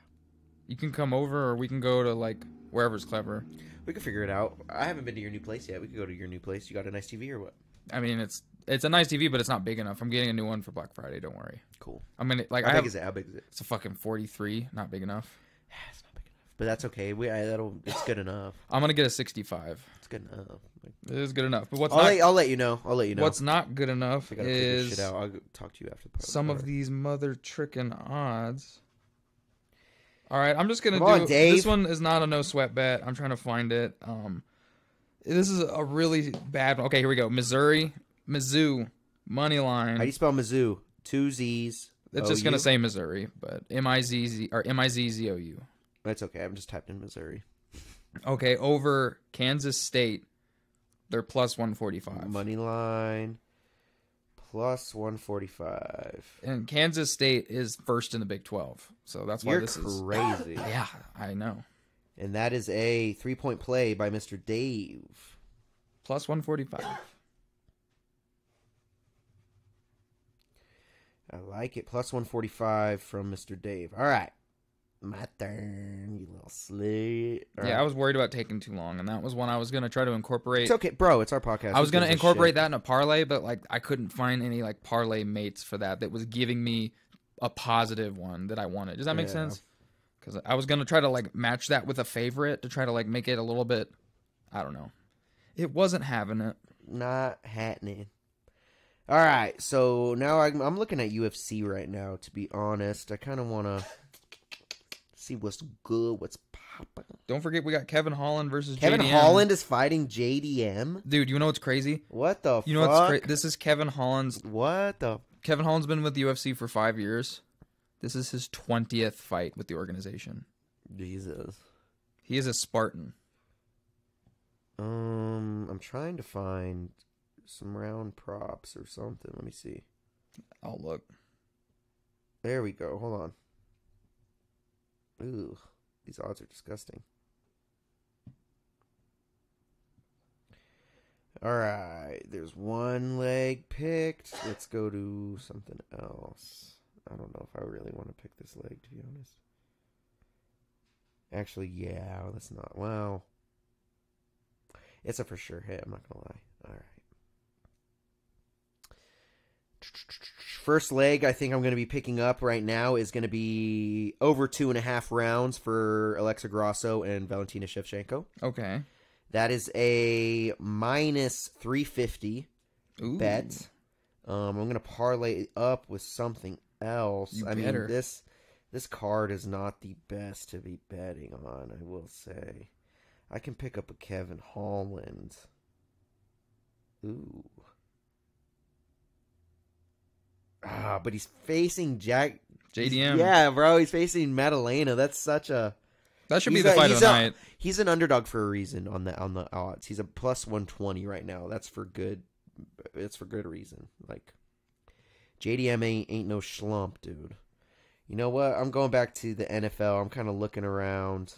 Speaker 5: you can come over, or we can go to like wherever's clever.
Speaker 3: We could figure it out. I haven't been to your new place yet. We could go to your new place. You got a nice TV or what?
Speaker 5: I mean, it's it's a nice TV, but it's not big enough. I'm getting a new one for Black Friday. Don't worry.
Speaker 3: Cool.
Speaker 5: I'm gonna like
Speaker 3: How
Speaker 5: I
Speaker 3: big
Speaker 5: have,
Speaker 3: is it? How big is it?
Speaker 5: it's a fucking 43, not big enough.
Speaker 3: It's not big enough, but that's okay. We I, that'll. It's good enough.
Speaker 5: I'm gonna get a 65.
Speaker 3: It's good enough. Like,
Speaker 5: It is good enough. But what's
Speaker 3: I'll,
Speaker 5: not
Speaker 3: let, I'll let you know. I'll let you know.
Speaker 5: what's not good enough
Speaker 3: I gotta figure shit
Speaker 5: is
Speaker 3: out. I'll go- talk to you after the parlay.
Speaker 5: some of these mother tricking odds. All right, I'm just gonna
Speaker 3: Come on,
Speaker 5: do
Speaker 3: Dave.
Speaker 5: this one is not a no sweat bet. I'm trying to find it. Um, this is a really bad one. Okay, here we go. Missouri, Mizzou, money line.
Speaker 3: How do you spell Mizzou? Two Z's. Oh,
Speaker 5: it's just gonna
Speaker 3: OU?
Speaker 5: say Missouri, but M I Z Z or M I Z Z O U.
Speaker 3: That's okay. I'm just typed in Missouri.
Speaker 5: Okay, over Kansas State, they're plus 145.
Speaker 3: Money line plus 145.
Speaker 5: And Kansas State is first in the Big 12, so that's why
Speaker 3: You're
Speaker 5: this is. (laughs)
Speaker 3: crazy.
Speaker 5: Yeah, I know.
Speaker 3: and that is a three point play by Mr. Dave.
Speaker 5: Plus 145.
Speaker 3: I like it. Plus 145 from Mr. Dave. All right. My turn, you little slit. All
Speaker 5: Yeah, I
Speaker 3: right.
Speaker 5: was worried about taking too long, and that was one I was gonna try to incorporate.
Speaker 3: It's okay, bro. It's our podcast.
Speaker 5: I was
Speaker 3: Who
Speaker 5: gonna
Speaker 3: gives a
Speaker 5: incorporate
Speaker 3: shit?
Speaker 5: that in a parlay, but like I couldn't find any like parlay mates for that that was giving me a positive one that I wanted. Does that make
Speaker 3: Yeah.
Speaker 5: sense? Because I was gonna try to like match that with a favorite to try to like make it a little bit. I don't know. It wasn't having it.
Speaker 3: Not happening. All right. So now I'm, I'm looking at UFC right now, to be honest. I kind of want
Speaker 5: (laughs)
Speaker 3: to see what's good, what's popping.
Speaker 5: Don't forget we got Kevin Holland versus
Speaker 3: Kevin
Speaker 5: JDM.
Speaker 3: Holland is fighting JDM.
Speaker 5: Dude, you know what's crazy?
Speaker 3: What the
Speaker 5: You know
Speaker 3: fuck?
Speaker 5: what's cra- this is Kevin Holland's.
Speaker 3: what the
Speaker 5: Kevin Holland's been with the UFC for five years. This is his twentieth fight with the organization.
Speaker 3: Jesus.
Speaker 5: He is a Spartan.
Speaker 3: Um, I'm trying to find some round props or something. Let me see.
Speaker 5: Oh look.
Speaker 3: There we go. Hold on. Ooh, these odds are disgusting. All right, there's one leg picked. Let's go to something else. I don't know if I really want to pick this leg, to be honest. Actually, yeah, that's not. Wow. It's a for sure hit, I'm not going to lie. All right. First leg, I think I'm going to be picking up right now is going to be over two and a half rounds for Alexa Grosso and Valentina Shevchenko.
Speaker 5: Okay.
Speaker 3: That is a minus 350
Speaker 5: Ooh.
Speaker 3: bet. Um, I'm going to parlay it up with something else.
Speaker 5: You
Speaker 3: I
Speaker 5: better.
Speaker 3: mean, this this card is not the best to be betting on, I will say. I can pick up a Kevin Holland. Ooh. Ah, but he's facing Jack.
Speaker 5: JDM.
Speaker 3: Yeah, bro, he's facing Madalena. That's such a.
Speaker 5: That should be
Speaker 3: he's
Speaker 5: the
Speaker 3: a-
Speaker 5: fight of
Speaker 3: he's
Speaker 5: the
Speaker 3: a-
Speaker 5: night.
Speaker 3: He's an underdog for a reason on the on the odds. He's a plus one twenty right now. That's for good. That's for good reason. Like JDM ain't, ain't no schlump, dude. You know what? I'm going back to the NFL. I'm kind of looking around.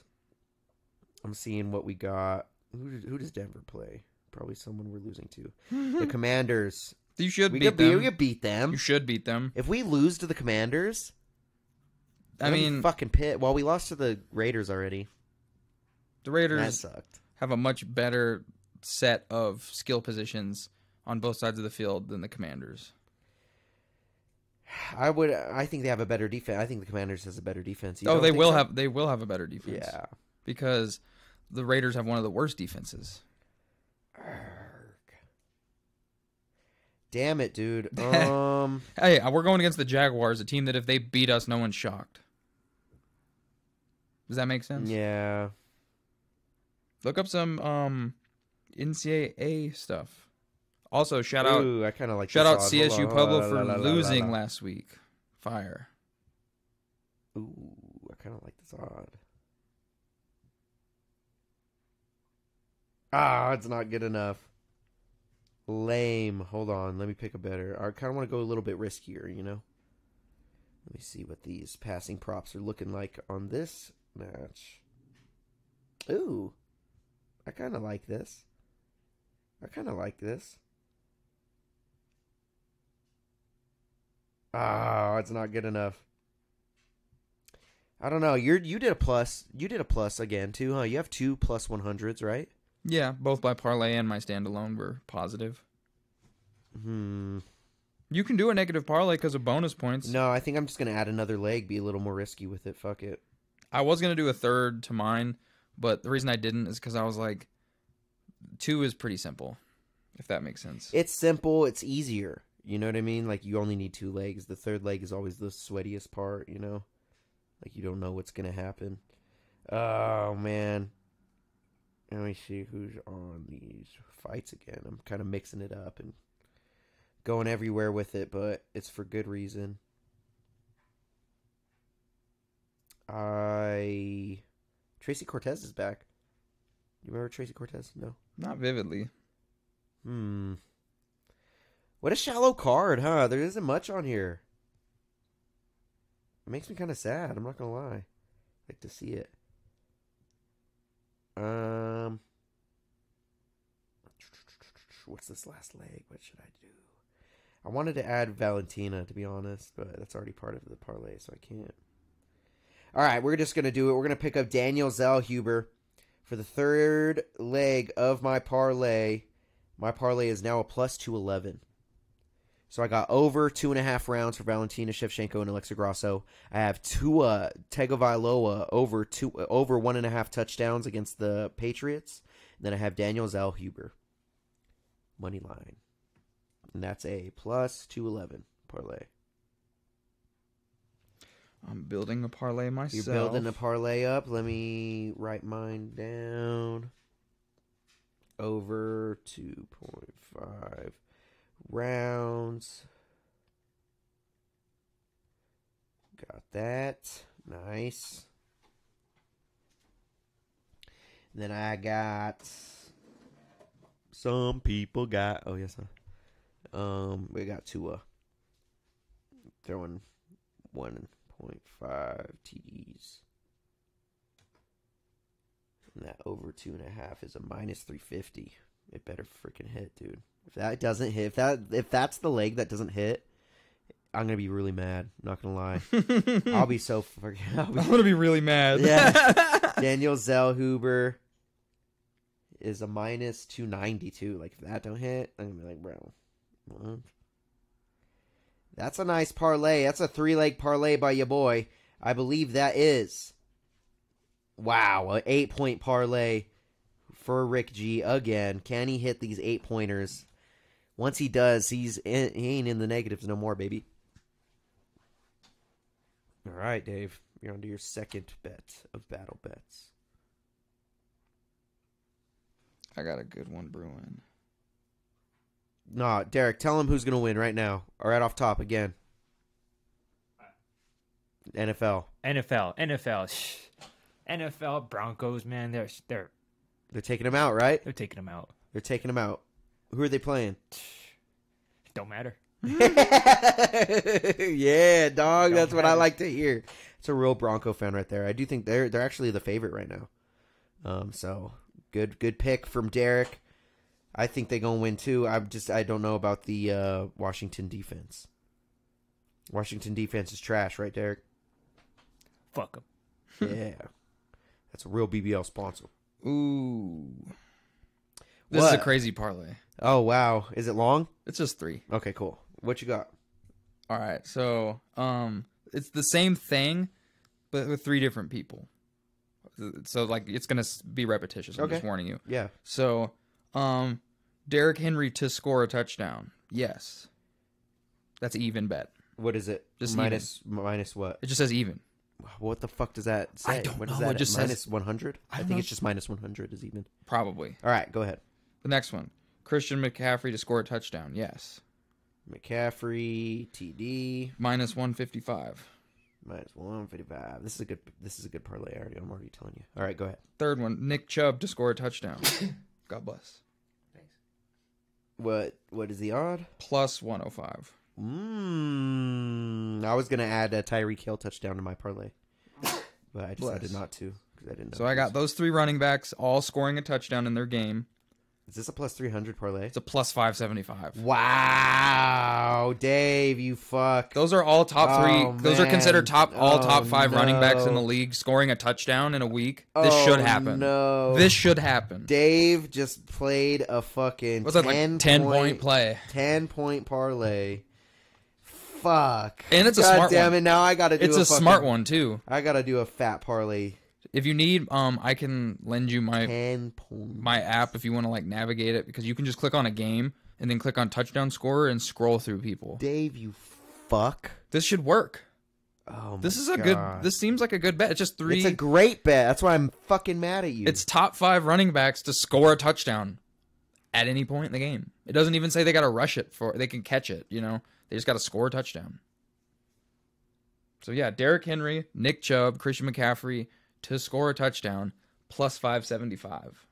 Speaker 3: I'm seeing what we got. Who, did- who does Denver play? Probably someone we're losing to.
Speaker 5: (laughs)
Speaker 3: The Commanders.
Speaker 5: You should
Speaker 3: We
Speaker 5: beat
Speaker 3: could,
Speaker 5: them.
Speaker 3: beat, we could beat them.
Speaker 5: You should beat them.
Speaker 3: If we lose to the Commanders,
Speaker 5: I
Speaker 3: that'd be
Speaker 5: mean,
Speaker 3: fucking pit. Well, we lost to the Raiders already.
Speaker 5: the
Speaker 3: That
Speaker 5: Raiders
Speaker 3: sucked.
Speaker 5: have a much better set of skill positions on both sides of the field than the Commanders.
Speaker 3: I would. I think they have a better defense. I think the Commanders has a better defense. You
Speaker 5: oh,
Speaker 3: don't
Speaker 5: they
Speaker 3: think
Speaker 5: will
Speaker 3: so?
Speaker 5: have they will have a better defense.
Speaker 3: Yeah.
Speaker 5: Because the Raiders have one of the worst defenses.
Speaker 3: Erg. Damn it,
Speaker 5: (laughs)
Speaker 3: dude. Um.
Speaker 5: Hey, uh, we're going against the Jaguars, a team that if they beat us, no one's shocked. Does that make sense?
Speaker 3: yeah.
Speaker 5: Look up some um, NCAA stuff. Also, shout out
Speaker 3: Ooh, I kind of like.
Speaker 5: Shout out
Speaker 3: this odds.
Speaker 5: CSU
Speaker 3: Hold on,
Speaker 5: Pueblo
Speaker 3: hold
Speaker 5: for
Speaker 3: on, hold on, hold on,
Speaker 5: losing
Speaker 3: hold on.
Speaker 5: last week. Fire.
Speaker 3: Ooh, I kind of like this odd. Ah, it's not good enough. Lame. Hold on. Let me pick a better. I kind of want to go a little bit riskier, you know? Let me see what these passing props are looking like on this match. Ooh. I kind of like this. I kind of like this. Ah, it's not good enough. I don't know. You're you did a plus. You did a plus again too, huh? You have two plus one hundreds, right?
Speaker 5: Yeah, both by parlay and my standalone were positive.
Speaker 3: Hmm.
Speaker 5: You can do a negative parlay because of bonus points.
Speaker 3: No, I think I'm just gonna add another leg. Be a little more risky with it. Fuck it.
Speaker 5: I was gonna do a third to mine, but the reason I didn't is because I was like, two is pretty simple, if that makes sense.
Speaker 3: It's simple. It's easier. You know what I mean? Like you only need two legs. The third leg is always the sweatiest part. You know. Like you don't know what's gonna happen. Oh man. Let me see who's on these fights again. I'm kind of mixing it up and going everywhere with it, but it's for good reason. I Tracy Cortez is back. You remember Tracy Cortez? No.
Speaker 5: Not vividly.
Speaker 3: Hmm. What a shallow card, huh? There isn't much on here. It makes me kind of sad. I'm not gonna lie. Like to see it. Um. What's this last leg? What should I do? I wanted to add Valentina to be honest, but that's already part of the parlay, so I can't. All right, we're just gonna do it. We're gonna pick up Daniel Zellhuber for the third leg of my parlay. My parlay is now a plus 211. So I got over two and a half rounds for Valentina Shevchenko and Alexa Grasso. I have Tua Tagovailoa over two over one and a half touchdowns against the Patriots. And then I have Daniel Zellhuber money line, and that's a plus two eleven parlay.
Speaker 5: I'm building a parlay
Speaker 3: You're
Speaker 5: myself. (laughs)
Speaker 3: building a parlay up. Let me write mine down. Over 2.5 rounds. Got that. Nice. Then I got. Some people got. Oh, yes, huh? Um, we got Tua. Throwing 1.5 TDs. And that over two and a half is a minus 350. It better freaking hit, dude. If that doesn't hit, if that if that's the leg that doesn't hit, I'm gonna be really mad. Not gonna
Speaker 5: (laughs)
Speaker 3: lie, I'll be so freaking. (laughs) I'll be
Speaker 5: I'm gonna be really mad.
Speaker 3: Yeah.
Speaker 5: (laughs)
Speaker 3: Daniel Zellhuber is a minus two ninety two. Like if that don't hit, I'm gonna be like, bro. what? That's a nice parlay. That's a three leg parlay by your boy. I believe that is. Wow, an eight point parlay for Rick G again. Can he hit these eight pointers? Once he does, he's in, he ain't in the negatives no more, baby. All right, Dave, you're on to your second bet of battle bets.
Speaker 5: I got a good one brewing.
Speaker 3: Nah, Derek, tell him who's gonna win right now. All right, off top again. NFL.
Speaker 4: NFL, NFL, shh. NFL Broncos, man, they're they're
Speaker 3: They're taking him out, right?
Speaker 4: they're taking them out.
Speaker 3: They're taking him out. Who are they playing?
Speaker 4: (sighs) Don't matter.
Speaker 3: (laughs) yeah, dog.
Speaker 4: Don't
Speaker 3: that's what I
Speaker 4: matter.
Speaker 3: like to hear. It's a real Bronco fan right there. I do think they're they're actually the favorite right now. Um, so good good pick from Derek. I think they gonna win too. I'm just I don't know about the uh, Washington defense. Washington defense is trash, right, Derek?
Speaker 4: Fuck them.
Speaker 3: yeah, that's a real BBL sponsor.
Speaker 5: Ooh. This is
Speaker 3: What?
Speaker 5: a crazy parlay.
Speaker 3: Oh wow, is it long?
Speaker 5: It's just three.
Speaker 3: Okay, cool. What you got?
Speaker 5: All right. So, um, it's the same thing, but with three different people. So, like, it's gonna s- be repetitious. I'm just
Speaker 3: Okay.
Speaker 5: warning you.
Speaker 3: Yeah,
Speaker 5: So, um, Derrick Henry to score a touchdown. Yes, that's an even bet.
Speaker 3: what is it?
Speaker 5: Just
Speaker 3: minus minus what?
Speaker 5: It just says even.
Speaker 3: What the fuck does that say?
Speaker 5: don't
Speaker 3: what is
Speaker 5: know. It
Speaker 3: that?
Speaker 5: just says-
Speaker 3: minus one hundred. I,
Speaker 5: don't
Speaker 3: think
Speaker 5: know.
Speaker 3: it's just minus one hundred is even.
Speaker 5: Probably
Speaker 3: All right, go ahead.
Speaker 5: the next one. Christian McCaffrey to score a touchdown. Yes,
Speaker 3: McCaffrey TD
Speaker 5: minus one fifty five.
Speaker 3: minus one fifty five. This is a good. This is a good parlay. I already, I'm already telling you. All right, go ahead.
Speaker 5: Third one. Nick Chubb to score a (coughs) touchdown. God bless.
Speaker 3: What what is the odd?
Speaker 5: Plus one oh five.
Speaker 3: Mmm. I was gonna add a Tyreek Hill touchdown to my parlay, but I decided
Speaker 5: Bless.
Speaker 3: not to because I didn't. know
Speaker 5: So I
Speaker 3: this.
Speaker 5: got those three running backs all scoring a touchdown in their game.
Speaker 3: Is this a plus three hundred parlay?
Speaker 5: It's a plus five seventy five.
Speaker 3: Wow, Dave, you fuck.
Speaker 5: Those are all top three.
Speaker 3: Oh,
Speaker 5: Those are considered
Speaker 3: man.
Speaker 5: top all
Speaker 3: Oh,
Speaker 5: top five running backs in
Speaker 3: no.
Speaker 5: the league, scoring a touchdown in a week. This
Speaker 3: Oh,
Speaker 5: should happen.
Speaker 3: No,
Speaker 5: This should happen.
Speaker 3: Dave just played a fucking
Speaker 5: What's that like
Speaker 3: ten,
Speaker 5: ten point play?
Speaker 3: ten point parlay. Fuck.
Speaker 5: And it's a
Speaker 3: God
Speaker 5: smart
Speaker 3: damn
Speaker 5: one.
Speaker 3: it! Now I gotta do.
Speaker 5: It's a,
Speaker 3: fucking-
Speaker 5: smart one too.
Speaker 3: I gotta do a fat parlay.
Speaker 5: If you need, um, I can lend you my
Speaker 3: Ten point.
Speaker 5: my app if you want to like navigate it because you can just click on a game and then click on touchdown scorer and scroll through people.
Speaker 3: Dave, you fuck.
Speaker 5: This should work.
Speaker 3: Oh,
Speaker 5: This
Speaker 3: my
Speaker 5: is a
Speaker 3: God.
Speaker 5: good. This seems like a good bet. It's just three.
Speaker 3: It's a great bet. That's why I'm fucking mad at you.
Speaker 5: It's top five running backs to score a touchdown at any point in the game. It doesn't even say they got to rush it for they can catch it. You know, they just got to score a touchdown. So yeah, Derrick Henry, Nick Chubb, Christian McCaffrey to score a touchdown plus five seventy (laughs) five.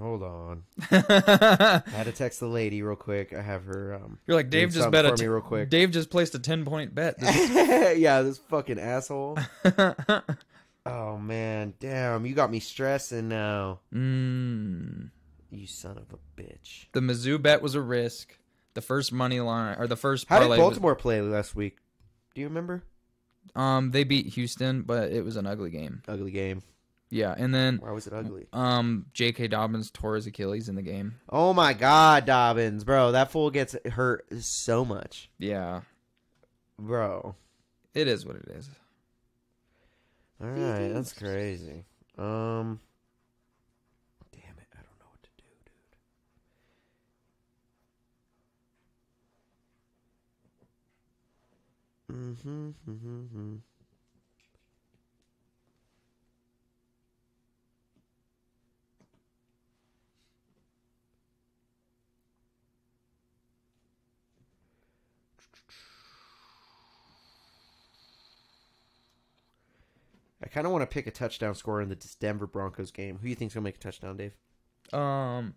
Speaker 3: hold on.
Speaker 5: You're
Speaker 3: I had to text the lady real quick. I have her. Um,
Speaker 5: like
Speaker 3: Doing
Speaker 5: Dave just
Speaker 3: something
Speaker 5: bet a
Speaker 3: for me real quick.
Speaker 5: Dave just placed a ten point bet. This
Speaker 3: (laughs)
Speaker 5: is-
Speaker 3: yeah, this fucking asshole. oh man, damn, you got me stressing now.
Speaker 5: Mm.
Speaker 3: You son of a bitch.
Speaker 5: The Mizzou bet was a risk. The first money line or the first
Speaker 3: How
Speaker 5: parlay
Speaker 3: did
Speaker 5: was-
Speaker 3: Baltimore play last week? Do you remember?
Speaker 5: um they beat Houston, but it was an ugly game.
Speaker 3: Ugly game.
Speaker 5: Yeah, and then
Speaker 3: Why was it ugly?
Speaker 5: um J.K. Dobbins tore his Achilles in the game.
Speaker 3: Oh my god, Dobbins, bro, that fool gets hurt so much,
Speaker 5: Yeah,
Speaker 3: bro.
Speaker 5: it is what it is.
Speaker 3: All right, that's crazy. Um, damn it, I don't know what to do, dude. Mm-hmm, mm-hmm, mm-hmm. I kind of want to pick a touchdown scorer in the Denver Broncos game. Who you think's gonna make a touchdown, Dave?
Speaker 5: Um,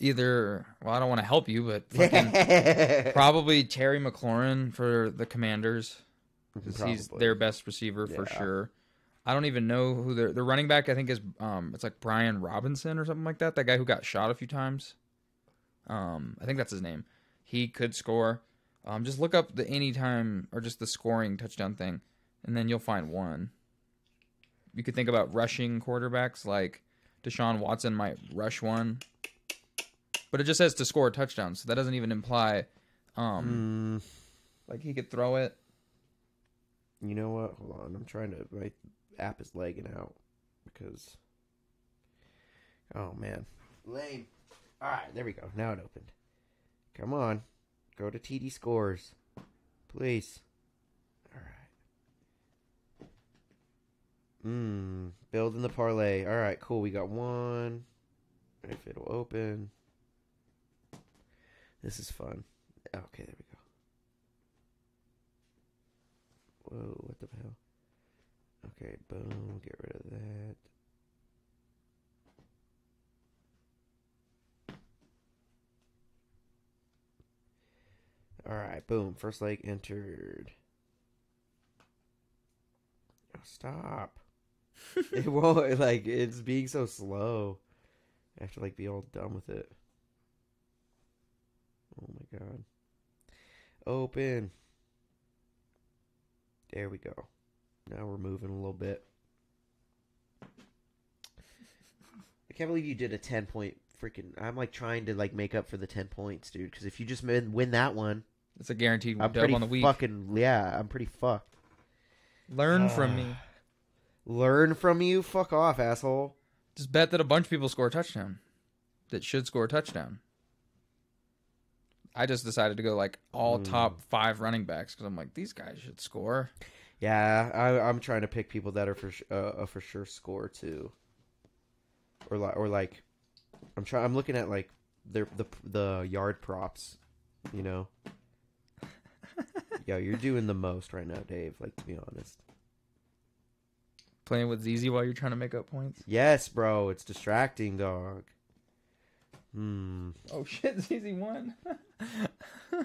Speaker 5: either well, I don't want to help you, but fucking probably Terry McLaurin for the Commanders. 'cause He's
Speaker 3: Mm-hmm. Probably.
Speaker 5: their best receiver for
Speaker 3: Yeah.
Speaker 5: sure. I don't even know who their their running back. I think is um it's like Brian Robinson or something like that. That guy who got shot a few times. Um, I think that's his name. He could score. Um, just look up the anytime or just the scoring touchdown thing, and then you'll find one. You could think about rushing quarterbacks like Deshaun Watson might rush one, but it just says to score a touchdown, so that doesn't even imply um
Speaker 3: Mm,
Speaker 5: like he could throw it.
Speaker 3: you know what? Hold on, I'm trying to. My app is lagging out because. Oh man. Lame. All right, there we go. Now it opened. Come on, go to TD scores, please. All right. Mmm. Building the parlay. All right, cool. We got one. If it'll open. This is fun. Okay, there we go. Whoa, what the hell? Okay, boom, get rid of that. Alright, boom, first leg entered. Oh, stop. it won't, like, it's being so slow. I have to, like, be all done with it. Oh my god. Open. There we go. Now we're moving a little bit. I can't believe you did a 10 point freaking I'm like trying to like make up for the 10 points, dude, cuz if you just min- win that one,
Speaker 5: It's a guaranteed
Speaker 3: I'm
Speaker 5: dub
Speaker 3: pretty
Speaker 5: on the week.
Speaker 3: fucking yeah, I'm pretty fucked.
Speaker 5: Learn from me.
Speaker 3: Learn from you, fuck off, asshole.
Speaker 5: Just bet that a bunch of people score a touchdown that should score a touchdown. I just decided to go like all
Speaker 3: Hmm.
Speaker 5: top five running backs because I'm like these guys should score.
Speaker 3: Yeah, I I'm trying to pick people that are for sh- uh, a for sure score too. Or like or like I'm trying I'm looking at like their the the yard props, you
Speaker 5: (laughs)
Speaker 3: know. Yo, you're doing the most right now, Dave, like to be honest.
Speaker 5: Playing with ZZ while you're trying to make up points.
Speaker 3: Yes, bro, it's distracting, dog. Hmm.
Speaker 5: Oh (laughs) shit, ZZ won. (laughs)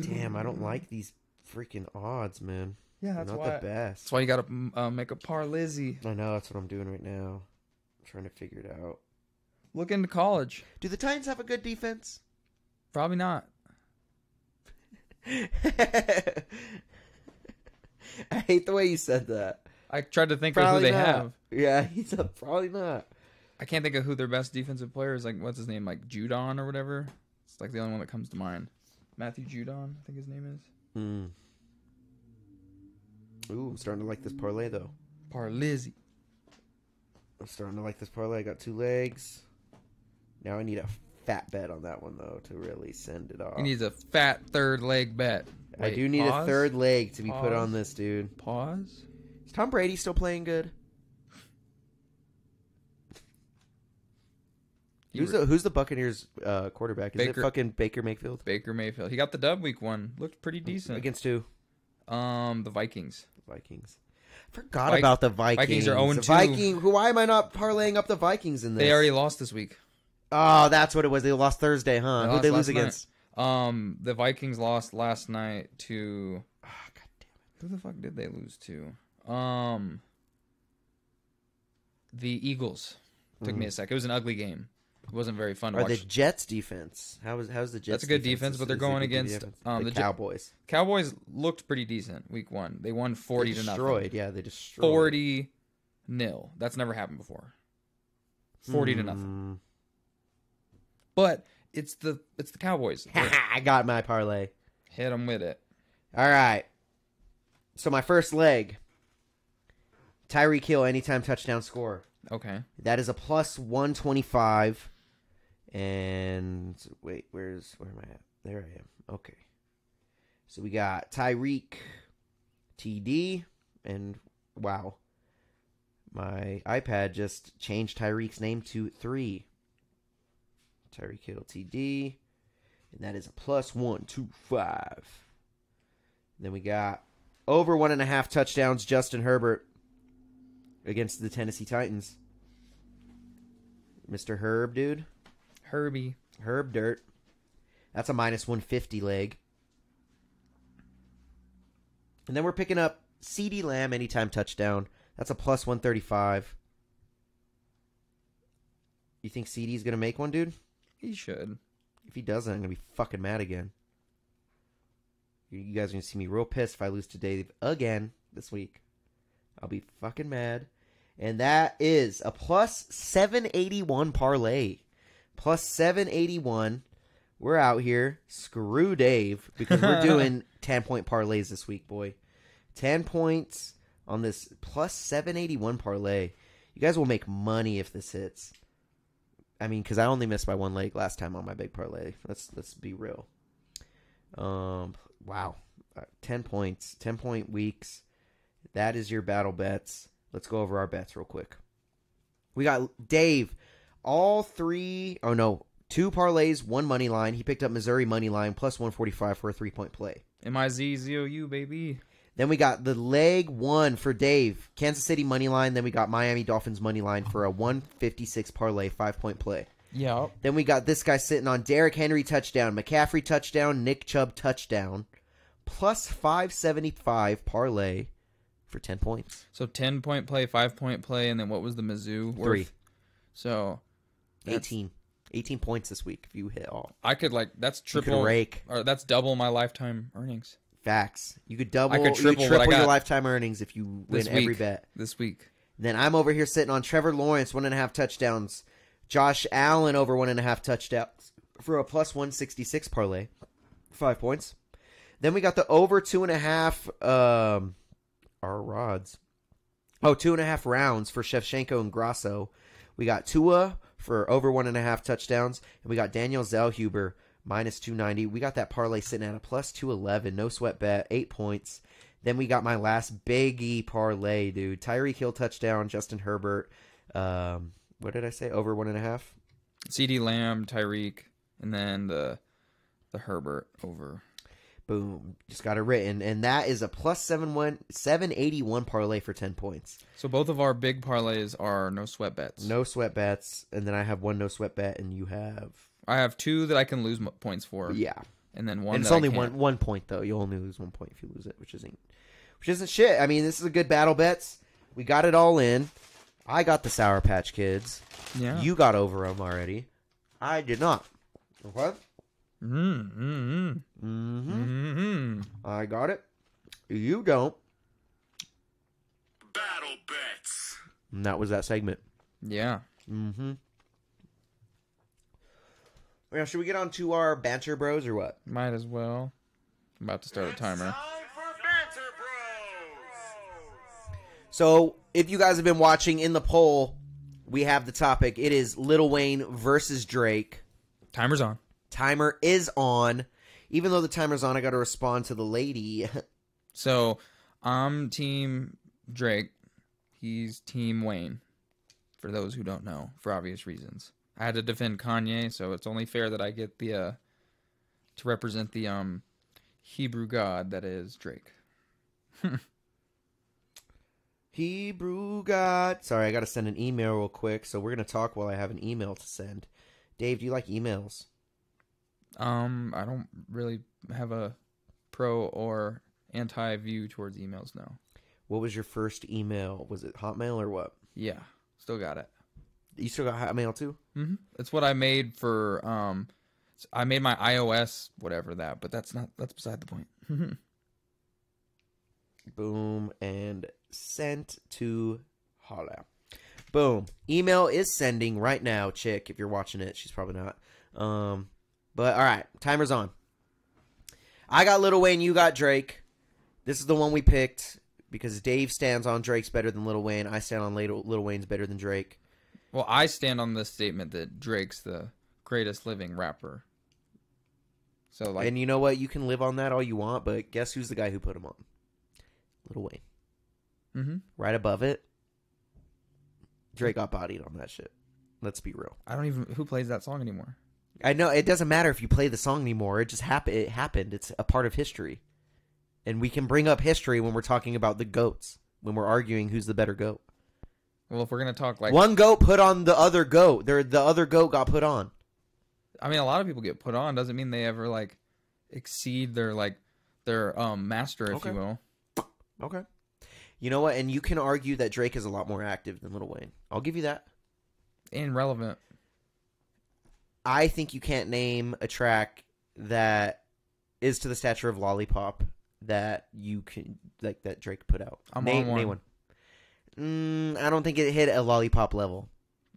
Speaker 3: Damn, I don't like these freaking odds, man. They're
Speaker 5: Yeah, Hmm. that's
Speaker 3: not
Speaker 5: why.
Speaker 3: the best.
Speaker 5: That's why you gotta mm, uh, make a par Lizzie.
Speaker 3: I know that's what I'm doing right now. I'm trying to figure it out.
Speaker 5: Look into college.
Speaker 3: Do the Titans have a good defense?
Speaker 5: Probably not.
Speaker 3: I hate the way you said that.
Speaker 5: I tried to think of
Speaker 3: Probably
Speaker 5: who they
Speaker 3: not.
Speaker 5: have.
Speaker 3: Yeah, he said probably not.
Speaker 5: I can't think of who their best defensive player is. Like, what's his name? Like Judon or whatever. It's like the only one that comes to mind. Matthew Judon, I think his name is.
Speaker 3: Mm. Ooh, I'm starting to like this parlay though.
Speaker 5: Parlizzi.
Speaker 3: I'm starting to like this parlay. I got two legs. Now I need a fat bet on that one though to really send it off.
Speaker 5: He needs a fat third leg bet.
Speaker 3: Oh. I
Speaker 5: Wait,
Speaker 3: do need
Speaker 5: pause?
Speaker 3: a third leg to be put on
Speaker 5: Pause.
Speaker 3: this dude.
Speaker 5: Pause.
Speaker 3: Is Tom Brady still playing good?
Speaker 5: He
Speaker 3: Who's
Speaker 5: re-
Speaker 3: the Who's the Buccaneers uh, quarterback? Is
Speaker 5: Baker-
Speaker 3: it fucking Baker Mayfield?
Speaker 5: Baker Mayfield. He got the dub week one. Looked pretty decent.
Speaker 3: Against who?
Speaker 5: um, the Vikings.
Speaker 3: Vikings. Forgot
Speaker 5: Vi-
Speaker 3: about the Vikings.
Speaker 5: Vikings are 0 and
Speaker 3: The
Speaker 5: 2.
Speaker 3: Viking. Who? Why am I not parlaying up the Vikings in this?
Speaker 5: They already lost this week.
Speaker 3: Oh, that's what it was. They lost Thursday, huh? Uh, Who
Speaker 5: lost
Speaker 3: would they lose
Speaker 5: last night. (sighs)
Speaker 3: against?
Speaker 5: Um, the Vikings lost last night to
Speaker 3: Ah, God damn
Speaker 5: who the fuck did they lose to? Um, the Eagles. Took me a sec. It was an ugly game. It wasn't very fun. To
Speaker 3: it. Mm. Are
Speaker 5: watch.
Speaker 3: the Jets defense? How is how's the Jets?
Speaker 5: a good defense, but they're
Speaker 3: Is it
Speaker 5: going
Speaker 3: good
Speaker 5: against,
Speaker 3: defense?
Speaker 5: um,
Speaker 3: the,
Speaker 5: the Jet-
Speaker 3: Cowboys.
Speaker 5: Cowboys looked pretty decent week one. They won forty
Speaker 3: They
Speaker 5: to nothing.
Speaker 3: destroyed. Yeah, they destroyed.
Speaker 5: Forty nil. That's never happened before. Forty to nothing.
Speaker 3: Mm.
Speaker 5: But it's the it's
Speaker 3: (laughs)
Speaker 5: the Cowboys.
Speaker 3: (laughs) I got my parlay.
Speaker 5: Hit them with it.
Speaker 3: All right. So my first leg. Tyreek Hill anytime touchdown score.
Speaker 5: Okay.
Speaker 3: That is a plus 125. And wait, where's where am I at? There I am. Okay. So we got Tyreek TD and wow. My iPad just changed Tyreek's name to 3. Tyreek Hill TD and that is a plus 125. Then we got over one and a half touchdowns Justin Herbert against the Tennessee Titans. Mr. Herb, dude.
Speaker 5: Herbie.
Speaker 3: Herb Dirt. That's a minus 150 leg. And then we're picking up CD Lamb anytime touchdown. That's a plus 135. You think CD's going to make one, dude?
Speaker 5: He should.
Speaker 3: If he doesn't, I'm going to be fucking mad again. You- You guys are going to see me real pissed if I lose to Dave again this week. I'll be fucking mad. And that is a plus 781 parlay. Plus 781. We're out here. Screw Dave because we're doing 10 point parlays this week, boy. 10 points on this plus 781 parlay. You guys will make money if this hits. I mean, because I only missed by one leg last time on my big parlay. Let's let's be real. Um, wow, Uh, ten points, ten point weeks. That is your battle bets. Let's go over our bets real quick. We got Dave, all three. Oh no, two parlays, one money line. He picked up Missouri money line plus one forty five for a three point play.
Speaker 5: M I Z Z O U baby.
Speaker 3: Then we got the leg one for Dave, Kansas City money line. Then we got Miami Dolphins money line for a one fifty six parlay, five point play.
Speaker 5: Yeah.
Speaker 3: Then we got this guy sitting on Derrick Henry touchdown, McCaffrey touchdown, Nick Chubb touchdown, plus 575 parlay for 10 points.
Speaker 5: So ten point play, five point play, and then what was the Mizzou? Worth?
Speaker 3: Three.
Speaker 5: So That's-
Speaker 3: 18. 18 points this week if you hit all.
Speaker 5: I could like that's
Speaker 3: You could
Speaker 5: triple
Speaker 3: rake.
Speaker 5: or that's double my lifetime earnings
Speaker 3: Facts. You could double,
Speaker 5: I could
Speaker 3: you
Speaker 5: triple what I
Speaker 3: your
Speaker 5: got
Speaker 3: lifetime earnings if you win
Speaker 5: this week.
Speaker 3: every bet.
Speaker 5: This week.
Speaker 3: Then I'm over here sitting on Trevor Lawrence, one and a half touchdowns. Josh Allen over one and a half touchdowns for a plus 166 parlay, five points. Then we got the over two and a half, um, our rods. Oh, two and a half rounds for Shevchenko and Grasso. We got Tua for over one and a half touchdowns, and we got Daniel Zellhuber minus 290. We got that parlay sitting at a plus 211, no sweat bet, eight points. Then we got my last biggie parlay, dude. Tyreek Hill touchdown, Justin Herbert. Um, what did I say? Over one and a half?
Speaker 5: CD Lamb, Tyreek, and then the the Herbert over.
Speaker 3: Boom. Just got it written. And that is a plus 7 one, 781 parlay for 10 points.
Speaker 5: So both of our big parlays are no sweat bets.
Speaker 3: No sweat bets. And then I have one no sweat bet, and you have.
Speaker 5: I have two that I can lose mo- points for,
Speaker 3: Yeah.
Speaker 5: and then one.
Speaker 3: and it's
Speaker 5: that I
Speaker 3: only
Speaker 5: can't.
Speaker 3: one one point though. You only lose one point if you lose it, which isn't which isn't shit. I mean, this is a good battle bets. We got it all in. I got the Sour Patch Kids.
Speaker 5: Yeah.
Speaker 3: You got over them already. I did not. Okay.
Speaker 5: Mm, mm,
Speaker 3: Mm-hmm.
Speaker 5: mm, mm, mm.
Speaker 3: I got it. You don't.
Speaker 2: Battle bets.
Speaker 3: And that was that segment.
Speaker 5: Yeah.
Speaker 3: Mm-hmm. Now, should we get on to our banter bros or what?
Speaker 5: Might as well. I'm about to start a timer.
Speaker 2: Time for Banter Bros.
Speaker 3: So, if you guys have been watching in the poll, we have the topic. It is Lil Wayne versus Drake.
Speaker 5: Timer's on.
Speaker 3: Timer is on. Even though the timer's on, I got to respond to the lady. (laughs)
Speaker 5: So I'm team Drake. He's team Wayne. For those who don't know, for obvious reasons, I had to defend Kanye, so it's only fair that I get the uh, to represent the um Hebrew God that is Drake.
Speaker 3: Hebrew God. Sorry, I got to send an email real quick. So we're going to talk while I have an email to send. Dave, do you like emails?
Speaker 5: Um, I don't really have a pro or anti view towards emails now.
Speaker 3: What was your first email? Was it Hotmail or what?
Speaker 5: Yeah, still got it.
Speaker 3: You still got Hotmail too?
Speaker 5: Mm-hmm. It's what I made for um, s- I made my iOS whatever that, but that's not that's beside the point. (laughs)
Speaker 3: Boom and sent to Holla. Boom. Email is sending right now, chick. If you're watching it, she's probably not. Um, but all right, timer's on. I got Little Wayne. You got Drake. This is the one we picked because Dave stands on Drake's better than Little Wayne. I stand on Little, Little Wayne's better than Drake.
Speaker 5: Well, I stand on the statement that Drake's the greatest living rapper. So like,
Speaker 3: and you know what? You can live on that all you want, but guess who's the guy who put him on? Little Wayne.
Speaker 5: hmm
Speaker 3: Right above it, Drake got bodied on that shit. Let's be real.
Speaker 5: I don't even who plays that song anymore.
Speaker 3: I know it doesn't matter if you play the song anymore. It just happened. It happened. It's a part of history, and we can bring up history when we're talking about the goats. When we're arguing who's the better goat,
Speaker 5: Well, if we're gonna talk like,
Speaker 3: one goat put on the other goat. There, the other goat got put on.
Speaker 5: I mean, a lot of people get put on doesn't mean they ever like exceed their like their um master, if
Speaker 3: Okay.
Speaker 5: you will.
Speaker 3: Okay. You know what? And you can argue that Drake is a lot more active than Little Wayne. I'll give you that.
Speaker 5: And relevant.
Speaker 3: I think you can't name a track that is to the stature of Lollipop that you can like that Drake put out.
Speaker 5: I'm
Speaker 3: name,
Speaker 5: on
Speaker 3: name
Speaker 5: one.
Speaker 3: Mm, I don't think it hit a Lollipop level.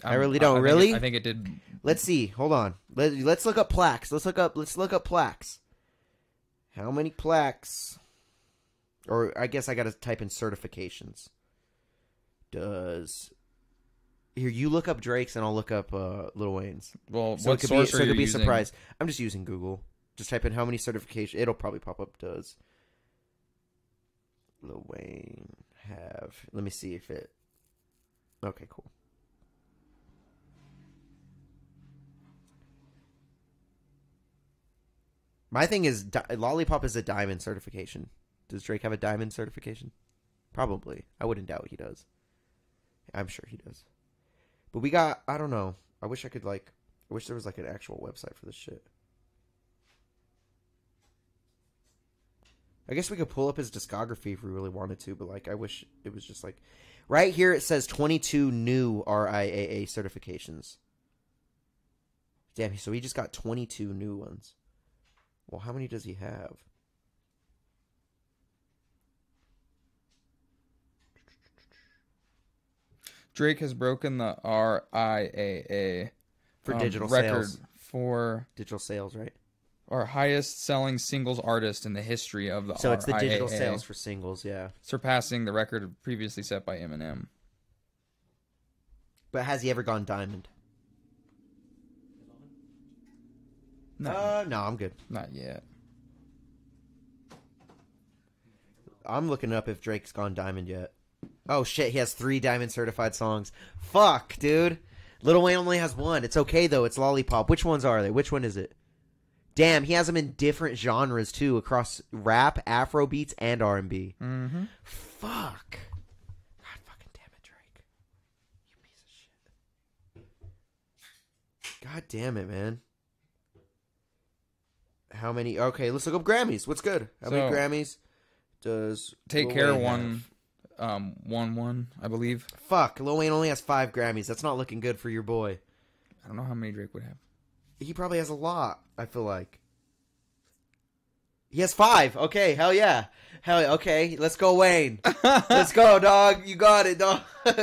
Speaker 3: I
Speaker 5: I'm-
Speaker 3: really don't.
Speaker 5: think it-
Speaker 3: Really?
Speaker 5: Um, I think it did.
Speaker 3: Let's see. Hold on. Let, let's look up plaques. Let's look up. Let's look up plaques. How many plaques? Or I guess I gotta type in certifications. Does here you look up Drake's and I'll look up uh, Lil Wayne's.
Speaker 5: Well,
Speaker 3: So
Speaker 5: what
Speaker 3: it could be,
Speaker 5: source
Speaker 3: so
Speaker 5: are
Speaker 3: it
Speaker 5: you
Speaker 3: could be a
Speaker 5: using?
Speaker 3: surprise. I'm just using Google. Just type in how many certifications. It'll probably pop up. Does Lil Wayne have? Let me see if it. Okay, cool. My thing is, di- Lollipop is a diamond certification. Does Drake have a diamond certification? Probably. I wouldn't doubt he does. I'm sure he does. But we got, I don't know. I wish I could, like, I wish there was, like, an actual website for this shit. I guess we could pull up his discography if we really wanted to, but, like, I wish it was just, like, right here it says 22 new RIAA certifications. Damn, so he just got 22 new ones. Well, how many does he have?
Speaker 5: Drake has broken the RIAA
Speaker 3: For
Speaker 5: um,
Speaker 3: digital
Speaker 5: record
Speaker 3: sales.
Speaker 5: for
Speaker 3: Digital sales, right?
Speaker 5: our highest selling singles artist in the history of the
Speaker 3: So it's the digital
Speaker 5: RIAA,
Speaker 3: sales for singles, yeah.
Speaker 5: surpassing the record previously set by Eminem.
Speaker 3: But has he ever gone diamond?
Speaker 5: No,
Speaker 3: Uh, no, I'm good.
Speaker 5: not yet.
Speaker 3: I'm looking up if Drake's gone diamond yet. Oh shit, he has three diamond certified songs. Fuck, dude. Little Wayne only has one. It's okay though. It's Lollipop. Which ones are they? Which one is it? Damn, he has them in different genres too, across rap, Afro beats, and R and B.
Speaker 5: Mm-hmm.
Speaker 3: Fuck. God fucking damn it, Drake. You piece of shit. God damn it, man. How many? Okay, let's look up Grammys. What's good? How many
Speaker 5: So-
Speaker 3: Grammys does
Speaker 5: Take
Speaker 3: Lil
Speaker 5: care
Speaker 3: Wayne
Speaker 5: one, um, one one, I believe.
Speaker 3: have? Fuck, Lil Wayne only has five Grammys. That's not looking good for your boy.
Speaker 5: I don't know how many Drake would have.
Speaker 3: He probably has a lot. I feel like. He has five. Okay, hell yeah, hell yeah. okay. Let's go,
Speaker 5: (laughs)
Speaker 3: Wayne. let's go, dog. You got it, dog. (laughs)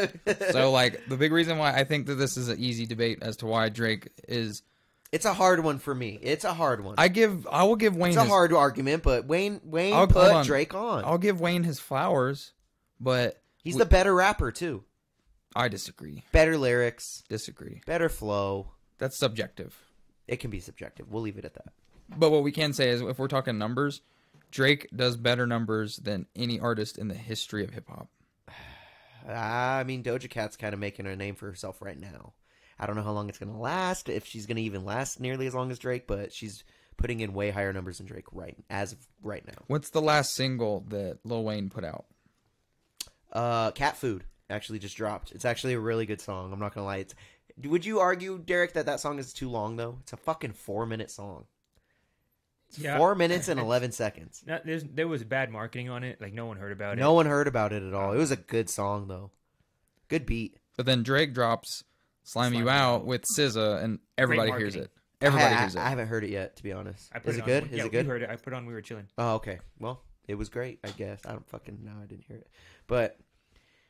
Speaker 5: So (laughs) like the big reason why I think that this is an easy debate as to why Drake is
Speaker 3: It's a hard one for me. It's a hard one.
Speaker 5: I give I will give Wayne
Speaker 3: it's a
Speaker 5: his-
Speaker 3: hard argument, but Wayne Wayne
Speaker 5: I'll-
Speaker 3: put
Speaker 5: hold on.
Speaker 3: Drake on.
Speaker 5: I'll give Wayne his flowers, but
Speaker 3: He's
Speaker 5: we-
Speaker 3: the better rapper too.
Speaker 5: I disagree.
Speaker 3: Better lyrics,
Speaker 5: Disagree.
Speaker 3: better flow.
Speaker 5: That's subjective.
Speaker 3: It can be subjective. We'll leave it at that.
Speaker 5: But what we can say is, if we're talking numbers, Drake does better numbers than any artist in the history of hip hop.
Speaker 3: I mean, Doja Cat's kind of making her name for herself right now. I don't know how long it's going to last, if she's going to even last nearly as long as Drake, but she's putting in way higher numbers than Drake right as of right now.
Speaker 5: What's the last single that Lil Wayne put out?
Speaker 3: Uh, Cat Food actually just dropped. It's actually a really good song. I'm not going to lie. It's, would you argue, Derek, that that song is too long, though? It's a fucking four minute song.
Speaker 4: Yeah.
Speaker 3: Four minutes and 11
Speaker 4: (laughs)
Speaker 3: seconds.
Speaker 4: Not, there's, there was bad marketing on it. Like no one heard about
Speaker 3: No one heard about it at all. It was a good song, though. Good beat.
Speaker 5: But then Drake drops "Slime, You Out" with SZA, and everybody hears
Speaker 4: marketing.
Speaker 5: it. Everybody
Speaker 3: I, I-
Speaker 5: hears it.
Speaker 3: I haven't heard it yet, to be honest.
Speaker 4: it. I put
Speaker 3: Is it
Speaker 4: on-
Speaker 3: good?
Speaker 4: yeah,
Speaker 3: Is it good?
Speaker 4: You heard it. I put it on. We were chilling.
Speaker 3: Oh, okay. Well, it was great, I guess. I don't fucking know. I didn't hear it, but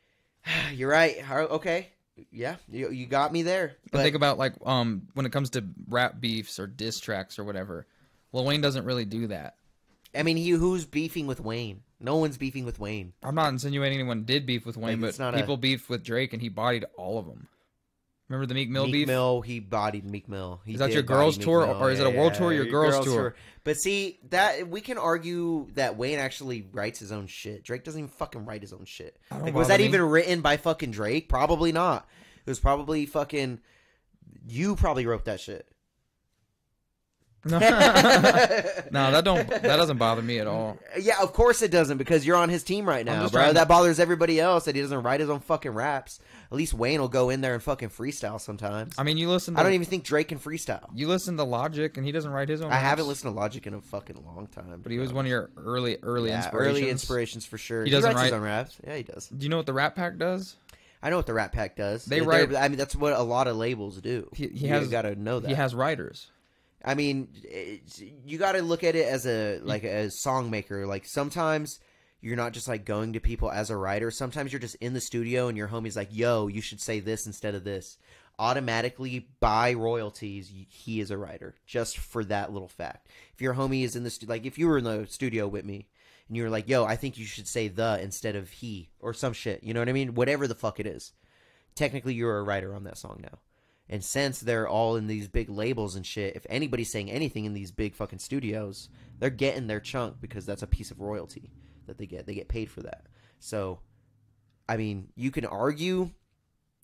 Speaker 3: (sighs) you're right. How- Okay, yeah, you, you got me there.
Speaker 5: But,
Speaker 3: But
Speaker 5: think about like um when it comes to rap beefs or diss tracks or whatever, Lil Wayne doesn't really do that.
Speaker 3: I mean, he who's beefing with Wayne? No one's beefing with Wayne.
Speaker 5: I'm not insinuating anyone did beef with Wayne,
Speaker 3: Like, it's
Speaker 5: but
Speaker 3: not a-
Speaker 5: people beefed with Drake, and he bodied all of them. Remember the Meek Mill
Speaker 3: Meek
Speaker 5: beef?
Speaker 3: Mill, he bodied Meek Mill. He
Speaker 5: Is that
Speaker 3: did
Speaker 5: your girls'
Speaker 3: body Meek
Speaker 5: tour,
Speaker 3: Mill.
Speaker 5: or is it a world tour or your girls' tour?
Speaker 3: But see, that we can argue that Wayne actually writes his own shit. Drake doesn't even fucking write his own shit.
Speaker 5: don't
Speaker 3: Like, was
Speaker 5: bother
Speaker 3: that
Speaker 5: me.
Speaker 3: even written by fucking Drake? Probably not. It was probably fucking you. Probably wrote that shit.
Speaker 5: (laughs)
Speaker 3: (laughs)
Speaker 5: no, that don't that doesn't bother me at all.
Speaker 3: Yeah, of course it doesn't because you're on his team right now,
Speaker 5: just
Speaker 3: bro.
Speaker 5: trying to-
Speaker 3: That bothers everybody else that he doesn't write his own fucking raps. At least Wayne will go in there and fucking freestyle sometimes.
Speaker 5: I mean, you listen. To,
Speaker 3: I don't even think Drake can freestyle.
Speaker 5: You listen to Logic, and he doesn't write his own.
Speaker 3: I haven't
Speaker 5: raps,
Speaker 3: listened to Logic in a fucking long time.
Speaker 5: But he was one of your early, early
Speaker 3: yeah,
Speaker 5: inspirations.
Speaker 3: early inspirations for sure.
Speaker 5: He doesn't
Speaker 3: writes his
Speaker 5: write-
Speaker 3: own raps. Yeah, he does.
Speaker 5: Do you know what the Rat Pack does?
Speaker 3: I know what the Rat Pack does.
Speaker 5: They
Speaker 3: They're-
Speaker 5: write-
Speaker 3: I mean, that's what a lot of labels do.
Speaker 5: He- he
Speaker 3: you
Speaker 5: has-
Speaker 3: got to know that.
Speaker 5: He has writers.
Speaker 3: I mean, it's- you got to look at it as a like a song maker. Like sometimes you're not just like going to people as a writer. Sometimes you're just in the studio and your homie's like, "Yo, you should say this instead of this." Automatically by royalties, y- he is a writer just for that little fact. If your homie is in the stu- like, if you were in the studio with me and you were like, "Yo, I think you should say the instead of he" or some shit, you know what I mean? Whatever the fuck it is, technically you're a writer on that song now. And since they're all in these big labels and shit, if anybody's saying anything in these big fucking studios, they're getting their chunk because that's a piece of royalty that they get. They get paid for that. So, I mean, you can argue.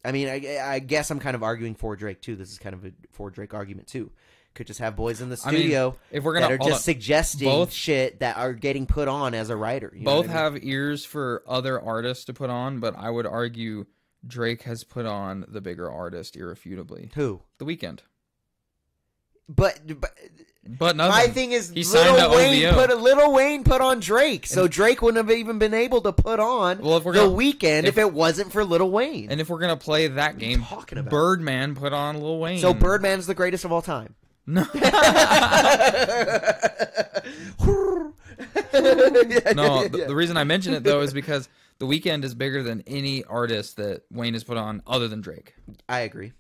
Speaker 3: I mean, I, I guess I'm kind of arguing for Drake too. This is kind of a for Drake argument too. Could just have boys in the
Speaker 5: I mean,
Speaker 3: studio
Speaker 5: if we're gonna
Speaker 3: that are
Speaker 5: hold
Speaker 3: just
Speaker 5: on.
Speaker 3: suggesting
Speaker 5: Both-
Speaker 3: shit that are getting put on as a writer. you know
Speaker 5: Both
Speaker 3: what I mean?
Speaker 5: have ears for other artists to put on, but I would argue Drake has put on the bigger artist irrefutably.
Speaker 3: who,
Speaker 5: The weekend,
Speaker 3: but, but
Speaker 5: but nothing.
Speaker 3: My thing is,
Speaker 5: he
Speaker 3: Little
Speaker 5: signed to
Speaker 3: Wayne
Speaker 5: OVO.
Speaker 3: put a Little Wayne put on Drake, so Drake wouldn't have even been able to put on
Speaker 5: Well, if we're
Speaker 3: the
Speaker 5: gonna-
Speaker 3: weekend
Speaker 5: if-
Speaker 3: if, it wasn't for Little Wayne.
Speaker 5: and if we're gonna play that game,
Speaker 3: talking about?
Speaker 5: Birdman put on Lil Wayne.
Speaker 3: so Birdman's the greatest of all time.
Speaker 5: (laughs)
Speaker 3: (laughs)
Speaker 5: No. No,
Speaker 3: (laughs)
Speaker 5: the, the reason I mention it though is because the weekend is bigger than any artist that Wayne has put on other than Drake.
Speaker 3: I agree.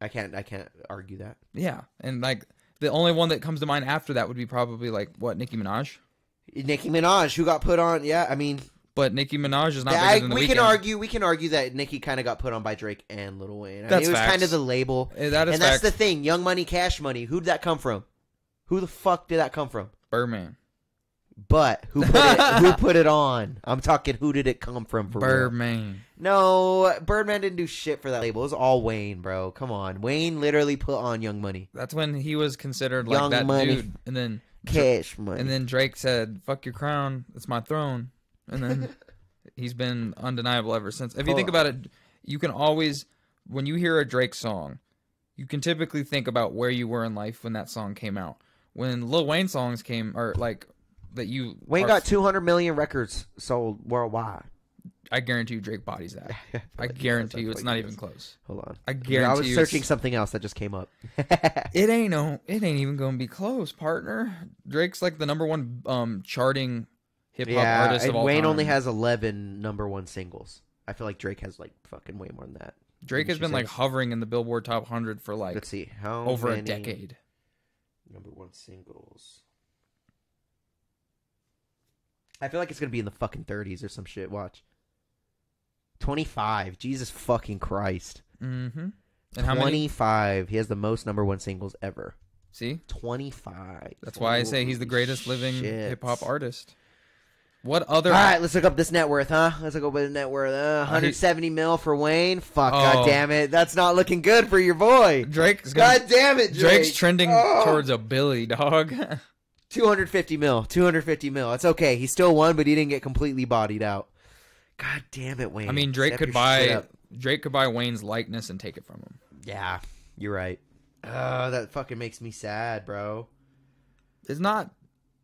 Speaker 3: I can't. I can't argue that.
Speaker 5: Yeah, and like the only one that comes to mind after that would be probably like what Nicki Minaj.
Speaker 3: Nicki Minaj, who got put on, yeah, I mean,
Speaker 5: But Nicki Minaj is not
Speaker 3: I,
Speaker 5: bigger than the
Speaker 3: we
Speaker 5: weekend.
Speaker 3: can argue, we can argue that Nicki kind of got put on by Drake and Little Wayne. I
Speaker 5: That's
Speaker 3: mean, it was
Speaker 5: facts.
Speaker 3: kind of the label,
Speaker 5: Eh, that is
Speaker 3: and that's
Speaker 5: facts.
Speaker 3: the thing. Young Money, Cash Money. Who'd that come from? Who the fuck did that come from?
Speaker 5: Birdman.
Speaker 3: But who put it,
Speaker 5: (laughs)
Speaker 3: who put it on? I'm talking. Who did it come from? For real?
Speaker 5: Birdman.
Speaker 3: No, Birdman didn't do shit for that label. It was all Wayne, bro. Come on, Wayne literally put on Young Money,
Speaker 5: That's when he was considered like
Speaker 3: Young
Speaker 5: that
Speaker 3: Money.
Speaker 5: dude, and then
Speaker 3: Cash Money.
Speaker 5: and then Drake said, "Fuck your crown, it's my throne,"
Speaker 3: (laughs)
Speaker 5: and then he's been undeniable ever since. If you
Speaker 3: Hold
Speaker 5: think
Speaker 3: on.
Speaker 5: about it, you can always when you hear a Drake song, you can typically think about where you were in life when that song came out. When Lil Wayne songs came, or like that you
Speaker 3: Wayne
Speaker 5: are-
Speaker 3: got 200 million records sold worldwide.
Speaker 5: I guarantee you, Drake
Speaker 3: (laughs)
Speaker 5: bodies that. I guarantee you, it's not even close.
Speaker 3: Hold on,
Speaker 5: I guarantee
Speaker 3: I was
Speaker 5: you
Speaker 3: searching
Speaker 5: it's-
Speaker 3: something else that just came up. (laughs)
Speaker 5: It ain't no. It ain't even gonna be close, partner. Drake's like the number one um charting hip hop
Speaker 3: yeah,
Speaker 5: artist
Speaker 3: and
Speaker 5: of all
Speaker 3: Wayne
Speaker 5: time.
Speaker 3: only has 11 number one singles. I feel like Drake has like fucking way more than that.
Speaker 5: Drake has been like hovering in the Billboard top hundred for like
Speaker 3: Let's see how
Speaker 5: over a
Speaker 3: many
Speaker 5: decade.
Speaker 3: number one singles. I feel like it's gonna be in the fucking thirties or some shit. Watch. Twenty five. Jesus fucking Christ.
Speaker 5: Mm-hmm. And how many?
Speaker 3: Twenty five. He has the most number one singles ever.
Speaker 5: See,
Speaker 3: 25.
Speaker 5: that's why I say he's the greatest living
Speaker 3: shit.
Speaker 5: hip hop artist. What other?
Speaker 3: All right, let's look up this net worth, huh? Let's look up the net worth. Uh, 170 mil for Wayne. Fuck,
Speaker 5: Oh.
Speaker 3: god damn it, that's not looking good for your boy.
Speaker 5: Drake's gonna-
Speaker 3: God damn it, Drake.
Speaker 5: Drake's trending
Speaker 3: Oh.
Speaker 5: towards a billy dog. (laughs)
Speaker 3: 250 mil. 250 mil. It's okay. He still won, but he didn't get completely bodied out. God damn it, Wayne.
Speaker 5: I mean, Drake
Speaker 3: Step
Speaker 5: could
Speaker 3: your shit
Speaker 5: buy
Speaker 3: up.
Speaker 5: Drake could buy Wayne's likeness and take it from him.
Speaker 3: Yeah, you're right. Oh, that fucking makes me sad, bro.
Speaker 5: It's not.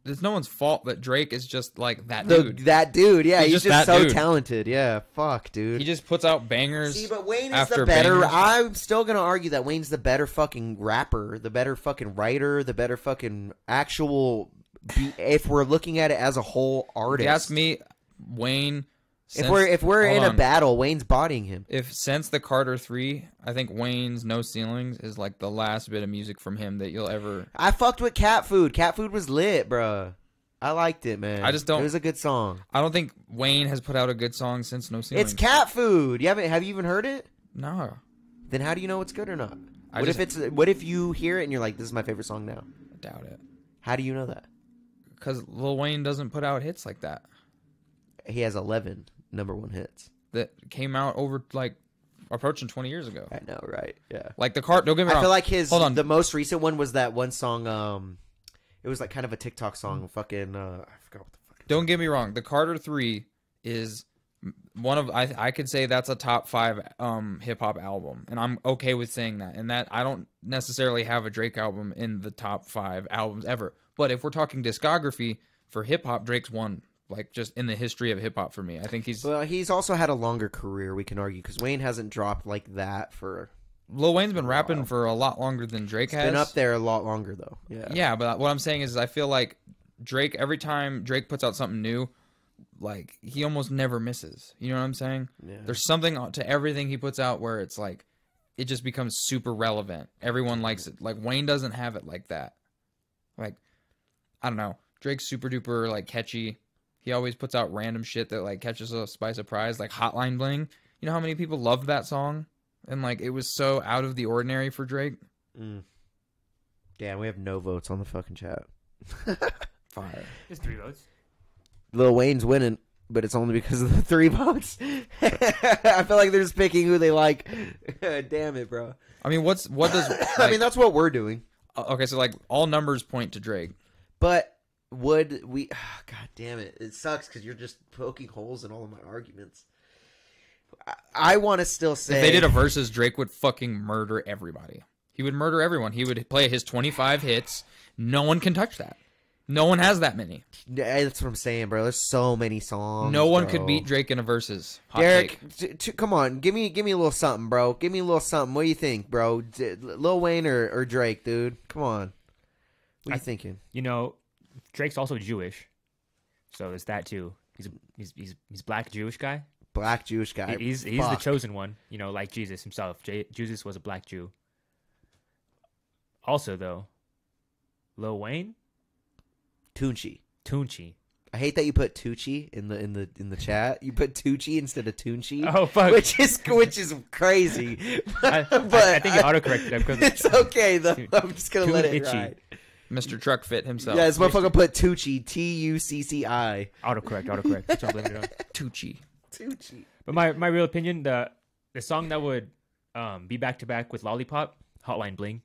Speaker 5: It's no one's fault that Drake is just like that
Speaker 3: The,
Speaker 5: dude.
Speaker 3: that dude, yeah, he's,
Speaker 5: He's just
Speaker 3: just,
Speaker 5: that
Speaker 3: so
Speaker 5: dude.
Speaker 3: talented. Yeah, fuck, dude.
Speaker 5: He just puts out bangers.
Speaker 3: See, but Wayne is
Speaker 5: after
Speaker 3: the better.
Speaker 5: bangers.
Speaker 3: I'm still gonna argue that Wayne's the better fucking rapper, the better fucking writer, the better fucking actual. Be, if we're looking at it as a whole
Speaker 5: If
Speaker 3: artist,
Speaker 5: you ask me, Wayne.
Speaker 3: if
Speaker 5: since-
Speaker 3: we're if we're
Speaker 5: hold
Speaker 3: in a
Speaker 5: on.
Speaker 3: battle, Wayne's bodying him.
Speaker 5: if since the Carter Three, I think Wayne's No Ceilings is like the last bit of music from him that you'll ever.
Speaker 3: I fucked with cat food. Cat food was lit, bruh. I liked it, man.
Speaker 5: I just don't-
Speaker 3: It was a good song.
Speaker 5: I don't think Wayne has put out a good song since No Ceilings.
Speaker 3: It's cat food. You haven't? Have you even heard it?
Speaker 5: no.
Speaker 3: Then how do you know it's good or not?
Speaker 5: I
Speaker 3: what
Speaker 5: just-
Speaker 3: if it's? What if you hear it and you're like, "This is my favorite song now"?
Speaker 5: I doubt it
Speaker 3: How do you know that?
Speaker 5: because Lil Wayne doesn't put out hits like that
Speaker 3: He has 11 number one hits.
Speaker 5: that came out over like approaching twenty years ago.
Speaker 3: I know, right? Yeah.
Speaker 5: Like the car. Don't get me wrong.
Speaker 3: I feel like his
Speaker 5: Hold on.
Speaker 3: the most recent one was that one song. Um, it was like kind of a TikTok song. Fucking, uh, I forgot what the fuck.
Speaker 5: don't get me wrong. The Carter Three is one of I I could say that's a top five um hip hop album, and I'm okay with saying that. And that I don't necessarily have a Drake album in the top five albums ever. But if we're talking discography for hip hop, Drake's one. Like just in the history of hip hop for me, I think he's
Speaker 3: Well, he's also had a longer career. We can argue because Wayne hasn't dropped like that for.
Speaker 5: Lil Wayne's been rapping for a lot longer than Drake has
Speaker 3: Been up there a lot longer though. Yeah.
Speaker 5: Yeah, but what I'm saying is, I feel like Drake. Every time Drake puts out something new, like he almost never misses. You know what I'm saying?
Speaker 3: Yeah.
Speaker 5: There's something on- to everything he puts out where it's like it just becomes super relevant. Everyone likes it. Like Wayne doesn't have it like that. Like I don't know. Drake's super duper like catchy. He always puts out random shit that like catches us by surprise, like Hotline Bling. You know how many people loved that song? And like it was so out of the ordinary for Drake.
Speaker 3: Mm. Damn, we have no votes on the fucking chat. (laughs)
Speaker 5: Fire.
Speaker 4: Just three votes.
Speaker 3: Lil Wayne's winning, but it's only because of the three (laughs) votes. I feel like they're just picking who they like. (laughs) Damn it, bro.
Speaker 5: I mean, what's what does
Speaker 3: I mean, that's what we're doing.
Speaker 5: Uh, Okay, so like all numbers point to Drake.
Speaker 3: But would we? (sighs) God damn it! It sucks because you're just poking holes in all of my arguments. I, I want to still say
Speaker 5: If they did a versus, Drake would fucking murder everybody. He would murder everyone. He would play his 25 hits. No one can touch that. No one has that many.
Speaker 3: (laughs) Yeah, That's what I'm saying, bro. There's so many songs.
Speaker 5: No one
Speaker 3: bro.
Speaker 5: could beat Drake in a versus. Hot
Speaker 3: Derek,
Speaker 5: take.
Speaker 3: t- t- come on, give me give me a little something, bro. Give me a little something. What do you think, bro? D- Lil Wayne or, or Drake, dude? Come on. What are you thinking?
Speaker 4: You know, Drake's also Jewish, so it's that too. He's a, he's, he's he's black Jewish guy.
Speaker 3: Black Jewish guy.
Speaker 4: He- he's he's the
Speaker 3: Fuck.
Speaker 4: chosen one. You know, like Jesus himself. J- Jesus was a black Jew. Also, though, Lil Wayne,
Speaker 3: Tunchi.
Speaker 4: Tunchi.
Speaker 3: I hate that you put Tucci in the in the in the chat. You put Tucci instead of Tunchi.
Speaker 4: Oh, fuck.
Speaker 3: Which is which is crazy.
Speaker 4: (laughs)
Speaker 3: (laughs)
Speaker 4: I- I-
Speaker 3: but
Speaker 4: I think it autocorrected that
Speaker 3: (laughs)
Speaker 4: 'cause-
Speaker 3: It's okay though.
Speaker 4: Tu-
Speaker 3: I'm just gonna let it
Speaker 4: Tucci.
Speaker 3: ride.
Speaker 5: Mr. Truck Fit himself.
Speaker 3: Yeah, this motherfucker put Tucci. T U C C I.
Speaker 4: Autocorrect, autocorrect. That's what I blamed it on.
Speaker 5: Tucci.
Speaker 3: Tucci.
Speaker 4: But my, my real opinion, the the song that would um, be back to back with Lollipop, Hotline Bling.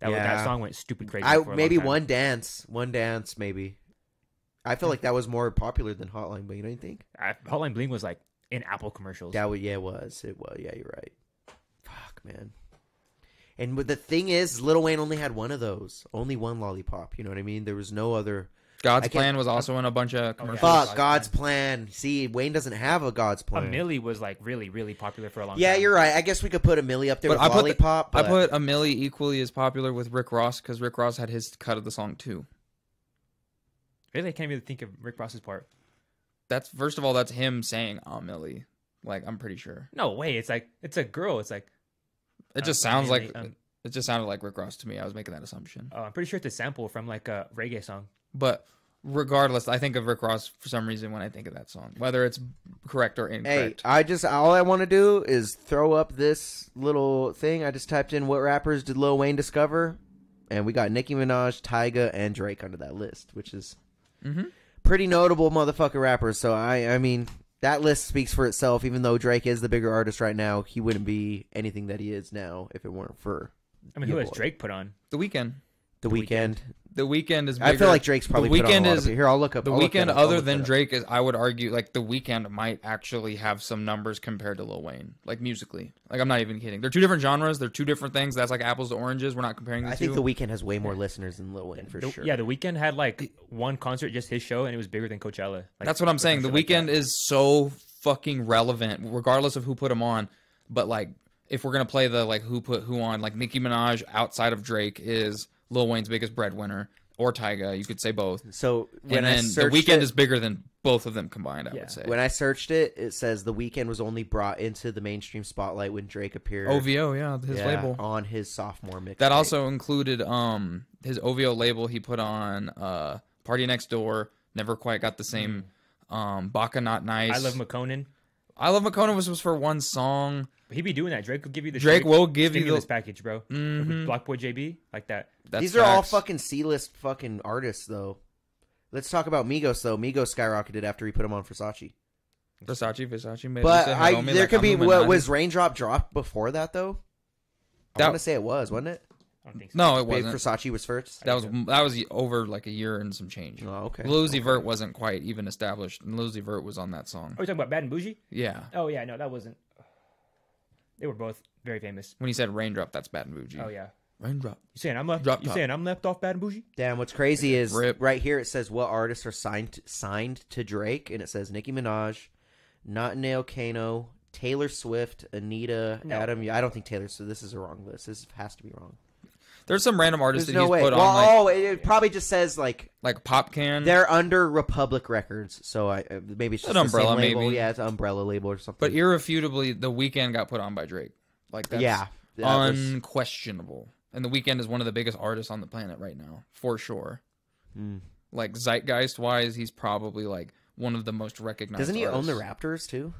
Speaker 4: That, would,
Speaker 3: Yeah.
Speaker 4: that song went stupid crazy.
Speaker 3: I
Speaker 4: for a
Speaker 3: maybe
Speaker 4: long time.
Speaker 3: one dance, one dance, maybe. I feel like that was more popular than Hotline, but you don't think?
Speaker 4: I, Hotline Bling was like in Apple commercials.
Speaker 3: That was yeah, it was it was yeah, you're right. Fuck man. And with- the thing is, Little Wayne only had one of those, only one lollipop. You know what I mean? There was no other. I
Speaker 5: God's
Speaker 3: can't-
Speaker 5: Plan was also in a bunch of commercials.
Speaker 3: Fuck God's plan. See, Wayne doesn't have a God's
Speaker 4: a
Speaker 3: plan.
Speaker 4: Millie was like really really popular for a long
Speaker 3: Yeah,
Speaker 4: time.
Speaker 3: you're right. I guess we could put a Millie up there
Speaker 5: But
Speaker 3: with
Speaker 5: I put, the-
Speaker 3: lollipop.
Speaker 5: I
Speaker 3: but-
Speaker 5: put a Millie equally as popular with Rick Ross because Rick Ross had his cut of the song too.
Speaker 4: Really, I can't really think of Rick Ross's part.
Speaker 5: That's first of all, that's him saying "Ah Millie," like I'm pretty sure.
Speaker 4: No way. It's like it's a girl. It's like
Speaker 5: It just
Speaker 4: Um,
Speaker 5: sounds
Speaker 4: Millie,
Speaker 5: like
Speaker 4: um,
Speaker 5: it just sounded like Rick Ross to me. I was making that assumption.
Speaker 4: oh, I'm pretty sure it's a sample from like a reggae song.
Speaker 5: But regardless, I think of Rick Ross for some reason when I think of that song, whether it's correct or
Speaker 3: Hey,
Speaker 5: incorrect.
Speaker 3: I just all I want to do is throw up this little thing. I just typed in what rappers did Lil Wayne discover, and we got Nicki Minaj, Tyga, and Drake under that list, which is
Speaker 5: Mm-hmm.
Speaker 3: pretty notable motherfucker rappers. So I, I mean, that list speaks for itself. Even though Drake is the bigger artist right now, he wouldn't be anything that he is now if it weren't for
Speaker 4: I mean, who
Speaker 3: Yeah,
Speaker 4: has
Speaker 3: boy.
Speaker 4: Drake put on?
Speaker 5: The weekend.
Speaker 3: the, weekend.
Speaker 5: The weekend is.
Speaker 3: I
Speaker 5: bigger.
Speaker 3: feel like Drake's probably
Speaker 5: the
Speaker 3: put on
Speaker 5: weekend
Speaker 3: a lot
Speaker 5: is
Speaker 3: of it. Here, I'll look up
Speaker 5: the
Speaker 3: I'll look
Speaker 5: weekend.
Speaker 3: that up. I'll
Speaker 5: Other
Speaker 3: look
Speaker 5: than
Speaker 3: that up.
Speaker 5: Drake is, I would argue, like the weekend might actually have some numbers compared to Lil Wayne, like musically. Like I'm not even kidding. They're two different genres. They're two different things. That's like apples to oranges. We're not comparing the
Speaker 3: I
Speaker 5: two.
Speaker 3: think the weekend has way more listeners than Lil Wayne for
Speaker 4: The-
Speaker 3: sure.
Speaker 4: Yeah, the weekend had like one concert, just his show, and it was bigger than Coachella. Like,
Speaker 5: That's what I'm saying. The
Speaker 4: something like
Speaker 5: weekend
Speaker 4: that.
Speaker 5: is so fucking relevant, regardless of who put him on. But like, if we're gonna play the like who put who on, like Nicki Minaj outside of Drake is Lil Wayne's biggest breadwinner, or Tyga. You could say both.
Speaker 3: So when
Speaker 5: And
Speaker 3: I
Speaker 5: then
Speaker 3: searched
Speaker 5: the weekend
Speaker 3: it,
Speaker 5: is bigger than both of them combined. I
Speaker 4: Yeah.
Speaker 5: would say.
Speaker 3: when I searched it, it says the weekend was only brought into the mainstream spotlight when Drake appeared
Speaker 5: OVO, yeah, his
Speaker 3: yeah, Oh,
Speaker 5: label.
Speaker 3: on his sophomore mix.
Speaker 5: That also included um his OVO label he put on uh Party Next Door, never quite got the same
Speaker 3: Mm.
Speaker 5: um Baka Not Nice.
Speaker 4: I love McConan.
Speaker 5: I Love Makona was, was for one song.
Speaker 4: He be doing that. Drake will give you the
Speaker 5: Drake will give you the-
Speaker 4: stimulus package, bro.
Speaker 5: Mhm.
Speaker 4: Block Boy JB like that.
Speaker 5: That's
Speaker 3: These are all
Speaker 5: facts.
Speaker 3: fucking C-list fucking artists though. Let's talk about Migos though. Migos skyrocketed after he put him on Versace.
Speaker 5: Versace, Versace. Made
Speaker 3: But
Speaker 5: it to
Speaker 3: I,
Speaker 5: Hiromi,
Speaker 3: there
Speaker 5: like,
Speaker 3: could
Speaker 5: I'm
Speaker 3: be what
Speaker 5: Illuminati.
Speaker 3: was Raindrop dropped before that though. I
Speaker 5: That-
Speaker 3: want to say it was, wasn't it?
Speaker 4: I don't think so.
Speaker 5: No, it
Speaker 3: Maybe
Speaker 5: wasn't.
Speaker 3: Versace was first.
Speaker 5: That was that was over like a year and some change.
Speaker 3: Oh, okay.
Speaker 5: Lil Uzi Vert wasn't quite even established, and Lil Uzi Vert was on that song.
Speaker 3: Oh,
Speaker 4: Are we talking about Bad and Bougie?
Speaker 5: Yeah,
Speaker 4: Oh yeah, no, that wasn't. They were both very famous.
Speaker 5: when he said "Raindrop," that's Bad and Bougie.
Speaker 4: Oh yeah.
Speaker 5: Raindrop.
Speaker 4: You saying I'm left?
Speaker 5: Drop
Speaker 4: you
Speaker 5: top.
Speaker 4: saying I'm left off Bad and Bougie?
Speaker 3: Damn, what's crazy is
Speaker 5: Rip.
Speaker 3: right here it says what artists are signed signed to Drake, and it says Nicki Minaj, Not Nail Kano, Taylor Swift, Anita, Adam. I don't think Taylor. So this is a wrong list. This has to be wrong.
Speaker 5: There's some random artist
Speaker 3: There's
Speaker 5: that
Speaker 3: no
Speaker 5: he's
Speaker 3: way.
Speaker 5: put
Speaker 3: Well,
Speaker 5: on like,
Speaker 3: oh, it, it probably just says like
Speaker 5: like Pop Can.
Speaker 3: they're under Republic Records, so I uh, maybe it's just
Speaker 5: An
Speaker 3: the same
Speaker 5: umbrella,
Speaker 3: label.
Speaker 5: maybe.
Speaker 3: Yeah, it's an umbrella label or
Speaker 5: But
Speaker 3: something.
Speaker 5: irrefutably, The Weeknd got put on by Drake. Like that's
Speaker 3: yeah, that was-
Speaker 5: unquestionable. And The Weeknd is one of the biggest artists on the planet right now, for sure.
Speaker 3: Hmm.
Speaker 5: Like zeitgeist wise, he's probably like one of the most recognized.
Speaker 3: doesn't he own the Raptors
Speaker 5: artists.
Speaker 3: too?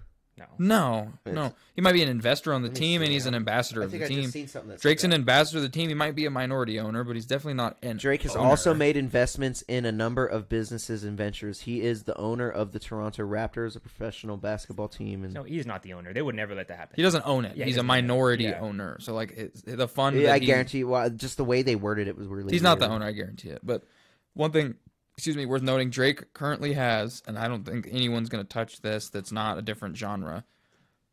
Speaker 4: No.
Speaker 5: No, no. He might be an investor on the
Speaker 3: me
Speaker 5: team,
Speaker 3: see,
Speaker 5: and he's
Speaker 3: yeah.
Speaker 5: an ambassador
Speaker 3: I
Speaker 5: of
Speaker 3: think
Speaker 5: the
Speaker 3: I
Speaker 5: team.
Speaker 3: just seen something. That
Speaker 5: Drake's
Speaker 3: said
Speaker 5: an
Speaker 3: that.
Speaker 5: ambassador of the team. He might be a minority owner, but he's definitely not an.
Speaker 3: Drake has
Speaker 5: owner.
Speaker 3: also made investments in a number of businesses and ventures. He is the owner of the Toronto Raptors, a professional basketball team, and
Speaker 4: No, he's not the owner. They would never let that happen.
Speaker 5: He doesn't own it.
Speaker 4: Yeah, he
Speaker 5: he's a
Speaker 4: doesn't own it.
Speaker 5: minority
Speaker 4: Yeah.
Speaker 5: owner. So like it's, the fund.
Speaker 3: Yeah,
Speaker 5: that
Speaker 3: I
Speaker 5: he-
Speaker 3: guarantee. Well, just the way they worded it was really.
Speaker 5: He's not the
Speaker 3: weird.
Speaker 5: owner, I guarantee it. But one thing, excuse me, worth noting, Drake currently has, and I don't think anyone's going to touch this that's not a different genre.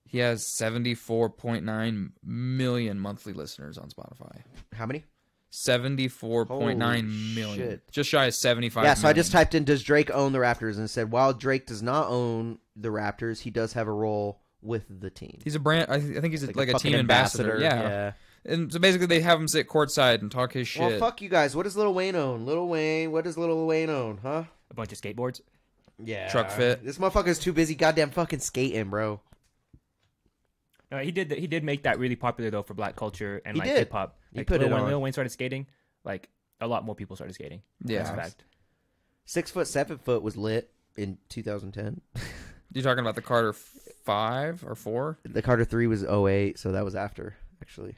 Speaker 5: He has 74.9 million monthly listeners on Spotify.
Speaker 3: How many?
Speaker 5: 74.9
Speaker 3: Holy
Speaker 5: million.
Speaker 3: shit.
Speaker 5: Just shy of 75
Speaker 3: yeah, so I just
Speaker 5: million.
Speaker 3: typed in "Does Drake own the Raptors?" and it said, "While Drake does not own the Raptors, he does have a role with the team."
Speaker 5: He's a brand. I, th- I think he's a, like, a
Speaker 3: fucking
Speaker 5: team ambassador. Yeah.
Speaker 3: yeah.
Speaker 5: and so basically they have him sit courtside and talk his shit.
Speaker 3: Well, fuck you guys. What does Little Wayne own? Little Wayne. What does Little Wayne own? Huh?
Speaker 4: A bunch of skateboards.
Speaker 3: Yeah.
Speaker 5: Truck fit.
Speaker 3: This motherfucker's too busy goddamn fucking skating, bro.
Speaker 4: No, he did. He did make that really popular though for black culture and
Speaker 3: He
Speaker 4: like
Speaker 3: did.
Speaker 4: hip hop.
Speaker 3: He
Speaker 4: Like,
Speaker 3: put
Speaker 4: Lil
Speaker 3: it
Speaker 4: Wayne-
Speaker 3: on.
Speaker 4: Lil Wayne started skating. Like a lot more people started skating.
Speaker 5: Yeah.
Speaker 4: That's a fact.
Speaker 3: Six foot, seven foot was lit in 2010.
Speaker 5: You talking about the Carter five or four?
Speaker 3: (laughs) the Carter three was 08, so that was after actually.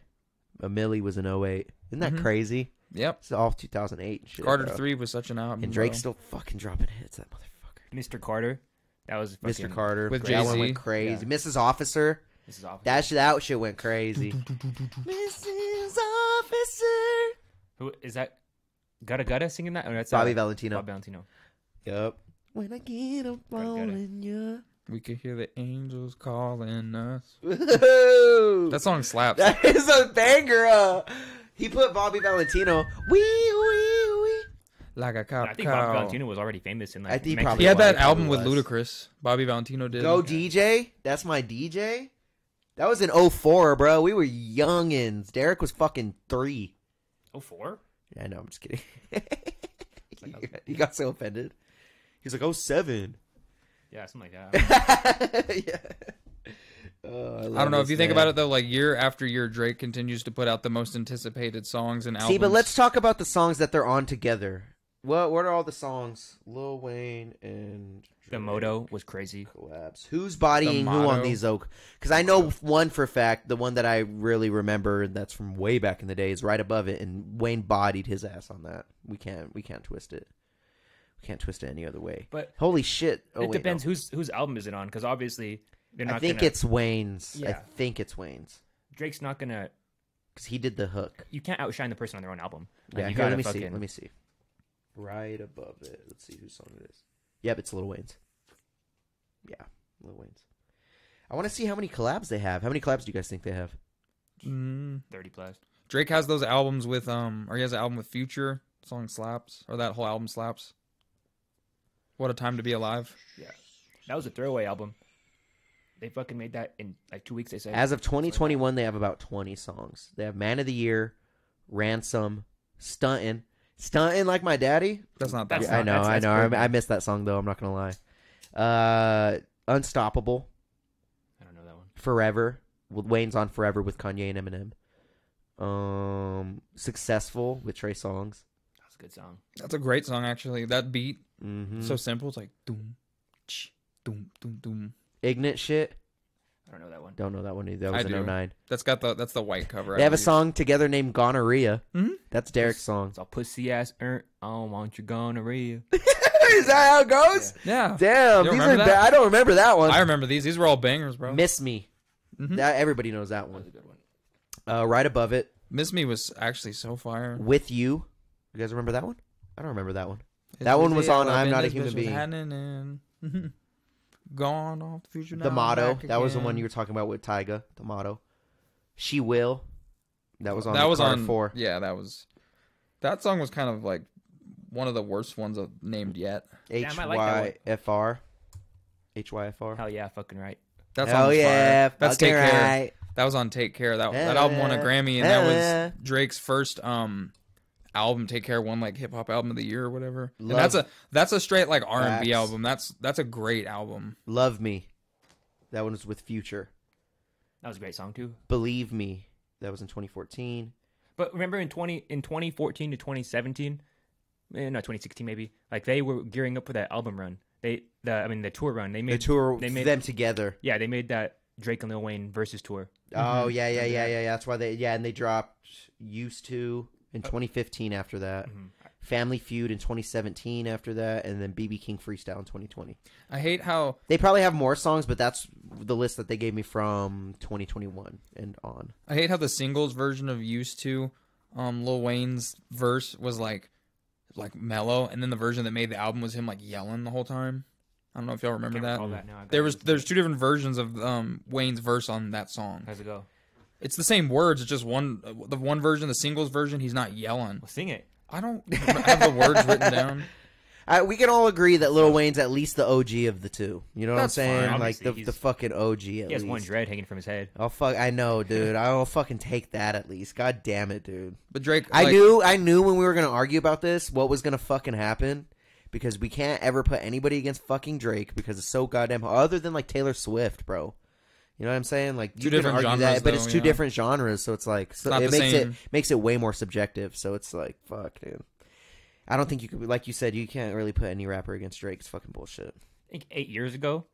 Speaker 3: A Millie was in 08. Isn't that crazy?
Speaker 5: Yep.
Speaker 3: It's all 2008. Shit,
Speaker 5: Mm-hmm. Carter
Speaker 3: bro.
Speaker 5: three was such an album.
Speaker 3: and Drake's
Speaker 5: bro.
Speaker 3: still fucking dropping hits. That motherfucker.
Speaker 4: Mr. Carter. That was fucking,
Speaker 3: Mr. Carter
Speaker 5: With
Speaker 3: that one
Speaker 5: Jay-Z.
Speaker 3: went crazy. Mrs. Officer.
Speaker 4: This is awful.
Speaker 3: That shit, that shit went crazy. Mrs. Officer.
Speaker 4: Who is that? Gutta Gutta singing that? Or that's
Speaker 3: Bobby
Speaker 4: uh,
Speaker 3: Valentino.
Speaker 4: Bob Valentino.
Speaker 3: Yep. When I get a falling, you.
Speaker 5: We could hear the angels calling us.
Speaker 3: (laughs)
Speaker 5: That (laughs)
Speaker 3: That's
Speaker 5: song slaps.
Speaker 3: that is a banger. Uh, he put Bobby Valentino. Wee wee wee.
Speaker 5: like a cop.
Speaker 4: I think
Speaker 5: cow.
Speaker 4: Bob Valentino was already famous in like.
Speaker 3: I think he
Speaker 4: Mexico.
Speaker 3: probably
Speaker 5: He had that
Speaker 3: Valentino
Speaker 5: album with
Speaker 3: was.
Speaker 5: Ludacris. Bobby Valentino did.
Speaker 3: Go DJ. That's my DJ. That was in 04, bro. We were youngins. Derek was fucking three.
Speaker 4: Oh four.
Speaker 3: I know. I'm just kidding. (laughs) he, he got so offended. He's like, oh seven.
Speaker 4: Yeah, something like that.
Speaker 3: (laughs) yeah. Oh,
Speaker 5: I don't know if you think about it though. Like year after year, Drake continues to put out the most anticipated songs and albums.
Speaker 3: See, but let's talk about the songs that they're on together. What what are all the songs? Lil Wayne and
Speaker 4: The
Speaker 3: Drake
Speaker 4: moto was crazy.
Speaker 3: collabs. Who's bodying who on
Speaker 5: motto.
Speaker 3: these oak? Because I know one for a fact. The one that I really remember that's from way back in the day is right above it, and Wayne bodied his ass on that. We can't we can't twist it. We can't twist it any other way.
Speaker 4: But-
Speaker 3: holy shit! Oh,
Speaker 4: it
Speaker 3: wait, no.
Speaker 4: depends whose whose album is it on, because obviously they're not.
Speaker 3: I think
Speaker 4: gonna,
Speaker 3: it's Wayne's. I
Speaker 4: Yeah.
Speaker 3: think it's Wayne's
Speaker 4: Drake's not gonna.
Speaker 3: because he did the hook.
Speaker 4: You can't outshine the person on their own album. Like,
Speaker 3: Yeah,
Speaker 4: you
Speaker 3: here,
Speaker 4: gotta
Speaker 3: let me
Speaker 4: fucking.
Speaker 3: see. Let me see. Right above it. Let's see whose song it is. Yep, it's Lil Wayne's. Yeah, Lil Wayne's. I want to see how many collabs they have. How many collabs do you guys think they have?
Speaker 5: Mm.
Speaker 4: Thirty plus.
Speaker 5: Drake has those albums with um, or he has an album with Future. Song slaps, or that whole album slaps. What a time to be alive.
Speaker 4: Yeah, that was a throwaway album. They fucking made that in like two weeks. They said
Speaker 3: As of 2021, they have about 20 songs. They have Man of the Year, Ransom, Stuntin'. Stuntin' Like My Daddy?
Speaker 5: That's not that.
Speaker 4: That's
Speaker 3: Yeah, I
Speaker 4: not-
Speaker 3: know,
Speaker 4: that's-
Speaker 3: I
Speaker 4: that's
Speaker 3: know.
Speaker 4: good.
Speaker 3: I, I missed that song, though. I'm not going to lie. Uh, Unstoppable,
Speaker 4: I don't know that one.
Speaker 3: Forever. With Wayne's on Forever with Kanye and Eminem. Um, Successful with Trey Songs.
Speaker 4: That was a good song.
Speaker 5: That's a great song actually. That beat
Speaker 3: Mm-hmm.
Speaker 5: so simple. It's like doom, ch, doom, doom, doom.
Speaker 3: Ignorant shit.
Speaker 4: I don't know that one.
Speaker 3: Don't know that one either. That
Speaker 5: I
Speaker 3: was
Speaker 5: do.
Speaker 3: an 09.
Speaker 5: That's got the that's the white cover.
Speaker 3: They
Speaker 5: I
Speaker 3: have a
Speaker 5: believe.
Speaker 3: song together named Gonorrhea.
Speaker 5: Mhm.
Speaker 3: That's Derek's song.
Speaker 4: (laughs) It's all pussy ass. Er, I don't want you gonorrhea.
Speaker 3: Is that how it goes?
Speaker 5: Yeah,
Speaker 3: Damn,
Speaker 5: You don't
Speaker 3: these are
Speaker 5: remember
Speaker 3: bad.
Speaker 5: that?
Speaker 3: I don't remember that one.
Speaker 5: I remember these. These were all bangers, bro.
Speaker 3: Miss Me.
Speaker 5: Mhm.
Speaker 3: That everybody knows that
Speaker 4: That was
Speaker 3: one.
Speaker 4: Mm-hmm. a good one.
Speaker 3: Uh, right above it,
Speaker 5: Miss Me was actually so fire.
Speaker 3: with you. You guys remember that one? I don't remember that one.
Speaker 5: It's
Speaker 3: That one
Speaker 5: busy,
Speaker 3: was on
Speaker 5: I've
Speaker 3: I'm
Speaker 5: been
Speaker 3: Not a
Speaker 5: this
Speaker 3: Human
Speaker 5: bitch was
Speaker 3: being.
Speaker 5: happening. (laughs) Gone off the future. now
Speaker 3: the
Speaker 5: I'm
Speaker 3: motto.
Speaker 5: back
Speaker 3: That was the
Speaker 5: again.
Speaker 3: one you were talking about with Tyga. The motto. She will. That was on.
Speaker 5: that
Speaker 3: the
Speaker 5: was
Speaker 3: Carter
Speaker 5: on
Speaker 3: four.
Speaker 5: Yeah, that was. That song was kind of like one of the worst ones I've named yet.
Speaker 3: H
Speaker 4: Damn, I like that one.
Speaker 3: Y F R. H Y F R.
Speaker 4: Hell yeah, fucking right.
Speaker 5: That's
Speaker 3: Hell
Speaker 5: on
Speaker 3: yeah,
Speaker 5: Fire. That's
Speaker 3: fucking
Speaker 5: Take Care.
Speaker 3: right.
Speaker 5: That was on Take Care. That
Speaker 3: Hell
Speaker 5: that album won a
Speaker 3: yeah.
Speaker 5: Grammy, and
Speaker 3: Hell
Speaker 5: that
Speaker 3: yeah.
Speaker 5: was Drake's first um album. Take Care won like hip hop album of the year or whatever. And
Speaker 3: Love
Speaker 5: that's a that's a straight like R and
Speaker 3: Facts.
Speaker 5: B album. That's that's a great album.
Speaker 3: Love me. That one was with Future.
Speaker 4: That was a great song too.
Speaker 3: Believe me. That was in 2014.
Speaker 4: But remember in twenty in twenty fourteen to twenty seventeen, eh, no twenty sixteen maybe. Like they were gearing up for that album run. They the I mean the tour run. They
Speaker 3: The
Speaker 4: made
Speaker 3: tour
Speaker 4: They made
Speaker 3: them together.
Speaker 4: yeah they made that Drake and Lil Wayne versus tour.
Speaker 3: Oh yeah, yeah, yeah, yeah, yeah. That's why they yeah, and they dropped Used to in
Speaker 4: Oh.
Speaker 3: 2015 after that.
Speaker 4: Mm-hmm.
Speaker 3: Family Feud in 2017 after that and then BB King Freestyle in 2020.
Speaker 5: I hate how
Speaker 3: They probably have more songs, but that's the list that they gave me from 2021 and on.
Speaker 5: I hate how the singles version of "Used to," um, Lil Wayne's verse was like, like mellow, and then the version that made the album was him like yelling the whole time. I don't know if y'all remember
Speaker 4: Can't
Speaker 5: that.
Speaker 4: recall that now. I gotta
Speaker 5: There was
Speaker 4: listen to
Speaker 5: there's two different versions of um, Wayne's verse on that song.
Speaker 4: it. how's it go?
Speaker 5: It's the same words. It's just one uh, the one version, the singles version. He's not yelling.
Speaker 4: Well, sing it.
Speaker 5: I don't have the words
Speaker 3: (laughs)
Speaker 5: written down.
Speaker 3: I, we can all agree that Lil Wayne's at least the OG of the two. You know what
Speaker 5: That's
Speaker 3: I'm
Speaker 5: fine.
Speaker 3: saying? Like
Speaker 4: Obviously,
Speaker 3: the,
Speaker 4: he's-
Speaker 3: the fucking OG at
Speaker 4: He has
Speaker 3: least.
Speaker 4: one dread hanging from his head.
Speaker 3: I'll fuck. I
Speaker 4: (laughs)
Speaker 3: know, dude. I'll fucking take that at least. God damn it, dude.
Speaker 5: But Drake,
Speaker 3: I
Speaker 5: like,
Speaker 3: knew. I knew when we were gonna argue about this what was gonna fucking happen because we can't ever put anybody against fucking Drake because it's so goddamn other than like Taylor Swift, bro. You know what I'm saying? Like you can
Speaker 5: different
Speaker 3: argue
Speaker 5: genres,
Speaker 3: that, but it's
Speaker 5: though,
Speaker 3: two
Speaker 5: yeah.
Speaker 3: different genres, so it's like so
Speaker 5: not
Speaker 3: it
Speaker 5: the
Speaker 3: makes
Speaker 5: same.
Speaker 3: it makes it way more subjective. So it's like fuck, dude. I don't think you could, like you said, you can't really put any rapper against Drake. It's fucking bullshit.
Speaker 4: I think eight years ago,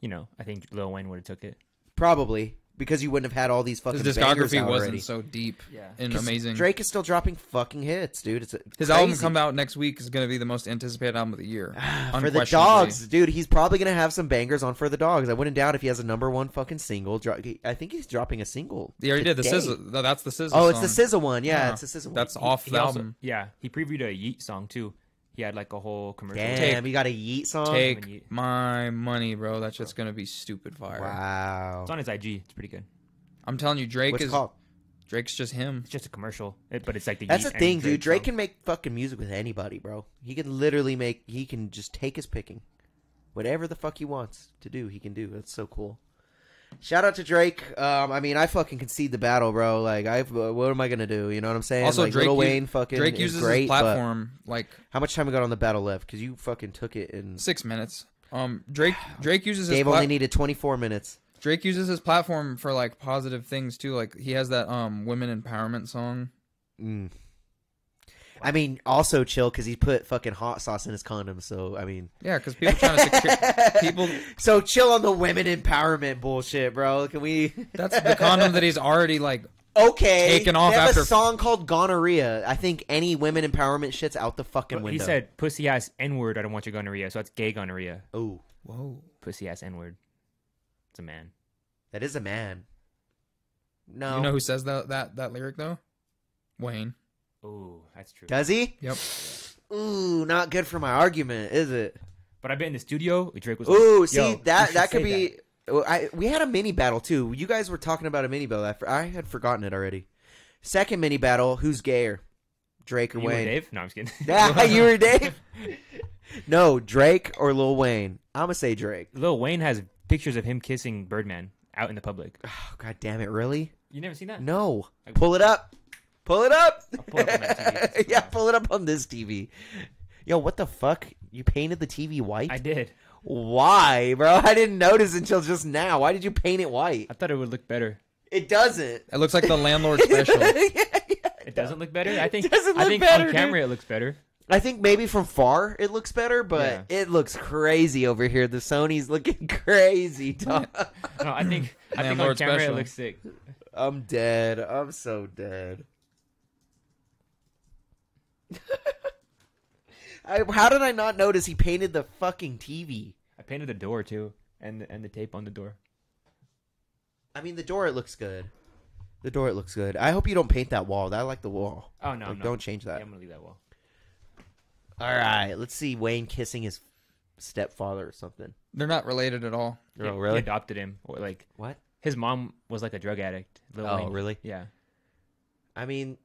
Speaker 4: you know, I think Lil Wayne would have took it.
Speaker 3: Probably because you wouldn't have had all these fucking
Speaker 5: His
Speaker 3: bangers
Speaker 5: discography
Speaker 3: out
Speaker 5: wasn't
Speaker 3: already.
Speaker 5: so deep
Speaker 4: Yeah.
Speaker 5: and
Speaker 3: 'Cause
Speaker 5: amazing.
Speaker 3: Drake is still dropping fucking hits, dude. It's
Speaker 5: His album come out next week is going to be the most anticipated album of the year.
Speaker 3: (sighs) for the
Speaker 5: unquestionably.
Speaker 3: dogs, dude. He's probably gonna have some bangers on for the dogs. I wouldn't doubt if he has a number one fucking single. Dro- he- I think he's dropping a single.
Speaker 5: He already did the
Speaker 3: today.
Speaker 5: sizzle. no, That's the sizzle.
Speaker 3: Oh, it's the SZA
Speaker 5: song.
Speaker 3: one. Yeah,
Speaker 5: Yeah,
Speaker 3: it's the SZA one.
Speaker 5: That's off
Speaker 4: He
Speaker 5: the
Speaker 4: also-
Speaker 5: album.
Speaker 4: yeah, he previewed a Yeet song too. He had like a whole commercial.
Speaker 3: Damn,
Speaker 5: Take-
Speaker 3: you got a yeet song.
Speaker 4: Oh, when you-
Speaker 5: Take my money, bro. That shit's gonna be stupid fire.
Speaker 3: Wow.
Speaker 4: It's on his IG. It's pretty good.
Speaker 5: I'm telling you, Drake
Speaker 3: What's it
Speaker 5: is
Speaker 3: called?
Speaker 5: Drake's just him.
Speaker 4: It's just a commercial, it- but it's like the.
Speaker 3: That's
Speaker 4: Yeet
Speaker 3: the
Speaker 4: and
Speaker 3: thing, dude. Drake
Speaker 4: song.
Speaker 3: can make fucking music with anybody, bro. He can literally make. He can just take his picking, whatever the fuck he wants to do. He can do. That's so cool. Shout out to Drake. Um, I mean, I fucking concede the battle, bro. Like, I what am I gonna do? You know what I'm saying?
Speaker 5: Also,
Speaker 3: like,
Speaker 5: Drake,
Speaker 3: Lil
Speaker 5: u-
Speaker 3: Wayne fucking
Speaker 5: Drake
Speaker 3: is
Speaker 5: uses
Speaker 3: great,
Speaker 5: his
Speaker 3: but-
Speaker 5: platform like
Speaker 3: How much time we got on the battle left? Because you fucking took it, and
Speaker 5: six minutes. Um, Drake Drake uses his
Speaker 3: Dave
Speaker 5: plat-
Speaker 3: only needed 24 minutes.
Speaker 5: Drake uses his platform for like positive things too. Like he has that um women empowerment song.
Speaker 3: Mm. I mean, also chill because he put fucking hot sauce in his condom. So I mean,
Speaker 5: Yeah, because people trying to secure
Speaker 3: (laughs)
Speaker 5: people.
Speaker 3: so chill on the women empowerment bullshit, bro. Can we? (laughs)
Speaker 5: That's the condom that he's already like.
Speaker 3: okay.
Speaker 5: Taken off
Speaker 3: they have
Speaker 5: after-
Speaker 3: a song called "Gonorrhea." I think any women empowerment shit's out the fucking
Speaker 4: But
Speaker 3: window.
Speaker 4: he said pussy ass n word. I don't want your gonorrhea, so that's gay gonorrhea.
Speaker 3: "Oh,
Speaker 5: Whoa.
Speaker 4: Pussy ass n word. It's a man.
Speaker 3: that is a man." No,
Speaker 5: You know who says that that that lyric though? Wayne.
Speaker 4: Ooh, that's true.
Speaker 3: does he?
Speaker 5: Yep.
Speaker 3: Ooh, not good for my argument, is it?
Speaker 4: But I bet in the studio, Drake was.
Speaker 3: Ooh,
Speaker 4: like,
Speaker 3: see
Speaker 4: "Yo, you
Speaker 3: that
Speaker 4: should
Speaker 3: that could
Speaker 4: say
Speaker 3: be. well, I, we had a mini battle too. You guys were talking about a mini battle. I, for- I had forgotten it already. Second mini battle. Who's gayer, Drake
Speaker 4: that.
Speaker 3: or
Speaker 4: You and
Speaker 3: Wayne?
Speaker 4: Dave? No, I'm just kidding.
Speaker 3: (laughs) Yeah, you
Speaker 4: (laughs)
Speaker 3: were Dave. no, Drake or Lil Wayne. I'm gonna say Drake. (sighs)
Speaker 4: Lil Wayne has pictures of him kissing Birdman out in the public.
Speaker 3: Oh, God damn it! Really?
Speaker 4: You never seen that?
Speaker 3: No.
Speaker 4: I-
Speaker 3: Pull it up. Pull it up.
Speaker 4: pull it up on my
Speaker 3: (laughs)
Speaker 4: TV.
Speaker 3: yeah, pull it up on this TV. Yo, what the fuck? You painted the TV white?
Speaker 4: I did.
Speaker 3: Why, bro? I didn't notice until just now. Why did you paint it white?
Speaker 4: I thought it would look better.
Speaker 3: It doesn't.
Speaker 5: It looks like the landlord
Speaker 3: (laughs)
Speaker 5: special.
Speaker 4: It doesn't look better. I think.
Speaker 3: doesn't
Speaker 4: I
Speaker 3: look
Speaker 4: think
Speaker 3: better,
Speaker 4: on
Speaker 3: dude.
Speaker 4: camera it looks better.
Speaker 3: I think maybe from far it looks better, but it looks crazy over here. The Sony's looking (laughs) crazy, dog.
Speaker 4: (laughs) No, I think. I think on
Speaker 5: Landlord
Speaker 4: camera
Speaker 5: special.
Speaker 4: it looks sick.
Speaker 3: I'm dead. I'm so dead. (laughs) I, how did I not notice he painted the fucking TV?
Speaker 4: I painted the door too, and and the tape on the door.
Speaker 3: I mean, the door it looks good. The door it looks good. I hope you don't paint that wall. I like the wall.
Speaker 4: Oh no,
Speaker 3: Like,
Speaker 4: no.
Speaker 3: don't change that.
Speaker 4: Yeah, I'm gonna leave that wall.
Speaker 3: All right, let's see Wayne kissing his stepfather or something.
Speaker 5: They're not related at all.
Speaker 4: He-
Speaker 3: Oh,
Speaker 4: He
Speaker 3: really?
Speaker 4: adopted him, or like
Speaker 3: What?
Speaker 4: his mom was like a drug addict. Lil
Speaker 3: Oh,
Speaker 4: Wayne.
Speaker 3: really?
Speaker 4: Yeah.
Speaker 3: I mean,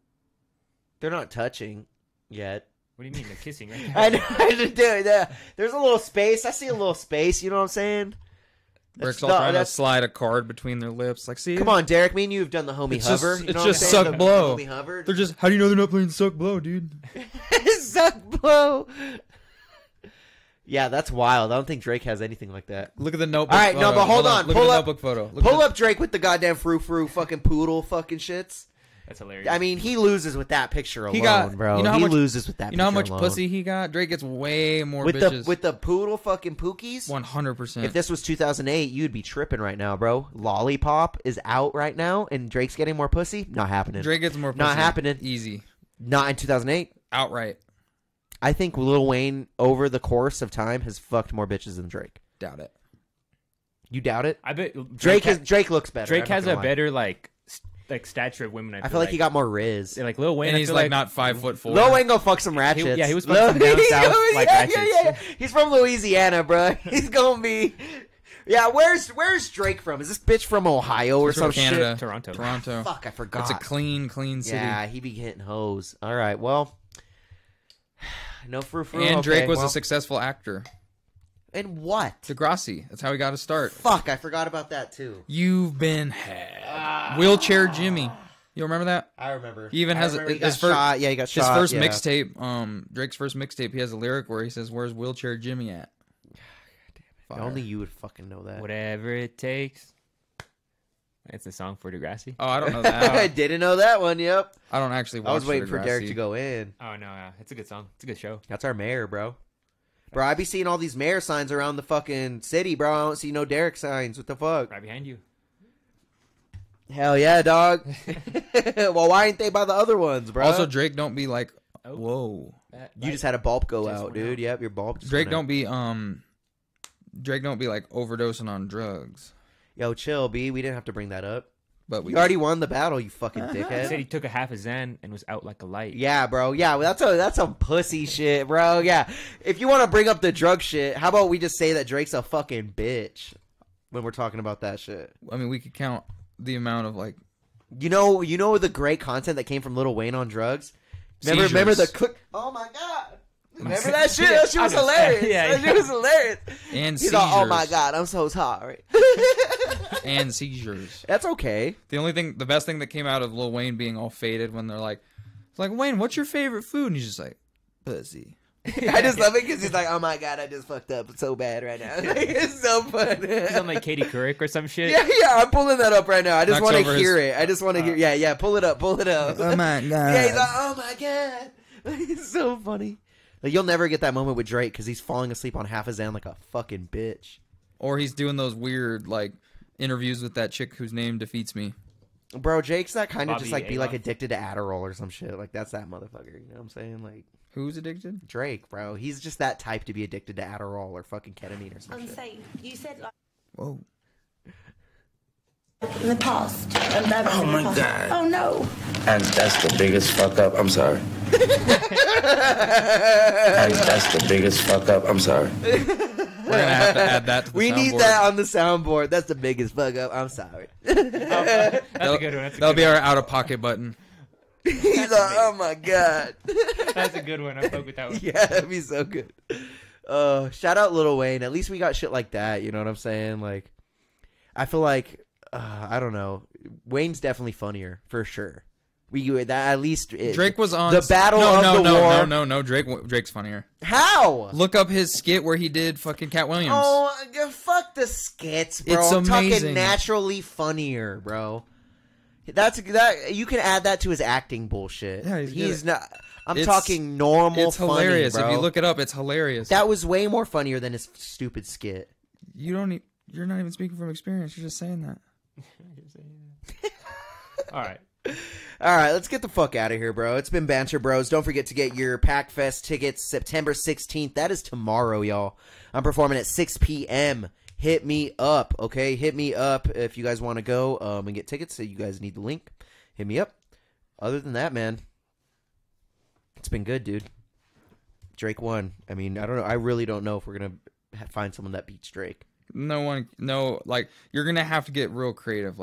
Speaker 3: they're not touching yet.
Speaker 4: What do you mean? They're
Speaker 3: (laughs)
Speaker 4: kissing right
Speaker 3: I know. I just do. the- There's a little space. I see a little space. You know what I'm saying?
Speaker 5: Rick's
Speaker 3: That's
Speaker 5: all
Speaker 3: not-
Speaker 5: trying to
Speaker 3: that's-
Speaker 5: slide a card between their lips. Like, see,
Speaker 3: Come on, Derek. Me and you have done the homie
Speaker 5: It's just-
Speaker 3: hover. you
Speaker 5: it's
Speaker 3: know what I'm
Speaker 5: just
Speaker 3: saying?
Speaker 5: suck
Speaker 3: The
Speaker 5: blow.
Speaker 3: Homie hover. (laughs)
Speaker 5: They're just. How do you know they're not playing suck blow, dude?
Speaker 3: suck blow. Yeah, that's wild. I don't think Drake has anything like that.
Speaker 5: Look at the notebook.
Speaker 3: All right, no,
Speaker 5: photo.
Speaker 3: but hold on,
Speaker 5: Look
Speaker 3: pull
Speaker 5: at the
Speaker 3: up-
Speaker 5: notebook photo. Look at
Speaker 3: Pull
Speaker 5: the-
Speaker 3: up Drake with the goddamn frou frou fucking poodle fucking shits.
Speaker 4: That's hilarious.
Speaker 3: I mean, he loses with that picture alone,
Speaker 5: He got-
Speaker 3: bro.
Speaker 5: you know how
Speaker 3: he
Speaker 5: much-
Speaker 3: loses with that.
Speaker 5: You know how
Speaker 3: picture
Speaker 5: much
Speaker 3: alone.
Speaker 5: pussy he got? Drake gets way more
Speaker 3: with
Speaker 5: bitches.
Speaker 3: the with the poodle fucking pookies.
Speaker 5: one hundred percent.
Speaker 3: If this was 2008, you'd be tripping right now, bro. Lollipop is out right now, and Drake's getting more pussy. Not happening.
Speaker 5: Drake gets more pussy.
Speaker 3: Not happening.
Speaker 5: Easy.
Speaker 3: Not in 2008.
Speaker 5: Outright.
Speaker 3: I think Lil Wayne, over the course of time, has fucked more bitches than Drake.
Speaker 5: Doubt it.
Speaker 3: You doubt it?
Speaker 4: I bet Drake,
Speaker 3: Drake
Speaker 4: ha-
Speaker 3: is Drake looks better.
Speaker 4: Drake
Speaker 3: I'm not
Speaker 4: has
Speaker 3: gonna
Speaker 4: a
Speaker 3: lie.
Speaker 4: better like st- like stature of women. I feel,
Speaker 3: I feel like, he got more riz.
Speaker 4: like Lil Wayne.
Speaker 5: And
Speaker 4: I
Speaker 5: he's
Speaker 4: feel
Speaker 5: like, not five foot four.
Speaker 3: Lil Wayne go fuck some ratchets.
Speaker 4: yeah, he was
Speaker 3: Lil-
Speaker 4: fucking down
Speaker 3: he's
Speaker 4: south,
Speaker 3: going-
Speaker 4: like ratchets.
Speaker 3: He's from Louisiana, bro. (laughs) He's gonna be. Yeah, where's where's Drake from? Is this bitch from Ohio or
Speaker 5: He's
Speaker 3: some
Speaker 5: from Canada.
Speaker 4: (laughs) Toronto.
Speaker 5: Toronto.
Speaker 3: shit? Fuck, I forgot.
Speaker 5: It's a clean, clean city.
Speaker 3: Yeah, he be hitting hoes. All right, well, (sighs) no frou frou.
Speaker 5: and
Speaker 3: Oh, okay,
Speaker 5: Drake was
Speaker 3: well.
Speaker 5: a successful actor.
Speaker 3: And what?
Speaker 5: Degrassi. That's how he got his start.
Speaker 3: Fuck, I forgot about that too.
Speaker 5: You've been had. Wheelchair Jimmy. You remember that?
Speaker 3: I remember.
Speaker 5: He even
Speaker 3: I
Speaker 5: has a-
Speaker 3: remember he
Speaker 5: his
Speaker 3: got
Speaker 5: first-
Speaker 3: shot. Yeah, he got
Speaker 5: His
Speaker 3: shot.
Speaker 5: first
Speaker 3: yeah.
Speaker 5: mixtape, um, Drake's first mixtape, he has a lyric where he says, "Where's wheelchair
Speaker 3: (sighs)
Speaker 5: Jimmy at?" Fire.
Speaker 3: Only you would fucking know that.
Speaker 4: Whatever it takes. It's a song for Degrassi.
Speaker 5: Oh, I don't
Speaker 3: (laughs) (laughs)
Speaker 5: know
Speaker 3: I
Speaker 5: that.
Speaker 3: didn't know that one. Yep.
Speaker 5: I don't actually. Watch
Speaker 3: I was waiting for Derek to
Speaker 5: Degrassi.
Speaker 3: go in.
Speaker 4: Oh no, yeah, it's a good song. It's a good show.
Speaker 3: That's our mayor, bro. Bro, I be seeing all these mayor signs around the fucking city, bro. I don't see no Derek signs. What the fuck?
Speaker 4: Right behind you.
Speaker 3: Hell yeah,
Speaker 5: (laughs)
Speaker 3: dog. (laughs) well, why ain't they by the other ones, bro?
Speaker 5: Also, Drake, don't be like,
Speaker 4: Oh.
Speaker 5: whoa.
Speaker 3: you just had a bulb go
Speaker 4: Just
Speaker 3: out,
Speaker 4: went
Speaker 3: dude.
Speaker 4: out.
Speaker 3: Yep, your bulb. Just
Speaker 5: Drake,
Speaker 3: went out.
Speaker 5: don't be um. Drake, don't be like overdosing on drugs.
Speaker 3: Yo, chill, b. We didn't have to bring that up.
Speaker 5: But we
Speaker 3: You already won the battle, you fucking
Speaker 4: He
Speaker 5: (laughs)
Speaker 4: said
Speaker 3: dickhead.
Speaker 4: he took a half a Xan and was out like a light.
Speaker 3: Yeah, bro. Yeah, well, that's a that's some pussy shit, bro. Yeah. If you want to bring up the drug shit, how about we just say that Drake's a fucking bitch when we're talking about that shit?
Speaker 5: I mean, we could count the amount of like.
Speaker 3: You know, you know the great content that came from Little Wayne on drugs. Remember,
Speaker 5: Seizures.
Speaker 3: remember the click. Oh my god! Remember
Speaker 5: se-
Speaker 3: that
Speaker 4: (laughs)
Speaker 3: shit? That shit was
Speaker 4: I just-
Speaker 3: hilarious.
Speaker 4: yeah,
Speaker 3: that
Speaker 4: yeah.
Speaker 3: shit was hilarious.
Speaker 5: And
Speaker 3: He's like, oh my
Speaker 5: seizures.
Speaker 3: god, I'm so sorry.
Speaker 5: (laughs) and seizures.
Speaker 3: That's okay.
Speaker 5: The only thing, the best thing that came out of Lil Wayne being all faded when they're like, it's like Wayne, what's your favorite food? And he's just like, pussy.
Speaker 3: (laughs) I just love it because he's like, oh my god, I just fucked up so bad right now. (laughs) Like, it's so funny.
Speaker 4: He's on like Katie Couric or some
Speaker 3: (laughs)
Speaker 4: shit.
Speaker 3: yeah, yeah, I'm pulling that up right now. I just
Speaker 5: Knocks
Speaker 3: want to
Speaker 5: over his-
Speaker 3: hear it. I just want to hear. (laughs) Yeah, yeah, pull it up, pull it up.
Speaker 5: Oh my god.
Speaker 3: yeah, he's like, oh my god. (laughs) it's so funny. Like you'll never get that moment with Drake because he's falling asleep on half his hand like a fucking bitch.
Speaker 5: Or he's doing those weird like interviews with that chick whose name defeats me.
Speaker 3: Bro, Jake's that kind of
Speaker 4: Bobby
Speaker 3: just like be like
Speaker 4: Aroff.
Speaker 3: addicted to Adderall or some shit. Like that's that motherfucker. You know what I'm saying? Like
Speaker 5: Who's addicted?
Speaker 3: Drake, bro. He's just that type to be addicted to Adderall or fucking ketamine or some
Speaker 6: I'm
Speaker 3: shit.
Speaker 6: saying you said like
Speaker 5: Whoa.
Speaker 6: in the past. And that was
Speaker 7: Oh
Speaker 6: in the
Speaker 7: my
Speaker 6: past.
Speaker 7: God.
Speaker 6: Oh no.
Speaker 7: And that's the biggest fuck up. I'm sorry. and that's the biggest fuck up. I'm sorry.
Speaker 5: We're gonna have to add that to
Speaker 3: (laughs)
Speaker 5: the
Speaker 3: we need
Speaker 5: soundboard.
Speaker 3: that on the soundboard. That's the biggest fuck up. I'm sorry. (laughs)
Speaker 4: That's a good one. That's a
Speaker 5: That'll
Speaker 4: good,
Speaker 5: be our out of pocket button.
Speaker 3: He's like, oh my god.
Speaker 4: that's a good one. I fuck with that one.
Speaker 3: (laughs) yeah, that'd be so good. Uh, shout out Lil Wayne. At least we got shit like that. You know what I'm saying? Like, I feel like uh, I don't know. Wayne's definitely funnier for sure. We you- that at least it,
Speaker 5: Drake was on
Speaker 3: the battle
Speaker 5: No,
Speaker 3: of
Speaker 5: no,
Speaker 3: the
Speaker 5: no,
Speaker 3: war.
Speaker 5: no, no, no. Drake, Drake's funnier.
Speaker 3: How?
Speaker 5: Look up his skit where he did fucking Cat Williams.
Speaker 3: Oh, g- fuck the skits, bro.
Speaker 5: It's
Speaker 3: I'm talking
Speaker 5: amazing.
Speaker 3: naturally funnier, bro. That's that. You can add that to his acting bullshit.
Speaker 5: Yeah, he's good at-
Speaker 3: not. I'm
Speaker 5: It's-
Speaker 3: talking normal.
Speaker 5: it's
Speaker 3: funny,
Speaker 5: hilarious.
Speaker 3: bro.
Speaker 5: If you look it up, it's hilarious.
Speaker 3: that was way more funnier than his stupid skit.
Speaker 5: you don't. e- You're not even speaking from experience. You're just saying that.
Speaker 4: All right.
Speaker 3: All right, let's get the fuck out of here, bro. It's been Banter Bros. Don't forget to get your Pack Fest tickets September 16th. That is tomorrow, y'all. I'm performing at 6 p.m. Hit me up, okay? Hit me up if you guys want to go um, and get tickets. So you guys need the link. Hit me up. Other than that, man, it's been good, dude. Drake won. I mean, I don't know. I really don't know if we're going to find someone that beats Drake.
Speaker 5: No one. No, like you're gonna have to get real creative. Like.